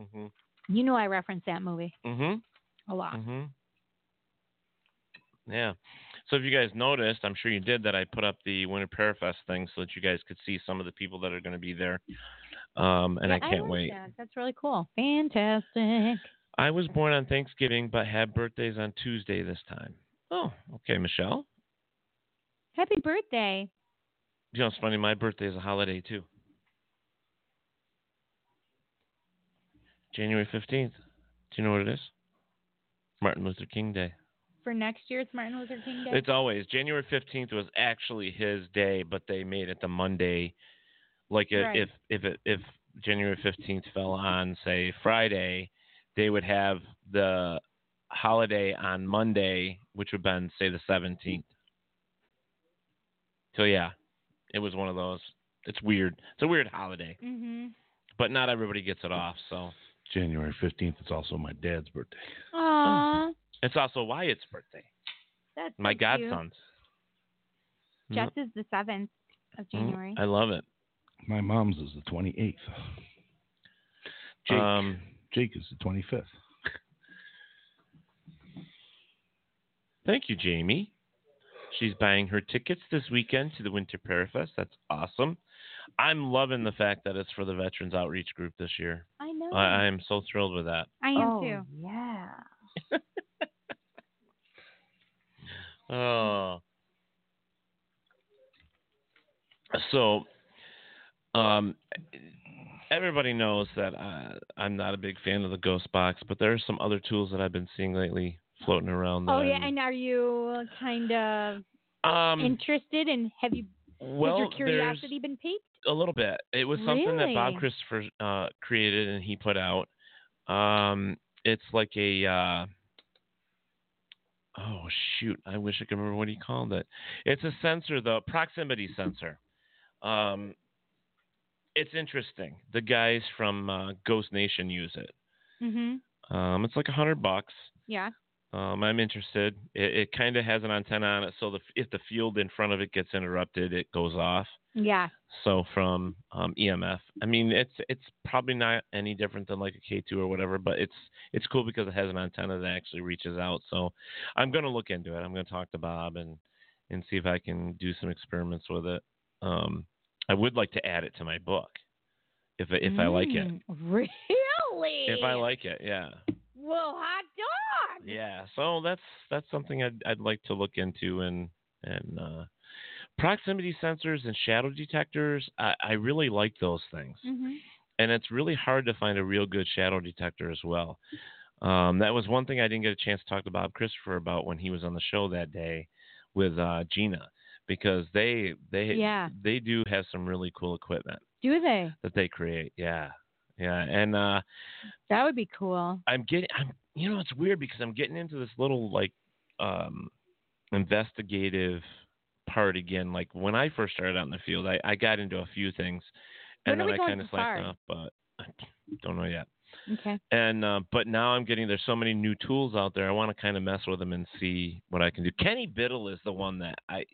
I: Mm-hmm.
J: Mhm.
I: You know I reference that movie
J: Mhm.
I: a lot.
J: Mhm. Mm-hmm. Yeah. So if you guys noticed, I'm sure you did that I put up the Winter Prayer Fest thing so that you guys could see some of the people that are going to be there. Um, and
I: Yeah,
J: I can't
I: like
J: wait.
I: that. That's really cool. Fantastic.
J: I was born on Thanksgiving, but had birthdays on Tuesday this time. Oh, okay, Michelle.
I: Happy birthday.
J: You know, it's funny. My birthday is a holiday too. January fifteenth. Do you know what it is? Martin Luther King Day.
I: For next year, it's Martin Luther King Day.
J: It's always January fifteenth was actually his day, but they made it the Monday. Like i-
I: Right.
J: if if it, if January fifteenth fell on say Friday, they would have the holiday on Monday, which would been say the seventeenth. So yeah, it was one of those. It's weird. It's a weird holiday,
I: mm-hmm.
J: but not everybody gets
I: Mm.
J: it off. So
C: January 15th is also my dad's birthday.
I: Aw,
J: it's also Wyatt's birthday,
I: that's
J: my Mm-hmm.
I: so cute.
J: godson's.
I: Jess is the seventh of
J: Mm-hmm.
I: January.
J: I love it.
C: My mom's is the 28th. Jake,
J: Um,
C: Jake is the 25th.
J: Thank you, Jamie. She's buying her tickets this weekend to the Winter Prayer Fest. That's awesome. I'm loving the fact that it's for the Veterans Outreach Group this year.
I: I know.
J: I, I am so thrilled with that.
I: I am
M: Oh,
I: too.
M: Yeah.
J: Oh. So, um, everybody knows that uh, I'm not a big fan of the Ghost Box, but there are some other tools that I've been seeing lately floating around.
I: Oh
J: that
I: yeah,
J: I'm-
I: and are you kind of
J: Um,
I: interested and have you
J: well,
I: has your
J: there's-
I: curiosity been piqued?
J: a little bit. It was something that Bob
I: Really?
J: Christopher uh, created and he put out. Um, it's like a uh, oh shoot, I wish I could remember what he called it. It's a sensor, the proximity sensor. Um, it's interesting. The guys from uh, Ghost Nation use it.
I: Mm-hmm.
J: Um, it's like a hundred bucks.
I: Yeah.
J: Um, I'm interested. It, it kind of has an antenna on it, so the, if the field in front of it gets interrupted, it goes off
I: Yeah.
J: so from um, EMF. I mean, it's it's probably not any different than like a K2 or whatever, but it's it's cool because it has an antenna that actually reaches out. So I'm gonna look into it. I'm gonna talk to Bob and and see if I can do some experiments with it. Um, I would like to add it to my book if I- if I like it.
M: Mm, Really?
J: If I like it, yeah,
I: Well, hot dog.
J: yeah. So that's that's something I'd I'd like to look into and and uh, proximity sensors and shadow detectors. I, I really like those things.
I: Mhm.
J: and it's really hard to find a real good shadow detector as well. Um, that was one thing I didn't get a chance to talk to Bob Christopher about when he was on the show that day with uh, Gina because they they
I: Yeah.
J: they do have some really cool equipment
I: Do they?
J: that they create. Yeah, yeah, and uh,
I: That would be cool.
J: I'm getting I'm you know it's weird because I'm getting into this little like um, investigative part again. Like when I first started out in the field, I, I got into a few things, and
I: When are
J: then
I: we
J: I
I: going
J: kind of
I: so far?
J: slacked off, but I don't know yet
I: Okay.
J: and uh, but now I'm getting there's so many new tools out there. I want to kind of mess with them and see what I can do. Kenny Biddle is the one that I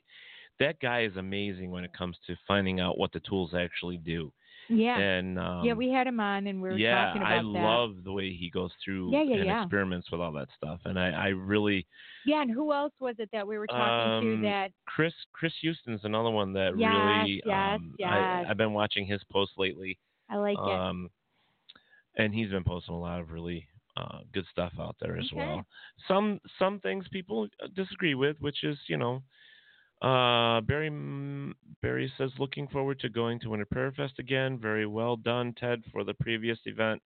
J: that guy is amazing when it comes to finding out what the tools actually do.
I: Yeah.
J: And um,
I: yeah, we had him on and we were
J: yeah,
I: talking about
J: I
I: that.
J: love the way he goes through
I: Yeah, yeah,
J: and
I: yeah.
J: experiments with all that stuff. And I, I really
I: Yeah, and who else was it that we were talking
J: um,
I: to that
J: Chris Chris Houston's another one that
I: Yes,
J: really
I: yes,
J: um, I,
I: yes.
J: I've been watching his posts lately.
I: I like it.
J: Um, and he's been posting a lot of really uh, good stuff out there as
I: Okay.
J: well. Some some things people uh, disagree with, which is you know, uh, Barry M- Barry says looking forward to going to Winter Prayer Fest again. Very well done, Ted, for the previous event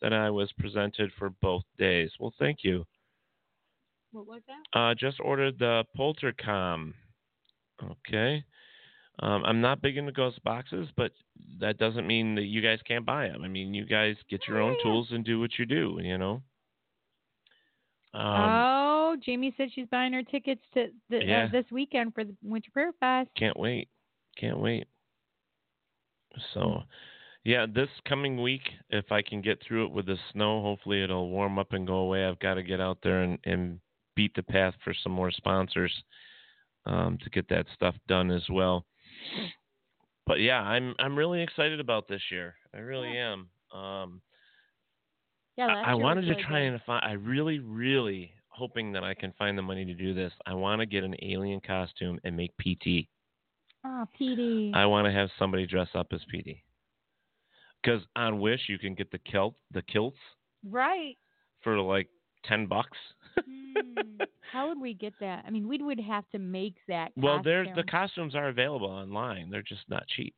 J: that I was presented for both days. Well, thank you.
I: What was that?
J: Uh, just ordered the Poltercom. Okay. Um, I'm not big into ghost boxes, but that doesn't mean that you guys can't buy them. I mean, you guys get your own tools and do what you do, you know? Um,
I: oh, Jamie said she's buying her tickets to the,
J: Yeah.
I: uh, this weekend for the Winter Prayer Fest.
J: Can't wait. Can't wait. So, yeah, this coming week, if I can get through it with the snow, hopefully it'll warm up and go away. I've got to get out there and, and beat the path for some more sponsors um, to get that stuff done as well. But yeah, I'm I'm really excited about this year. I really am. Um,
I: Yeah,
J: I- I wanted to try and find. I really, really hoping that I can find the money to do this. I want to get an alien costume and make PT.
I: Oh, Petey.
J: I want to have somebody dress up as PD. Because on Wish you can get the kilt, the kilts
I: right.
J: for like ten bucks. [laughs]
I: Hmm. How would we get that? I mean, we would have to make that.
J: Well, there's the
I: costume.
J: costumes are available online. They're just not cheap.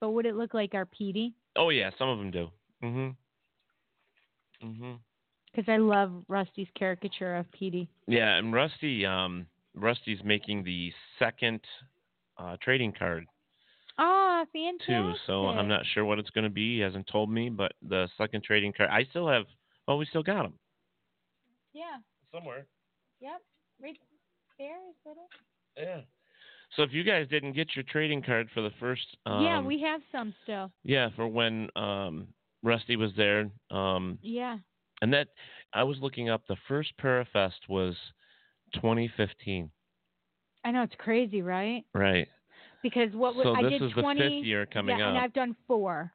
I: But would it look like our Petey?
J: Oh yeah, some of them do. Mhm. Mhm.
I: Because I love Rusty's caricature of Petey.
J: Yeah, and Rusty, um, Rusty's making the second uh, trading card
I: Oh, fantastic.
J: too. So I'm not sure what it's going to be. He hasn't told me, but the second trading card, I still have. Oh, we still got them.
I: Yeah.
J: Somewhere.
I: Yep. Right there. Is that it?
J: Yeah. So if you guys didn't get your trading card for the first, um,
I: yeah, we have some still.
J: yeah, for when um, Rusty was there, um,
I: Yeah.
J: and that I was looking up the first Parafest was 2015,
I: I know it's crazy, right?
J: right?
I: Because what was
J: So
I: I
J: this
I: did
J: is the
I: 20
J: fifth year coming
I: yeah, and
J: up.
I: I've done four.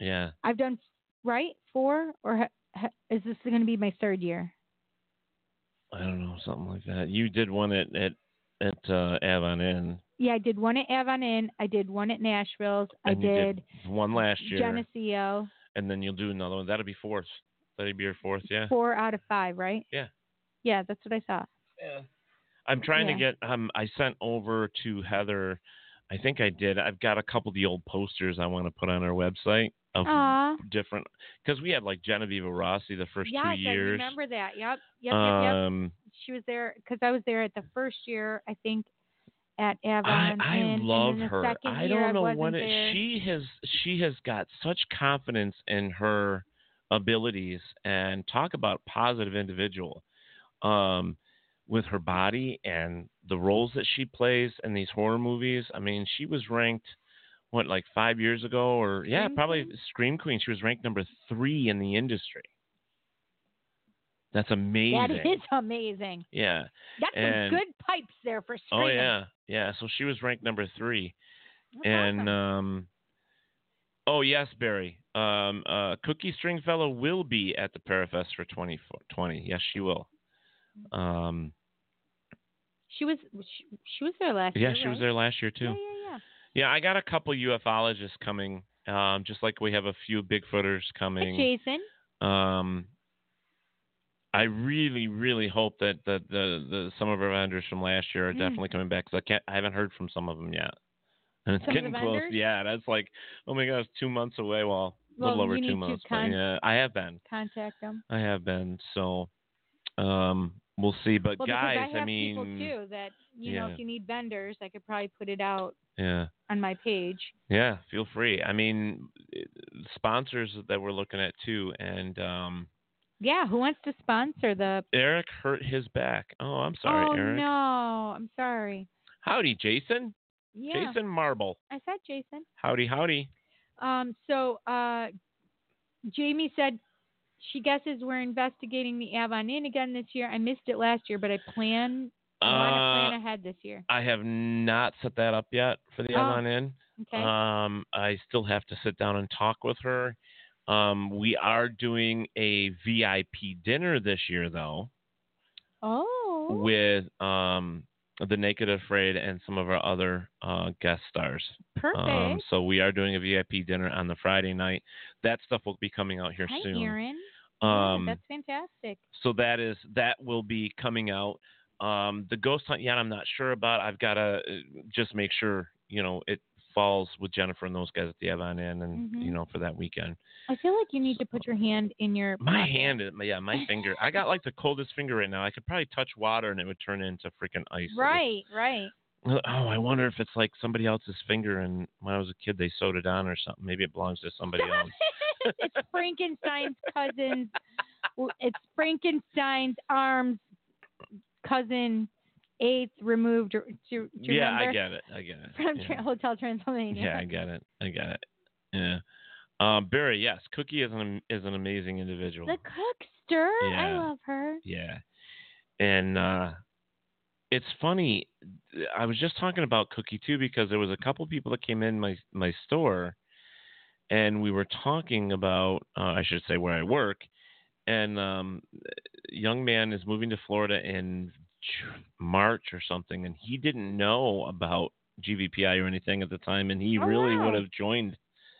J: Yeah,
I: I've done right four, or ha, ha, is this going to be my third year?
J: I don't know, something like that. You did one at at at uh, Avon Inn,
I: yeah, I did one at Avalon. I did one at Nashville's. I
J: And you
I: did,
J: one last year,
I: Geneseo.
J: and then you'll do another one. That'll be fourth. That'll be your fourth, yeah.
I: Four out of five, right?
J: Yeah.
I: Yeah, that's what I saw.
J: Yeah. I'm trying
I: Yeah.
J: to get. Um, I sent over to Heather. I think I did. I've got a couple of the old posters I want to put on our website of
I: Aw.
J: different because we had like Genevieve Rossi the first
I: yes,
J: two years.
I: I remember that. Yep. Yep. Yep. yep.
J: um,
I: She was there because I was there at the first year, I think, at
J: I,
I: Avalon.
J: I
I: Um, and,
J: love
I: and then the
J: her.
I: second
J: I
I: year
J: don't know
I: wasn't
J: what it,
I: there.
J: she has. She has got such confidence in her abilities and talk about positive individual, um, with her body and the roles that she plays in these horror movies. I mean, she was ranked what like five years ago, or yeah,
I: Scream
J: probably Scream Queen. She was ranked number three in the industry. That's amazing.
I: That [laughs] is amazing.
J: Yeah.
I: That's
J: And-
I: some good pipes there for
J: Oh
I: screaming.
J: yeah, yeah. So she was ranked number three,
I: That's
J: and
I: awesome.
J: um, oh yes, Barry. Um, uh, Cookie Stringfellow will be at the Parafest for 2020. Yes, she will. Um,
I: She was she, she was there last
J: yeah,
I: year.
J: she was
I: right?
J: there last year too.
I: Yeah, yeah.
J: Yeah, I got a couple ufologists coming. Um, just like we have a few Bigfooters coming.
I: Jason.
J: Um, I really, really hope that the, the, the some of our vendors from last year are
I: Mm.
J: definitely coming back because I can't, I haven't heard from some of them yet, and it's
I: Some of the
J: getting close.
I: vendors?
J: Yeah, that's like, oh my gosh, two months away. Well, a
I: Well,
J: little over
I: you need
J: two
I: to
J: months. but
I: con-
J: yeah, I have been.
I: Contact them.
J: I have been. So, um, we'll see. But
I: well,
J: guys,
I: because I have
J: mean,
I: people too that you know
J: yeah.
I: if you need vendors, I could probably put it out
J: yeah.
I: on my page.
J: Yeah, feel free. I mean, it- sponsors that we're looking at too, and um,
I: Yeah, who wants to sponsor the?
J: Eric hurt his back. Oh, I'm sorry,
I: oh
J: Eric.
I: no, I'm sorry.
J: Howdy, Jason.
I: Yeah,
J: Jason Marble.
I: I said Jason.
J: Howdy, howdy.
I: Um, so uh, Jamie said she guesses we're investigating the Avon Inn again this year. I missed it last year, but I plan. I want to
J: Uh,
I: plan ahead this year.
J: I have not set that up yet for the
I: Oh,
J: Avon Inn.
I: okay.
J: Um, I still have to sit down and talk with her. Um, we are doing a VIP dinner this year, though.
I: Oh.
J: with um, the Naked Afraid and some of our other uh, guest stars. Um,
I: Perfect.
J: so we are doing a VIP dinner on the Friday night. That stuff will be coming out here
I: Hi,
J: soon.
I: Aaron. Yeah,
J: Um,
I: that's fantastic.
J: so that is that will be coming out. Um, the ghost hunt yet I'm not sure about. I've got to just make sure you know it falls with Jennifer and those guys at the Avon Inn, and
I: Mhm.
J: you know for that weekend.
I: I feel like you need to put your hand in your.
J: My
I: pocket.
J: hand, is, yeah, my finger. I got like the coldest finger right now. I could probably touch water and it would turn into freaking ice. It was
I: Right,
J: [laughs]
I: right.
J: Oh, I wonder if it's like somebody else's finger, and when I was a kid, they sewed it on or something. Maybe it belongs to
I: [laughs]
J: somebody else.
I: it's Frankenstein's cousin's. It's Frankenstein's arms cousin eighth removed. Do you, do you
J: yeah,
I: remember?
J: I get it. I get it.
I: From
J: yeah.
I: Tra- Hotel Transylvania.
J: yeah, I get it. I get it. Yeah. Um, Barry, yes, Cookie is an am- is an amazing individual.
I: The cookster.
J: Yeah.
I: I love her.
J: Yeah. And uh, it's funny. I was just talking about Cookie too because there was a couple people that came in my my store, and we were talking about uh, I should say where I work, and um, young man is moving to Florida in Ju- March or something, and he didn't know about GVPI or anything at the time, and he
I: Oh,
J: really
I: wow.
J: would have joined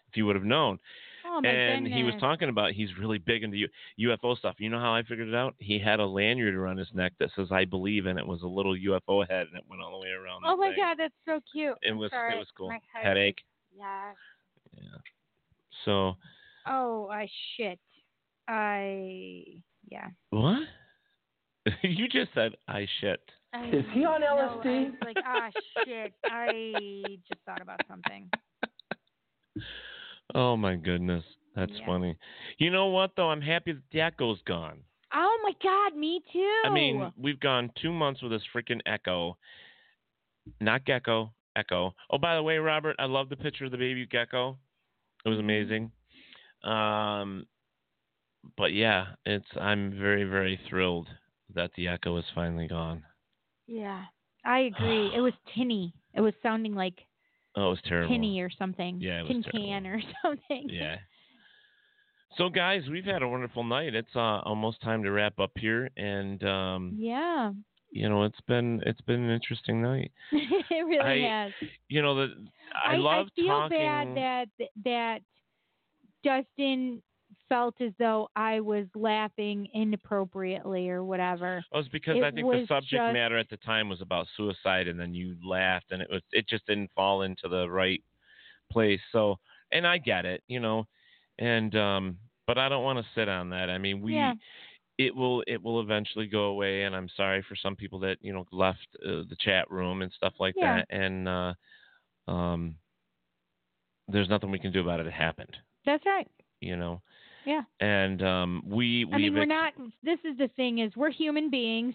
J: if he would have known
I: Oh my
J: and
I: goodness.
J: he was talking about he's really big into U- UFO stuff. You know how I figured it out? He had a lanyard around his neck that says "I believe," and it was a little UFO head, and it went all the way around. the
I: Oh my
J: thing.
I: God, that's so cute.
J: It
I: I'm
J: was
I: sorry,
J: it was cool.
I: my heart-
J: Headache.
I: Yeah.
J: So
I: Oh, I shit. I yeah.
J: what? [laughs] you just said I shit.
I: I
J: Is he on
I: know,
J: LSD?
I: I was like, ah, shit. I just thought about something.
J: Oh my goodness, that's
I: Yeah.
J: funny. You know what though? I'm happy that the echo's gone.
I: Oh my God, me too.
J: I mean, we've gone two months with this freaking echo. Not gecko, echo. Oh, by the way, Robert, I love the picture of the baby gecko. It
I: Mm-hmm.
J: was amazing. Um, but yeah, it's I'm very very thrilled that the echo is finally gone.
I: yeah, I agree. It was tinny. It was sounding like
J: Oh, it was terrible.
I: tinny or something.
J: Yeah, it was
I: tin
J: terrible.
I: can or [laughs] something.
J: Yeah. So guys, we've had a wonderful night. It's uh, almost time to wrap up here, and um,
I: Yeah. [laughs]
J: you know, it's been it's been an interesting night.
I: it really
J: I-
I: has.
J: You know, the I, love
I: I feel
J: talking.
I: bad that that Justin felt as though I was laughing inappropriately or whatever.
J: Oh, it's because
I: It
J: I think the
I: was
J: subject
I: just-
J: matter at the time was about suicide, and then you laughed, and it was it just didn't fall into the right place. So, and I get it, you know, and um, but I don't want to sit on that. I mean, we
I: Yeah.
J: it will it will eventually go away, and I'm sorry for some people that you know left uh, the chat room and stuff like
I: Yeah.
J: that, and uh, um, there's nothing we can do about it. It happened,
I: That's right.
J: you know,
I: Yeah.
J: and um, we we
I: I mean, we're not. This is the thing: is we're human beings.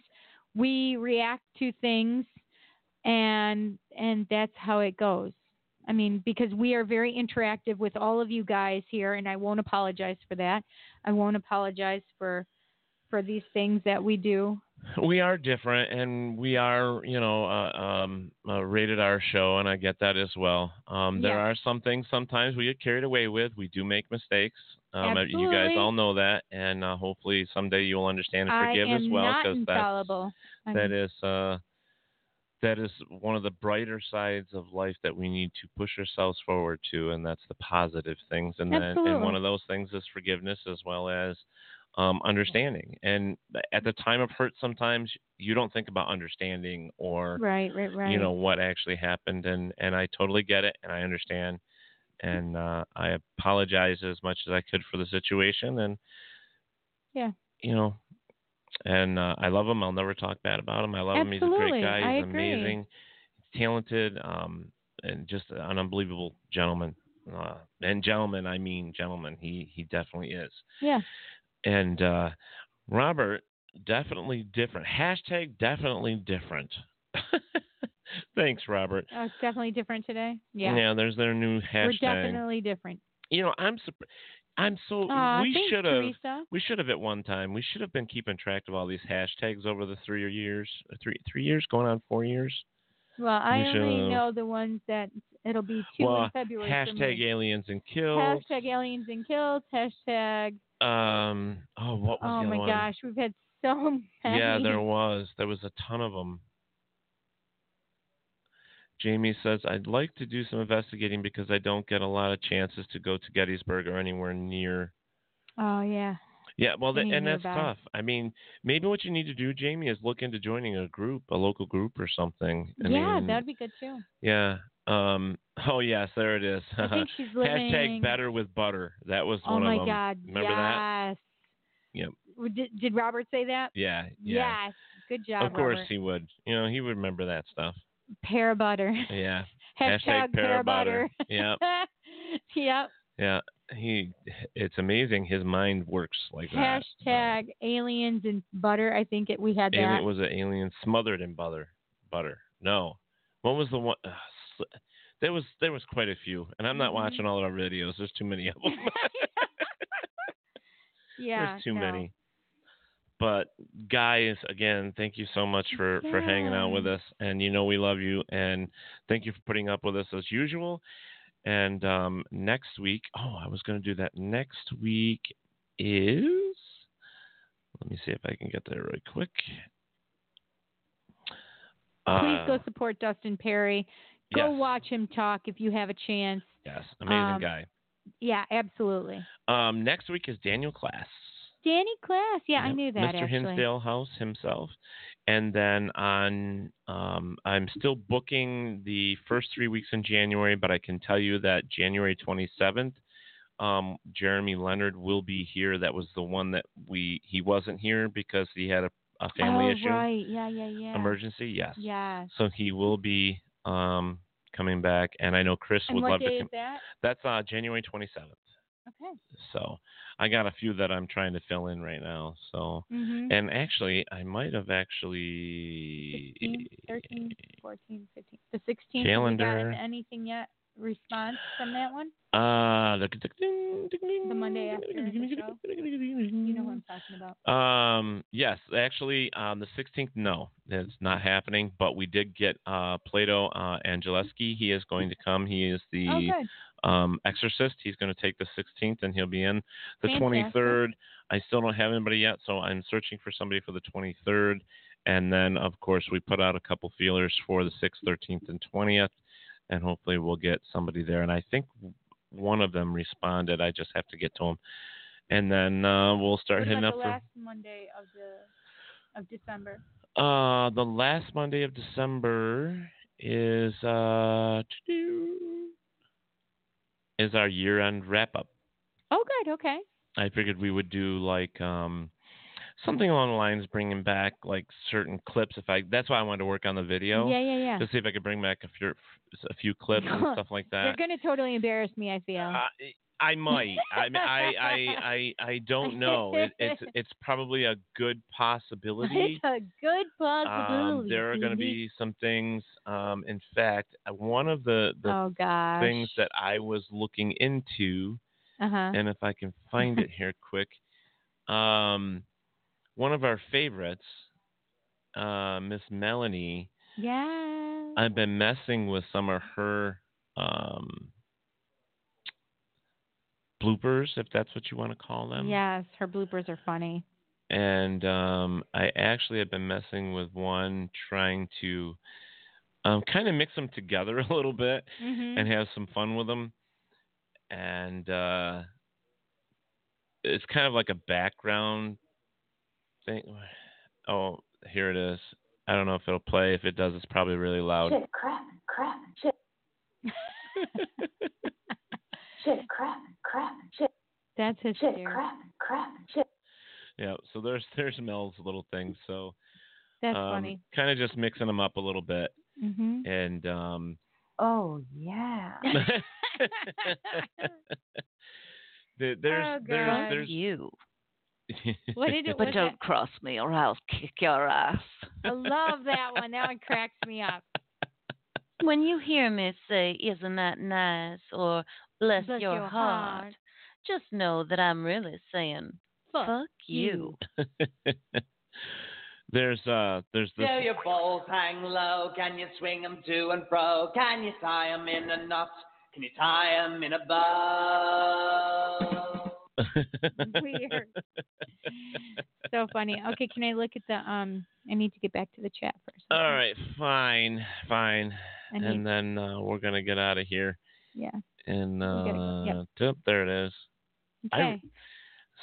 I: We react to things, and and that's how it goes. I mean, because we are very interactive with all of you guys here, and I won't apologize for that. I won't apologize for for these things that we do.
J: we are different and we are you know uh, um, uh, rated our show and i get that as well um, there
I: Yeah.
J: are some things sometimes we get carried away with we do make mistakes um, I- you guys
I: Absolutely.
J: all know that and uh, hopefully someday you will understand and
I: I
J: forgive
I: am
J: as well
I: not
J: that,
I: infallible. I
J: that
I: mean,
J: is uh, that is one of the brighter sides of life that we need to push ourselves forward to and that's the positive things and then and one
P: Absolutely.
J: of those things is forgiveness as well as um, understanding. And at the time of hurt, sometimes you don't think about understanding or
I: right, right, right.
J: you know what actually happened. And and I totally get it, and I understand. And uh, I apologize as much as I could for the situation. And
I: yeah.
J: you know, and uh, I love him. I'll never talk bad about him. I love him. He's a
I: Absolutely.
J: great guy.
I: I
J: He's
I: agree.
J: amazing, talented, um, and just an unbelievable gentleman. Uh, and gentleman, I mean gentleman. He he definitely is.
I: Yeah.
J: And uh, Robert, definitely different. Hashtag definitely different. [laughs] Thanks, Robert.
I: Oh, it's definitely different today. Yeah.
J: there's their new
I: We're
J: hashtag.
I: definitely different.
J: You know, I'm surprised. I'm so
I: Aw,
J: we
I: thanks,
J: should have
I: Teresa.
J: we should have at one time we should have been keeping track of all these hashtags over the three years three three years going on four years.
I: Well, I
J: We
I: only
J: shall-
I: know the ones that it'll be two
J: uh, well,
I: in February. for
J: hashtag
I: me.
J: aliens and kills.
I: hashtag aliens and kills. Hashtag
J: Um, oh, what was
I: oh
J: the
I: my
J: other one?
I: gosh, we've had so [laughs] many.
J: Yeah, there was. There was a ton of them. Jamie says, I'd like to do some investigating because I don't get a lot of chances to go to Gettysburg or anywhere near.
I: Oh yeah.
J: Yeah, well, th-
I: Any
J: and that's
I: nearby.
J: tough. I mean, maybe what you need to do, Jamie, is look into joining a group, a local group or something. I
I: yeah,
J: mean, mm.
I: that'd be good too.
J: [laughs] Yeah. Um, oh, yes, there it is.
I: I think she's living-
J: [laughs] Hashtag better with butter. That was
I: Oh
J: one
I: my
J: of them.
I: God.
J: Remember that?
I: yes.
J: Yep.
I: W- Did, did Robert say that?
J: Yeah. Yeah.
I: Yes. Good job.
J: of course
I: Robert.
J: he would. You know, he would remember that stuff.
I: Pear butter. [laughs]
J: Yeah.
I: Hashtag pear
J: [laughs]
I: butter.
J: Yeah,
I: [laughs] yep.
J: yeah. He, it's amazing. His mind works like that.
I: Hashtag aliens and butter. I think it, we had that.
J: Alien was an alien smothered in butter. Butter. No. What was the one? Uh, there was there was quite a few, and I'm not
I: Mm-hmm.
J: watching all of our videos. [laughs] There's too many of them.
I: yeah.
J: There's too
I: no.
J: many. But guys, again, thank you so much for for hanging out with
I: Yeah.
J: us, and you know we love you, and thank you for putting up with us as usual. And um, next week, oh, I was going to do that. Next week is. Let me see if I can get there really quick.
I: Please
J: Uh,
I: go support Dustin Perry. Go
J: yes.
I: watch him talk if you have a chance.
J: Yes, amazing
I: um,
J: guy.
I: Yeah, absolutely.
J: Um, next week is Daniel Class.
I: Danny Class. Yeah, I
J: Yep,
I: knew that
J: Mr.
I: actually.
J: Hinsdale House himself. And then on, um, I'm still booking the first three weeks in January, but I can tell you that January 27th, um, Jeremy Leonard will be here. That was the one that we he wasn't here because he had a, a family
I: oh,
J: issue,
I: right. Yeah, yeah, yeah.
J: emergency. Yes.
I: Yes.
J: So he will be um, coming back, and I know Chris
I: and
J: would
I: what
J: love
I: day
J: to.
I: is
J: Come.
I: that?
J: That's uh, January 27th.
I: Okay.
J: So I got a few that I'm trying to fill in right now. So
I: Mhm.
J: and actually, I might have actually
I: 15, 13, 14, 15. The 16th. have we
J: Calendar.
I: Gotten anything yet? Response from that one?
J: uh look at
I: The Monday after the show? You know what I'm talking about.
J: the- um yes actually on the 16th no it's not happening but we did get uh Plato uh Angeleski he is going to come he is the
I: Oh, good.
J: um, Exorcist. He's going to take the 16th and he'll be in the
I: Fantastic.
J: 23rd. I still don't have anybody yet, so I'm searching for somebody for the 23rd. And then, of course, we put out a couple feelers for the 6th, 13th, and 20th, and hopefully we'll get somebody there. And I think one of them responded. I just have to get to him. And then uh, we'll start
Q: What
J: hitting
Q: about
J: up
Q: the
J: for
Q: last Monday of the of December.
J: uh, the last Monday of December is uh, is our year-end wrap-up.
I: Oh, good. Okay.
J: I figured we would do like um something along the lines bringing back like certain clips if I that's why I wanted to work on the video.
I: Yeah, yeah, yeah.
J: To see if I could bring back a few a
I: [laughs]
J: few clips and stuff like that.
I: You're gonna totally embarrass me. I feel. [laughs]
J: I might. I mean, I, I, I, I don't know. It,
I: [laughs]
J: it's, it's probably a good possibility.
I: it's a good possibility.
J: Um, there are going to
I: Phoebe.
J: be some things. Um, in fact, uh, one of the, the
I: Oh gosh.
J: things that I was looking into,
I: Uh-huh.
J: [laughs] and if I can find it here quick, um, one of our favorites, uh, Miss Melanie.
I: yeah.
J: I've been messing with some of her um, bloopers, if that's what you want to call them.
I: yes, her bloopers are funny.
J: And um, I actually have been messing with one, trying to um, kind of mix them together [laughs] a little bit
I: Mhm.
J: and have some fun with them. And uh, it's kind of like a background thing. Oh, here it is. I don't know if it'll play. If it does, it's probably really loud.
F: Shit, crap, crap, shit.
I: Mm-hmm.
F: shit, crap, crap, shit.
I: [laughs] That's
J: [laughs]
I: hysterical.
F: Shit, crap, crap, shit.
J: Yeah, so there's there's Mel's little thing. So
I: That's
J: Um,
I: funny.
J: Kind of just mixing them up a little bit, [laughs]
I: Mhm.
J: and um,
R: Oh yeah.
J: there, there's
M: Oh, God.
J: there's there's
M: you.
I: What did it-
M: but
I: what
M: don't
I: that-
M: cross me or I'll kick your ass.
I: I love that one. That one cracks me up.
M: When you hear me say, Isn't that nice? or Bless,
I: Bless
M: your,
I: your
M: heart,
I: heart.
M: just know that I'm really saying,
I: Fuck,
J: [laughs]
M: you.
J: there's uh there's this.
S: Do your bowls hang low? Can you swing 'em to and fro? Can you tie 'em in a knot? Can you tie 'em in a bow?
I: Weird. So funny. Okay, can I look at the um I need to get back to the chat first.
J: All right, fine, fine,
I: I need-
J: and then uh, we're gonna get out of here.
I: Yeah.
J: And
I: gotta
J: uh,
I: go. Yep.
J: tup, there it is. I-
I: Okay.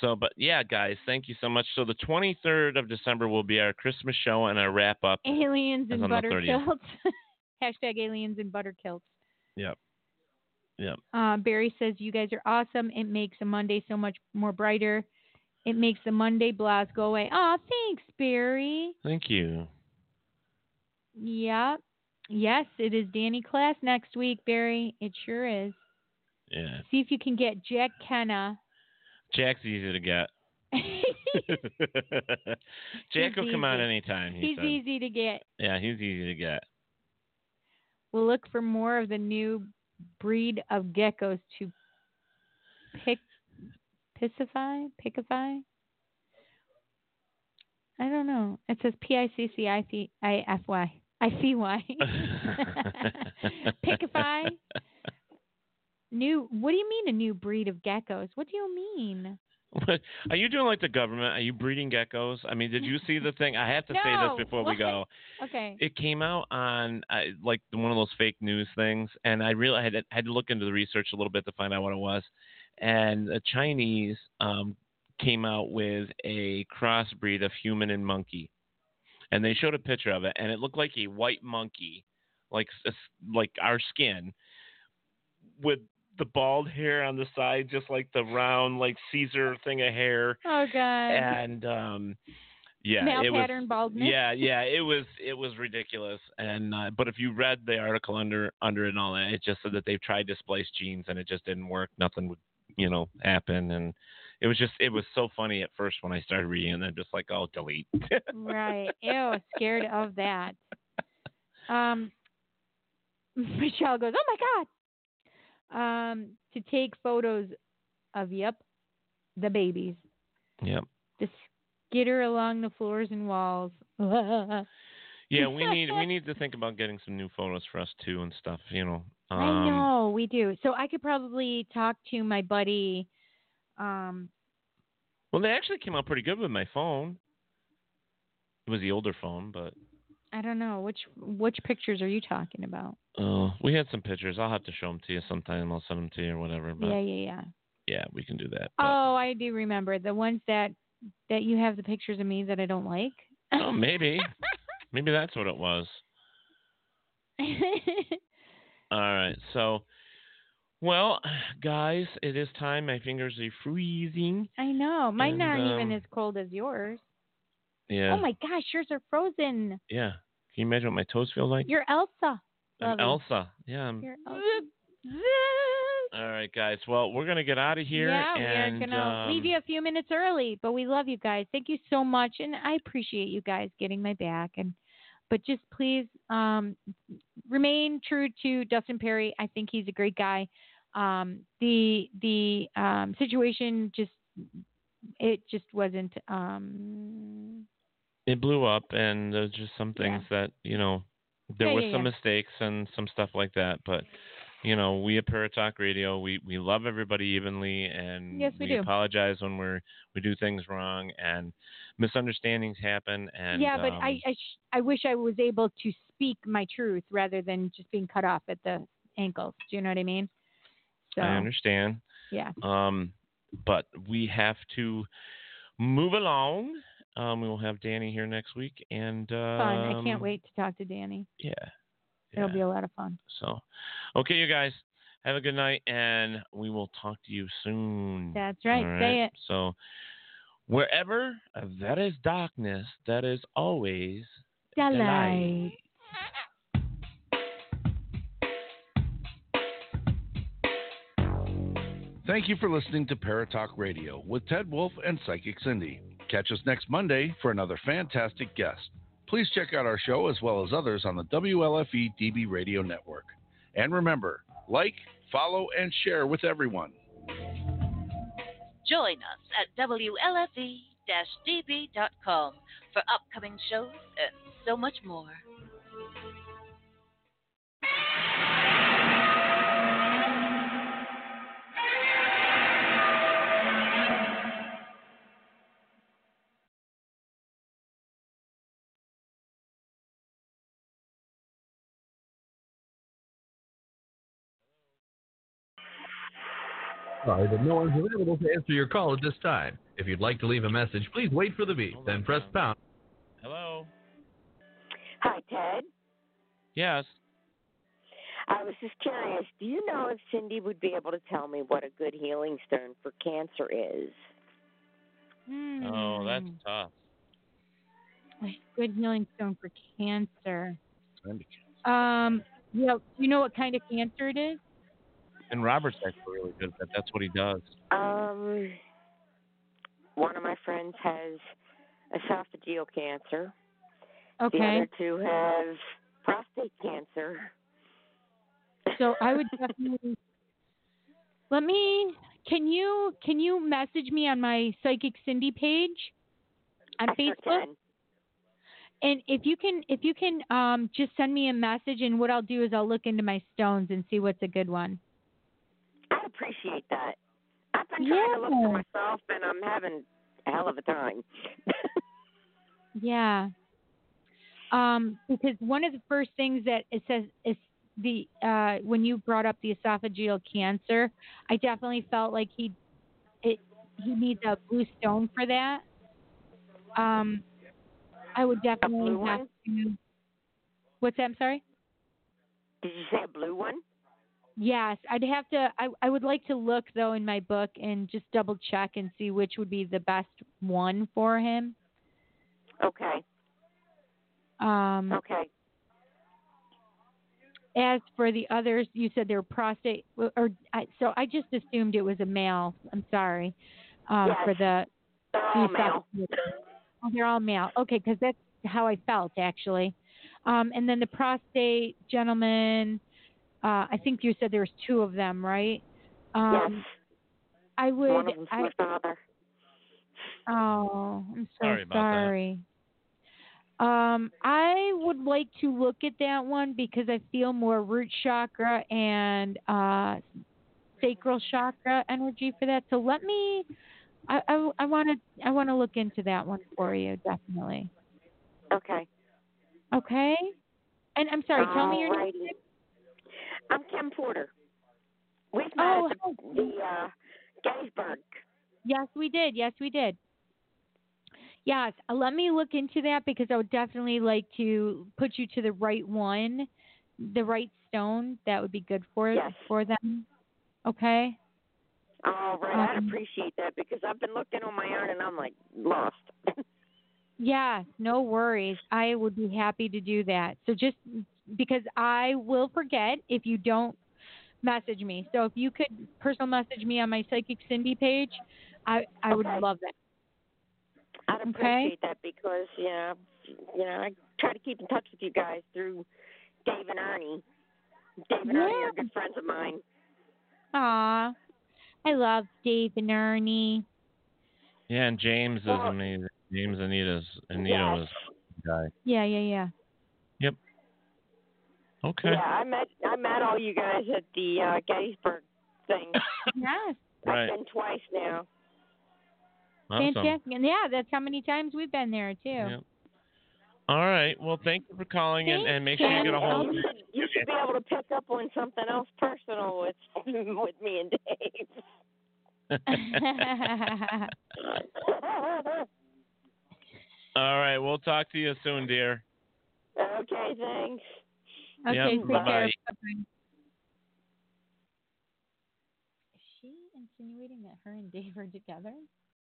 J: So, but yeah, guys, thank you so much. So the 23rd of December will be our Christmas show and our wrap up.
I: aliens
J: That's
I: and
J: on the 30th.
I: butterkilts. [laughs] Hashtag aliens and butterkilts.
J: Yep. Yep.
I: Uh, Barry says you guys are awesome. It makes a Monday so much more brighter. It makes the Monday blast go away. Oh, thanks, Barry.
J: Thank you.
I: Yep. Yes, it is Danny class next week, Barry. It sure is.
J: Yeah.
I: See if you can get Jack
J: [laughs]
I: Kenna. [laughs]
J: Jack's easy to get. [laughs] Jack will come out
I: easy.
J: anytime. He
I: He's
J: said.
I: easy to get.
J: Yeah, he's easy to get. [laughs]
I: We'll look for more of the new breed of geckos to pick, pissify, pickify. I don't know. It says P I C C I C I F Y I C
J: [laughs]
I: Y. Pickify. New. What do you mean a new breed of geckos? What do you mean?
J: Are you doing like the government? Are you breeding geckos? I mean, did you see the thing? I have to say
I: No,
J: this before we
I: what?
J: go.
I: Okay.
J: It came out on uh, like one of those fake news things, and I really had to, had to look into the research a little bit to find out what it was. And the Chinese um, came out with a crossbreed of human and monkey, and they showed a picture of it, and it looked like a white monkey, like s- like our skin, with the bald hair on the side, just like the round like Caesar thing of hair,
I: Oh God.
J: and um, yeah,
I: Male
J: it was
I: pattern baldness.
J: yeah, yeah, it was it was ridiculous. And uh, but if you read the article under under it and all that, it just said that they've tried to splice genes and it just didn't work. Nothing would you know happen, and it was just it was so funny at first when I started reading, and then just like oh delete.
I: Right. Ew, scared of
J: [laughs]
I: that. Um, [laughs] Michelle goes, Oh my God. Um, to take photos of, yep, the babies.
J: Yep.
I: The skitter along the floors and walls. [laughs]
J: Yeah, we need we need to think about getting some new photos for us too and stuff. You know. Um,
I: I know, we do. So I could probably talk to my buddy. Um,
J: Well, they actually came out pretty good with my phone. It was the older phone, but
I: I don't know which which pictures are you talking about?
J: uh, we had some pictures. I'll have to show them to you sometime. I'll send them to you or whatever. But
I: yeah, yeah, yeah.
J: yeah, we can do that.
I: Oh, I do remember the ones that that you have the pictures of me that I don't like. [laughs]
J: Oh, maybe, maybe that's what it was. All right, so, well, guys, it is time. My fingers are freezing.
I: I know. Mine
J: And,
I: aren't even
J: um,
I: as cold as yours.
J: Yeah.
I: Oh my gosh, yours are frozen.
J: Yeah. Can you imagine what my toes feel like?
I: You're Elsa. Love
J: I'm
I: it.
J: Elsa. Yeah. I'm-
I: You're Elsa.
J: All right, guys. Well, we're gonna get out of here.
I: yeah,
J: and,
I: we are gonna
J: um,
I: leave you a few minutes early, but we love you guys. Thank you so much, and I appreciate you guys getting my back. And but just please um, remain true to Dustin Perry. I think he's a great guy. Um, the the um, situation just it just wasn't um,
J: It blew up, and there's just some things that you know there
I: Yeah,
J: were
I: yeah,
J: some
I: yeah.
J: mistakes and some stuff like that, but. You know, we at Paratalk Radio, we, we love everybody evenly, and
I: Yes, we do.
J: apologize when we're we do things wrong and misunderstandings happen. And
I: yeah, but
J: um,
I: I I, sh- I wish I was able to speak my truth rather than just being cut off at the ankles. Do you know what I mean? So
J: I understand.
I: yeah.
J: Um, but we have to move along. Um, we will have Danny here next week, and um,
I: fun. I can't wait to talk to Danny.
J: Yeah.
I: It'll be a lot of fun.
J: So, okay, you guys, have a good night, and we will talk to you soon.
I: That's right.
J: All
I: Say it.
J: So, wherever there is darkness, there is always
I: Delight.
C: Thank you for listening to Paratalk Radio with Ted Wolf and Psychic Cindy. Catch us next Monday for another fantastic guest. Please check out our show as well as others on the WLFE DB E Radio Network. And remember, like, follow, and share with everyone.
M: Join us at E WLFE-DB.com for upcoming shows and so much more.
T: Sorry, but no one's available to answer your call at this time. If you'd like to leave a message, please wait for the beep, then press pound.
J: Hello.
U: Hi, Ted.
J: Yes.
U: I was just curious. Do you know if Cindy would be able to tell me what a good healing stone for cancer is?
I: Mm-hmm.
J: Oh,
I: Hmm.
J: that's tough.
I: A Good healing stone for cancer.
J: And,
I: Um, yeah, you know what kind of cancer it is?
J: and Robert's actually really good at that. That's what he does.
U: Um, one of my friends has esophageal cancer. The
I: Okay.
U: other two have prostate cancer.
I: So I would definitely let me. Can you can you message me on my Psychic Cindy page on Facebook? And if you can if you can um, just send me a message, and what I'll do is I'll look into my stones and see what's a good one.
U: I appreciate that. I've been trying to look for myself, and I'm having a hell of a time.
I: [laughs] Yeah. Um, because one of the first things that it says is the uh, when you brought up the esophageal cancer, I definitely felt like he it he needs a blue stone for that. Um, I would definitely
U: blue
I: have to. What's that? I'm sorry.
U: [laughs] Did you say a blue one?
I: Yes, I'd have to. I I would like to look though in my book and just double check and see which would be the best one for him.
U: Okay.
I: Um,
U: okay.
I: As for the others, you said they were prostate, or I, so I just assumed it was a male. I'm sorry um, for the.
U: all male.
I: Oh, they're all male. Okay, because that's how I felt actually. Um, and then the prostate gentleman, uh, I think you said there was two of them, right? Um,
U: yes.
I: I would.
U: One of them's
I: I,
U: my father.
I: Oh, I'm so
U: Sorry about that.
I: sorry. Um, I would like to look at that one because I feel more root chakra and uh, sacral chakra energy for that. So let me. I I want to I want to look into that one for you definitely.
J: Okay.
I: Okay. And I'm sorry. Tell me your name.
J: Alrighty. I'm Kim Porter. We met
I: Oh,
J: at the, the uh, Gettysburg.
I: Yes, we did. Yes, we did. Yes, uh, let me look into that because I would definitely like to put you to the right one, the right stone. That would be good for for them. Okay.
J: All Oh, right. I'd
I: Um,
J: appreciate that because I've been looking on my own and I'm like lost. [laughs]
I: Yeah, no worries. I would be happy to do that. So just mm, because I will forget if you don't message me. So if you could personal message me on my Psychic Cindy page, I I would
J: Okay.
I: love that.
J: I'd appreciate that because you know, you know, I try to keep in touch with you guys through Dave and Ernie. Dave and Ernie are good friends of mine.
I: Aw, I love Dave and Ernie.
C: Yeah, and James is
I: Well-
C: amazing. James Anita's Anita was the guy.
I: Yeah, yeah, yeah.
C: Okay.
J: Yeah, I met I met all you guys at the uh, Gettysburg thing.
I: Yes.
C: [laughs] Right.
J: Been twice now.
C: Awesome.
I: Fantastic. And yeah, that's how many times we've been there too.
C: Yep. All right. Well, thank you for calling and, and make sure you
J: And
C: get a hold of
J: you
C: me.
J: should, you should be able to pick up on something else personal with with me and Dave.
C: [laughs]
I: [laughs]
C: [laughs] All right. We'll talk to you soon, dear.
J: okay, thanks.
C: Okay, Yep, take care. bye-bye.
I: Is she insinuating that her and Dave are together?